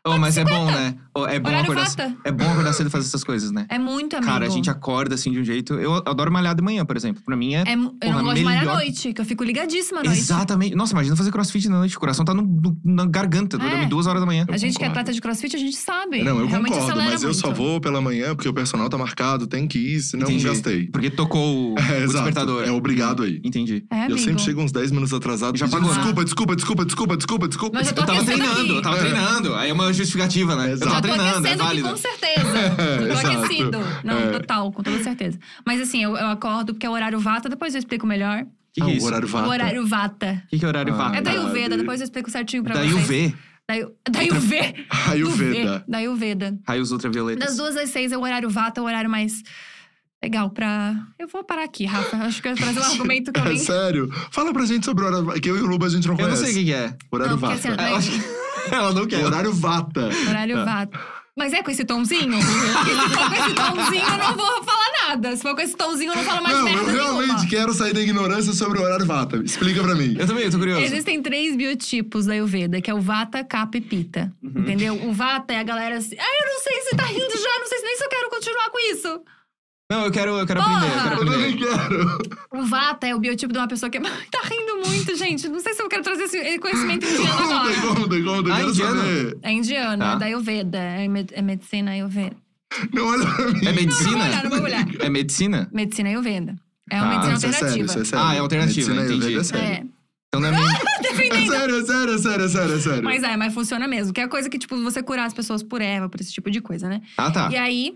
Oh, mas é bom, né? Ô, Pô, é bom, Horário acordar, fata. é bom acordar cedo e fazer essas coisas, né? É muito, amigo. Cara, a gente acorda assim de um jeito. Eu adoro malhar de manhã, por exemplo. Pra mim é. É mu- eu Porra, não gosto de malhar à melhor- noite, que eu fico ligadíssima à noite. Exatamente. Nossa, imagina fazer crossfit na noite. O coração tá no- no- na garganta. Eu vou É. dormir duas horas da manhã. A gente que é concordo. atleta de crossfit, a gente sabe. Não, eu Realmente concordo, acelera mas eu só muito. vou pela manhã porque o personal tá marcado, tem que ir, senão Entendi. gastei. Porque tocou o, É, o exato. despertador. É obrigado aí. Entendi. É, eu amigo. sempre chego uns 10 minutos atrasado. Já pedindo, pagou, né? desculpa, desculpa, desculpa, desculpa, desculpa, desculpa. Mas eu tô Eu tava aquecendo treinando, aqui. eu tava É. treinando. Aí é uma justificativa, né? Eu Exato. Eu tava tô treinando, é aquecendo aqui válido. com certeza. Eu tô Exato. aquecido. Não, É. total, com toda certeza. Mas assim, eu, eu acordo porque é o horário vata, depois eu explico melhor. Que que Ah, é isso? O horário O vata. horário vata. Que que é horário Ah, vata? É da Verdade. Ayurveda, depois eu explico certinho pra Da vocês. UV, Da Ayu- Da Ayurveda. Ayurveda. Da Ayurveda. raios ultravioletas. Das duas às seis é o horário vata, é o horário mais legal pra... Eu vou parar aqui, Rafa. Acho que eu ia trazer um argumento que eu É nem... sério? Fala pra gente sobre o horário vata, que eu e o Luba a gente não Eu não conhece. sei o que que é. Horário Não, porque vata. assim, É, eu acho que- Ela não quer. Horário vata. Horário vata. Mas é com esse tomzinho? Porque se for com esse tomzinho, eu não vou falar nada. Se for com esse tomzinho, eu não falo mais não, eu merda realmente nenhuma. quero sair da ignorância sobre o horário vata. Explica pra mim. Eu também, eu tô curioso. Existem três biotipos da Ayurveda, que é o Vata, Kapha e Pita. Uhum. Entendeu? O Vata é a galera assim... Ah, eu não sei se tá rindo já, não sei se nem se eu quero continuar com isso. Não, eu quero, eu quero Porra! aprender, eu quero Eu também aprender. quero. O Vata é o biotipo de uma pessoa que... tá rindo muito, gente. Não sei se eu quero trazer esse conhecimento indiano Conta, agora. conta, conta. Ah, Quero indiano. saber. É indiano, Tá. é da Ayurveda. É, med- é medicina Ayurveda. Não olha pra mim. É Não vou medicina? olhar, não vou olhar. É medicina? Medicina Ayurveda. É uma Ah, medicina Isso é sério, alternativa. isso é sério. Ah, é alternativa, Medicina entendi. Ayurveda É sério. é. Então não é minha. É sério, é sério, é sério, é sério, é sério. Mas é, mas funciona mesmo. Que é a coisa que, tipo, você curar as pessoas por erva, por esse tipo de coisa, né? Ah, tá. E aí,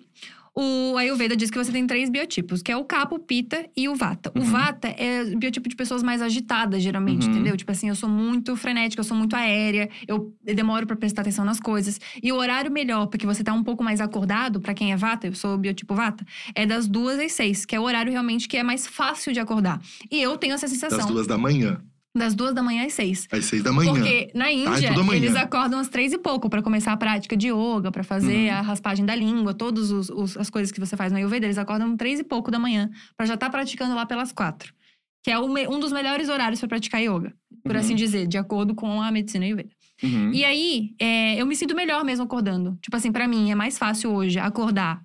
o Ayurveda diz que você tem três biotipos, que é o Kapha, o Pita e o Vata. O Vata é o biotipo de pessoas mais agitadas, geralmente, Uhum. entendeu? Tipo assim, eu sou muito frenética, eu sou muito aérea, eu demoro pra prestar atenção nas coisas. E o horário melhor, porque você tá um pouco mais acordado, pra quem é Vata, eu sou o biotipo Vata, é das duas às seis, que é o horário realmente que é mais fácil de acordar. E eu tenho essa sensação É Das das duas, duas da manhã, da manhã às seis. às seis da manhã. Tá, é Porque na Índia, tudo amanhã. eles acordam às três e pouco pra começar a prática de yoga, pra fazer Uhum. a raspagem da língua, todas os, os- as coisas que você faz na Ayurveda, eles acordam três e pouco da manhã pra já estar praticando lá pelas quatro. Que é o me- um dos melhores horários pra praticar yoga, por Uhum. assim dizer, de acordo com a medicina Ayurveda. Uhum. E aí, é, eu me sinto melhor mesmo acordando. Tipo assim, pra mim é mais fácil hoje acordar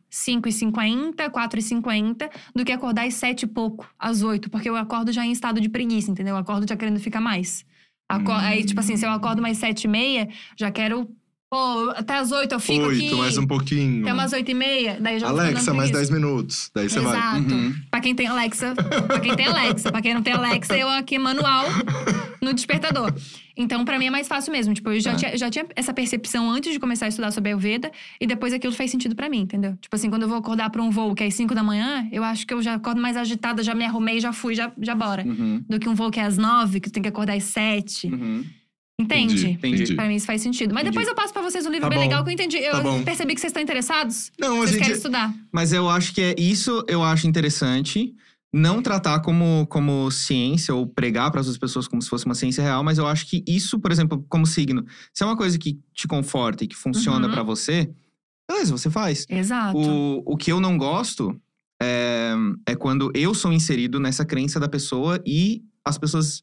5h50, 4h50 do que acordar às 7 e pouco, às 8, porque eu acordo já em estado de preguiça, entendeu? Eu acordo já querendo ficar mais. Aco- Hum. Aí, tipo assim, se eu acordo mais 7 e meia, já quero. Pô, até às 8 eu fico Oito, aqui. mais um pouquinho. Até umas 8 e meia, daí eu já vou Alexa, ficando mais preguiça. 10 minutos. Daí você vai. Exato. Uhum. Pra quem tem Alexa, pra quem tem Alexa, pra quem não tem Alexa, eu aqui manual no despertador. Então, pra mim é mais fácil mesmo. Tipo, eu já, Tá. tinha, eu já tinha essa percepção antes de começar a estudar sobre a Ayurveda e depois aquilo fez sentido pra mim, entendeu? Tipo assim, quando eu vou acordar pra um voo que é às 5 da manhã, eu acho que eu já acordo mais agitada, já me arrumei, já fui, já, já bora. Uhum. Do que um voo que é às 9, que tu tem que acordar às 7. Uhum. Entende? Entendi. Pra mim isso faz sentido. Mas Entendi. depois eu passo pra vocês um livro Tá bem bom. legal que eu entendi. Eu Tá bom. percebi que vocês estão interessados. Não, a Vocês querem gente. estudar. Mas eu acho que é isso eu acho interessante. Não tratar como, como ciência ou pregar para as outras pessoas como se fosse uma ciência real, mas eu acho que isso, por exemplo, como signo, se é uma coisa que te conforta e que funciona Uhum. pra você, beleza, você faz. Exato. O, o que eu não gosto é, é quando eu sou inserido nessa crença da pessoa e as pessoas.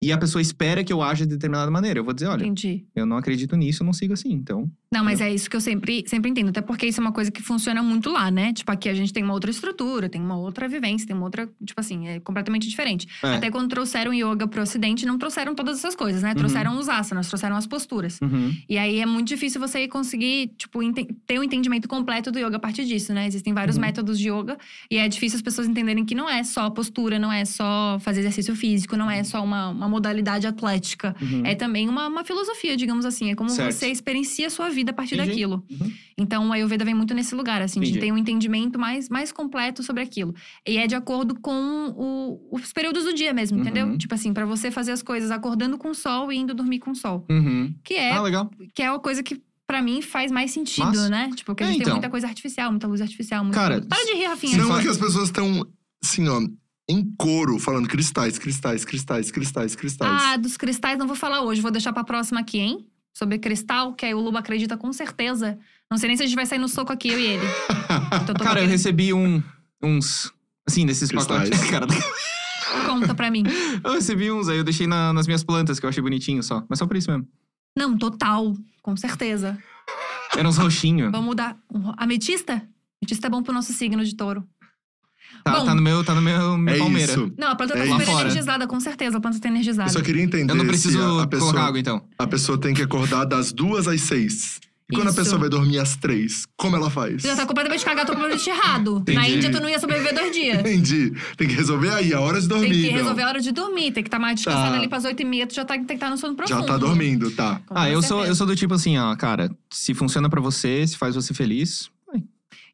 E a pessoa espera que eu aja de determinada maneira. Eu vou dizer, olha, Entendi. eu não acredito nisso, eu não sigo assim. Então, Não, mas é isso que eu sempre, sempre entendo. Até porque isso é uma coisa que funciona muito lá, né? Tipo, aqui a gente tem uma outra estrutura, tem uma outra vivência, tem uma outra. Tipo assim, é completamente diferente. É. Até quando trouxeram yoga pro ocidente, não trouxeram todas essas coisas, né? Trouxeram os asanas, trouxeram as posturas. uhum, E aí é muito difícil você conseguir, tipo, ente- ter um entendimento completo do yoga a partir disso, né? Existem vários Uhum. métodos de yoga e é difícil as pessoas entenderem que não é só postura, não é só fazer exercício físico, não é só uma, uma modalidade atlética. uhum. É também uma, uma filosofia, digamos assim. É como Certo. você experiencia a sua vida a partir Entendi. daquilo. Uhum. Então, a Ayurveda vem muito nesse lugar, assim, de Entendi. ter um entendimento mais, mais completo sobre aquilo. E é de acordo com o- os períodos do dia mesmo, entendeu? Uhum. Tipo assim, pra você fazer as coisas acordando com o sol e indo dormir com o sol. Uhum. Que é, Ah, legal. que é uma coisa que, pra mim, faz mais sentido, Massa. né? Tipo, porque a É, gente tem então. muita coisa artificial, muita luz artificial. Muito Cara, Para de rir, Rafinha. Não, Fala- é que as pessoas estão, assim, ó, em coro, falando cristais, cristais, cristais, cristais, É cristais. Ah, dos cristais não vou falar hoje, vou deixar pra próxima aqui, hein? Sobre cristal, que aí o Luba acredita com certeza. Não sei nem se a gente vai sair no soco aqui, eu e ele. Então, tô Cara, eu querendo- recebi um, uns. Assim, desses Cristais. pacotes. Cara, Conta pra mim. eu recebi uns, aí eu deixei na- nas minhas plantas, que eu achei bonitinho só. Mas só por isso mesmo. Não, total, com certeza. Era uns roxinhos. Vamos mudar. Um ro- Ametista? Ametista é bom pro nosso signo de touro. Tá, Bom. tá no meu, tá no meu, minha É palmeira. isso. Não, a planta tá É super isso. Lá fora. energizada, com certeza. A planta tá energizada. Eu só queria entender Eu não se preciso a, a pessoa, colocar água, então. a pessoa tem que acordar das duas às seis. E quando Isso. a pessoa vai dormir às três, como ela faz? Tu já tá completamente cagado, tô completamente errado. Na Entendi. Índia, tu não ia sobreviver dois dias. Entendi. Tem que resolver aí, a hora de dormir. Tem que então. resolver a hora de dormir, tem que estar mais descansado Tá. ali pras oito e meia, tu já tá, tem que estar no sono profundo. Já tá dormindo, tá. Com Ah, eu certeza. sou, eu sou do tipo assim, ó, cara, se funciona pra você, se faz você feliz. vai.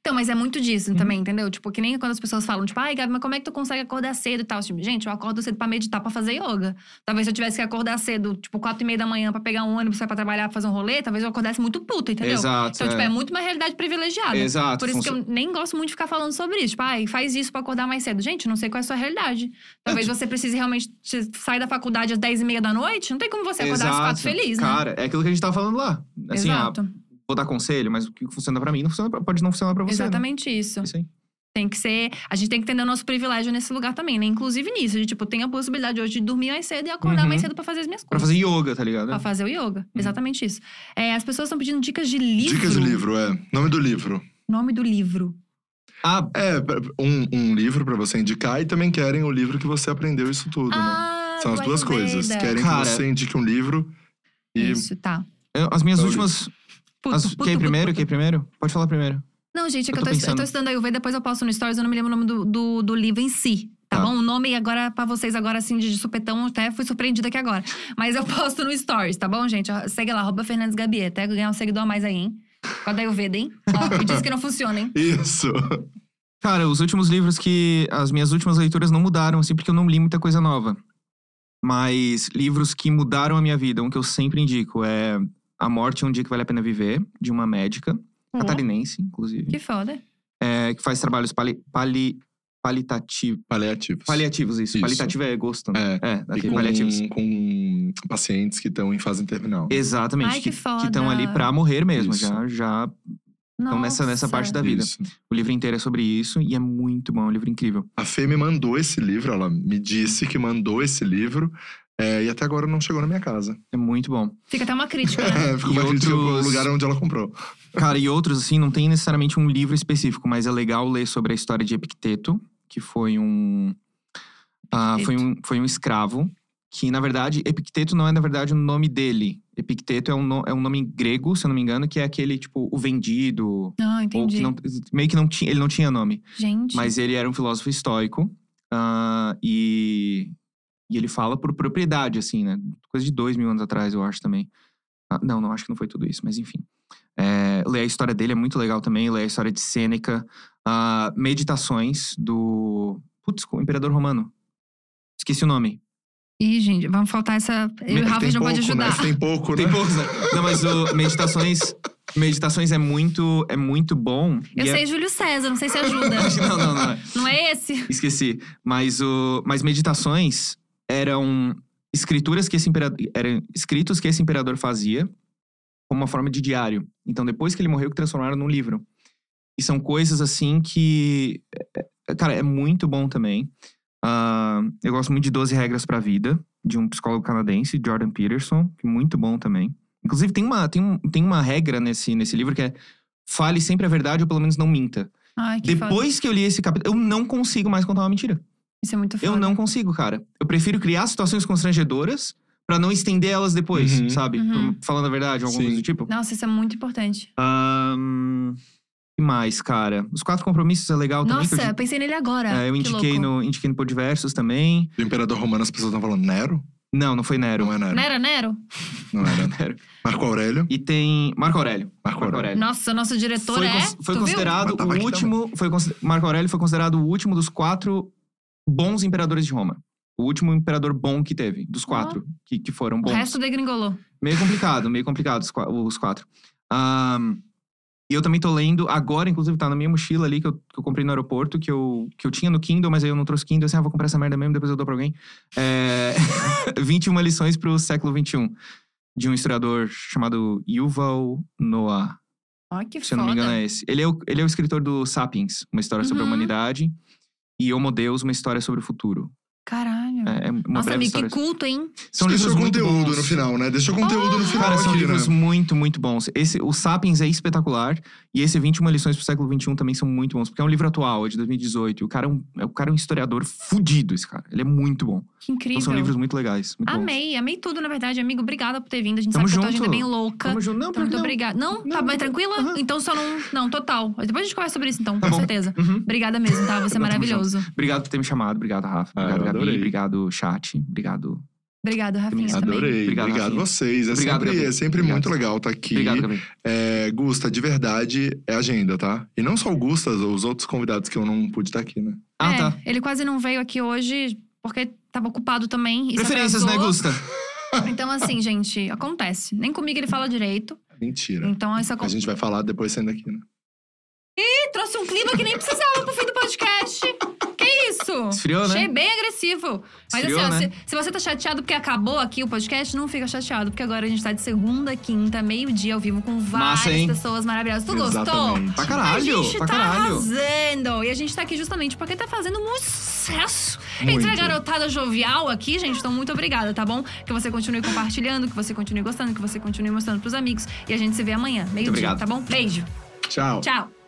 Então, mas é muito disso Uhum. também, entendeu? Tipo, que nem quando as pessoas falam, tipo, ai, Gabi, mas como é que tu consegue acordar cedo e tal? Tipo, gente, eu acordo cedo pra meditar, pra fazer yoga. Talvez se eu tivesse que acordar cedo, tipo, quatro e meia da manhã pra pegar um ônibus, sair pra trabalhar, pra fazer um rolê, talvez eu acordasse muito puta, entendeu? Exato. Então, tipo, é é. muito uma realidade privilegiada. Exato. Por isso que funcio- eu nem gosto muito de ficar falando sobre isso. Tipo, ai, faz isso pra acordar mais cedo. Gente, não sei qual é a sua realidade. Talvez tipo você precise realmente te- sair da faculdade às 10 e meia da noite. Não tem como você acordar às Exato. quatro feliz, né? Cara, é aquilo que a gente tava falando lá. Assim, ah, Exato. vou dar conselho, mas o que funciona pra mim não funciona pra- pode não funcionar pra você. né? Exatamente isso. Isso aí. Tem que ser. A gente tem que entender o nosso privilégio nesse lugar também, né? Inclusive nisso. De, tipo, tem a possibilidade hoje de dormir mais cedo e acordar Uhum. mais cedo pra fazer as minhas Pra coisas. fazer yoga, tá ligado? Pra fazer o yoga. Exatamente isso. É, as pessoas estão pedindo dicas de livro. Uhum. Dicas de livro, é. Nome do livro. Nome do livro. Ah, É, pra- um, um livro pra você indicar e também querem o livro que você aprendeu isso tudo, né? Ah, São as do duas Ayurveda. coisas. Querem Cara. que você indique um livro e. Isso, tá. eu- as minhas Saúde. últimas. Puto, as- puto, quem puto, primeiro? puto. Quem primeiro? Pode falar primeiro. Não, gente, é que eu Eu tô, tô estu- eu pensando. tô estudando Ayurveda, depois eu posto no Stories, eu não me lembro o nome do, do, do livro em si. Tá, Tá. bom? O nome agora, pra vocês agora, assim, de de supetão, até fui surpreendida aqui agora. Mas eu posto no Stories, tá bom, gente? Ó, Segue lá, arroba Fernandes Gabi, até ganhar um seguidor a mais aí, hein? Com a da Ayurveda, hein? Ó, e diz que não funciona, hein? Isso. Cara, os últimos livros que. As minhas últimas leituras não mudaram, assim, porque eu não li muita coisa nova. Mas livros que mudaram a minha vida, um que eu sempre indico é A Morte é um Dia que Vale a Pena Viver, de uma médica, Ó, catarinense, inclusive, Hum. que foda. é, que faz trabalhos pali, pali, palitati- Paliativos. paliativos, isso. Isso. Palitativo é gosto, né? É, E daquele paliativos. com, com pacientes que estão em fase terminal. Exatamente. Ai, que foda. estão ali pra morrer mesmo, Isso. já, já Então, Então, nessa- nessa parte da- vida. Isso. O livro inteiro é sobre isso e é muito bom, é um livro incrível. A Fê me mandou esse livro, ela me disse que mandou esse livro. é, e até agora não chegou na minha casa. É muito bom. Fica até uma crítica, né? É, Ficou uma E crítica pro outros- lugar onde ela comprou. Cara, e outros, assim, não tem necessariamente um livro específico, mas é legal ler sobre a história de Epicteto, que foi um. ah, foi, um foi um escravo. Que, na verdade, Epicteto não é, na verdade, o nome dele. Epicteto é um, no- é um nome grego, se eu não me engano, que é aquele, tipo, o vendido. Não, Ou que Ah, entendi. não, meio que não tinha, ele não tinha nome. Gente. Mas ele era um filósofo estoico ah, e, e ele fala por propriedade, assim, né? Coisa de dois mil anos atrás, eu acho também. Ah, não, não acho que não foi tudo isso, mas enfim. É, ler a história dele é muito legal também, ler a história de Sêneca, ah, meditações do. Putz, o imperador romano. Esqueci o nome. Ih, gente, vamos faltar essa. Eu e o Mas Rafa tem já pode pouco, né? ajudar. Tem pouco, Tem né? poucos, né? Não, mas o, meditações. Meditações é muito, é muito bom. Eu e é- sei Júlio César, não sei se ajuda. Não, não, não. não é esse? Esqueci. Mas, o, mas meditações eram escrituras que esse imperador. Eram escritos que esse imperador fazia como uma forma de diário. Então, depois que ele morreu, que transformaram num livro. E são coisas assim que. é- Cara, é muito bom também. Ah, eu gosto muito de 12 Regras para a Vida, de um psicólogo canadense, Jordan Peterson, que é muito bom também. Inclusive, tem uma, tem um, tem uma regra nesse, nesse livro que é fale sempre a verdade ou pelo menos não minta. Ai, que foda. Depois que eu li esse capítulo, eu não consigo mais contar uma mentira. Isso é muito foda. Eu não consigo, cara. Eu prefiro criar situações constrangedoras pra não estender elas depois, Uhum. sabe? Uhum. Falando a verdade, alguma Sim. coisa do tipo. Nossa, isso é muito importante. Ahn, que mais, cara? Os quatro compromissos é legal também. que Nossa, eu, eu pensei nele agora. é, eu Que indiquei louco. no, indiquei no Podversos também. Do Imperador Romano as pessoas estão falando Nero? Não, não foi Nero. Não é Nero. Não era Nero? Não era. Nero. Marco Aurélio? E tem Marco Aurélio. Marco Aurélio. Nossa, nosso diretor É. Foi, é. cons- foi tu considerado Mas tava o aqui último. Foi consi- Marco Aurélio foi considerado o último dos quatro bons imperadores de Roma. O último imperador bom que teve, dos quatro que, que foram Viu? O bons. resto degringolou. Meio complicado, meio complicado os, qua- os quatro. Ahn, e eu também tô lendo agora, inclusive, tá na minha mochila ali que eu, que eu comprei no aeroporto, que eu, que eu tinha no Kindle, mas aí eu não trouxe Kindle, assim, ah, vou comprar essa merda mesmo, depois eu dou pra alguém. É, 21 lições pro século XXI, de um historiador chamado Yuval Noah, Ó, que se eu foda. não me engano é esse. Ele é o, ele é o escritor do Sapiens, uma história sobre a Uhum. humanidade, e Homo Deus, uma história sobre o futuro. Caralho. Olha. É, é uma Nossa, breve amigo, que história. culto, hein? São Deixou livros muito Então, conteúdo bons. Ah, no final, né? Deixou conteúdo no final Cara, são aqui, né? livros muito, muito bons. Esse, o Sapiens é espetacular. E esse 21 lições pro século XXI também são muito bons. Porque é um livro atual, é de 2018. E o cara é um, é- o cara é um historiador fudido, esse cara. Ele é muito bom. Que incrível. Então são livros muito legais. Muito bons. Amei, amei tudo, na verdade, amigo. Obrigada por ter vindo. A gente Tamo sabe que a tua junto. agenda é bem louca. Tamo junto. Não, Então, pior que muito não. obrigada. Não? Tá Não, mais não. tranquila? Aham. Então, Então só não. Não, total. Depois a gente conversa sobre isso, então, Tá com bom. certeza. Uhum. Obrigada mesmo, tá? Você é Não, tamo maravilhoso. Obrigado por ter me chamado. Obrigado, Rafa. Ah, Obrigado, eu Gabi. adorei. Obrigado, chat. Obrigado. Obrigado, Rafinha. Também. também. Adorei. Obrigado, Obrigado, Rafinha. vocês. É Obrigado, sempre, Gabi. é sempre Obrigado. muito legal estar aqui. Obrigado, Gabi. É, Gusta, de verdade, é agenda, tá? E não só o Gusta, os outros convidados que eu não pude estar aqui, né? Ah, é, tá. Ele quase não veio aqui hoje porque tava ocupado também. e se Preferências, né, atrasou. Gusta? Então, assim, gente, acontece. Nem comigo ele fala direito. Mentira. Então, isso A acontece. gente vai falar depois saindo aqui, né? Ih, trouxe um clima que nem precisava pro fim do podcast. Que isso? Esfriou, né? Achei bem agressivo. Mas Esfriou, assim, ó, né? se, se você tá chateado porque acabou aqui o podcast, não fica chateado, porque agora a gente tá de segunda, a quinta, meio-dia ao vivo com várias Massa, hein? pessoas maravilhosas. Tu gostou? Exatamente. Pra a caralho, gente pra tá caralho. arrasando. E a gente tá aqui justamente porque tá fazendo muito sucesso. Entre a Muito. garotada jovial aqui, gente, então muito obrigada, tá bom? Que você continue compartilhando, que você continue gostando, que você continue mostrando pros amigos. E a gente se vê amanhã, meio-dia, obrigado. tá bom? Beijo. Tchau. Tchau.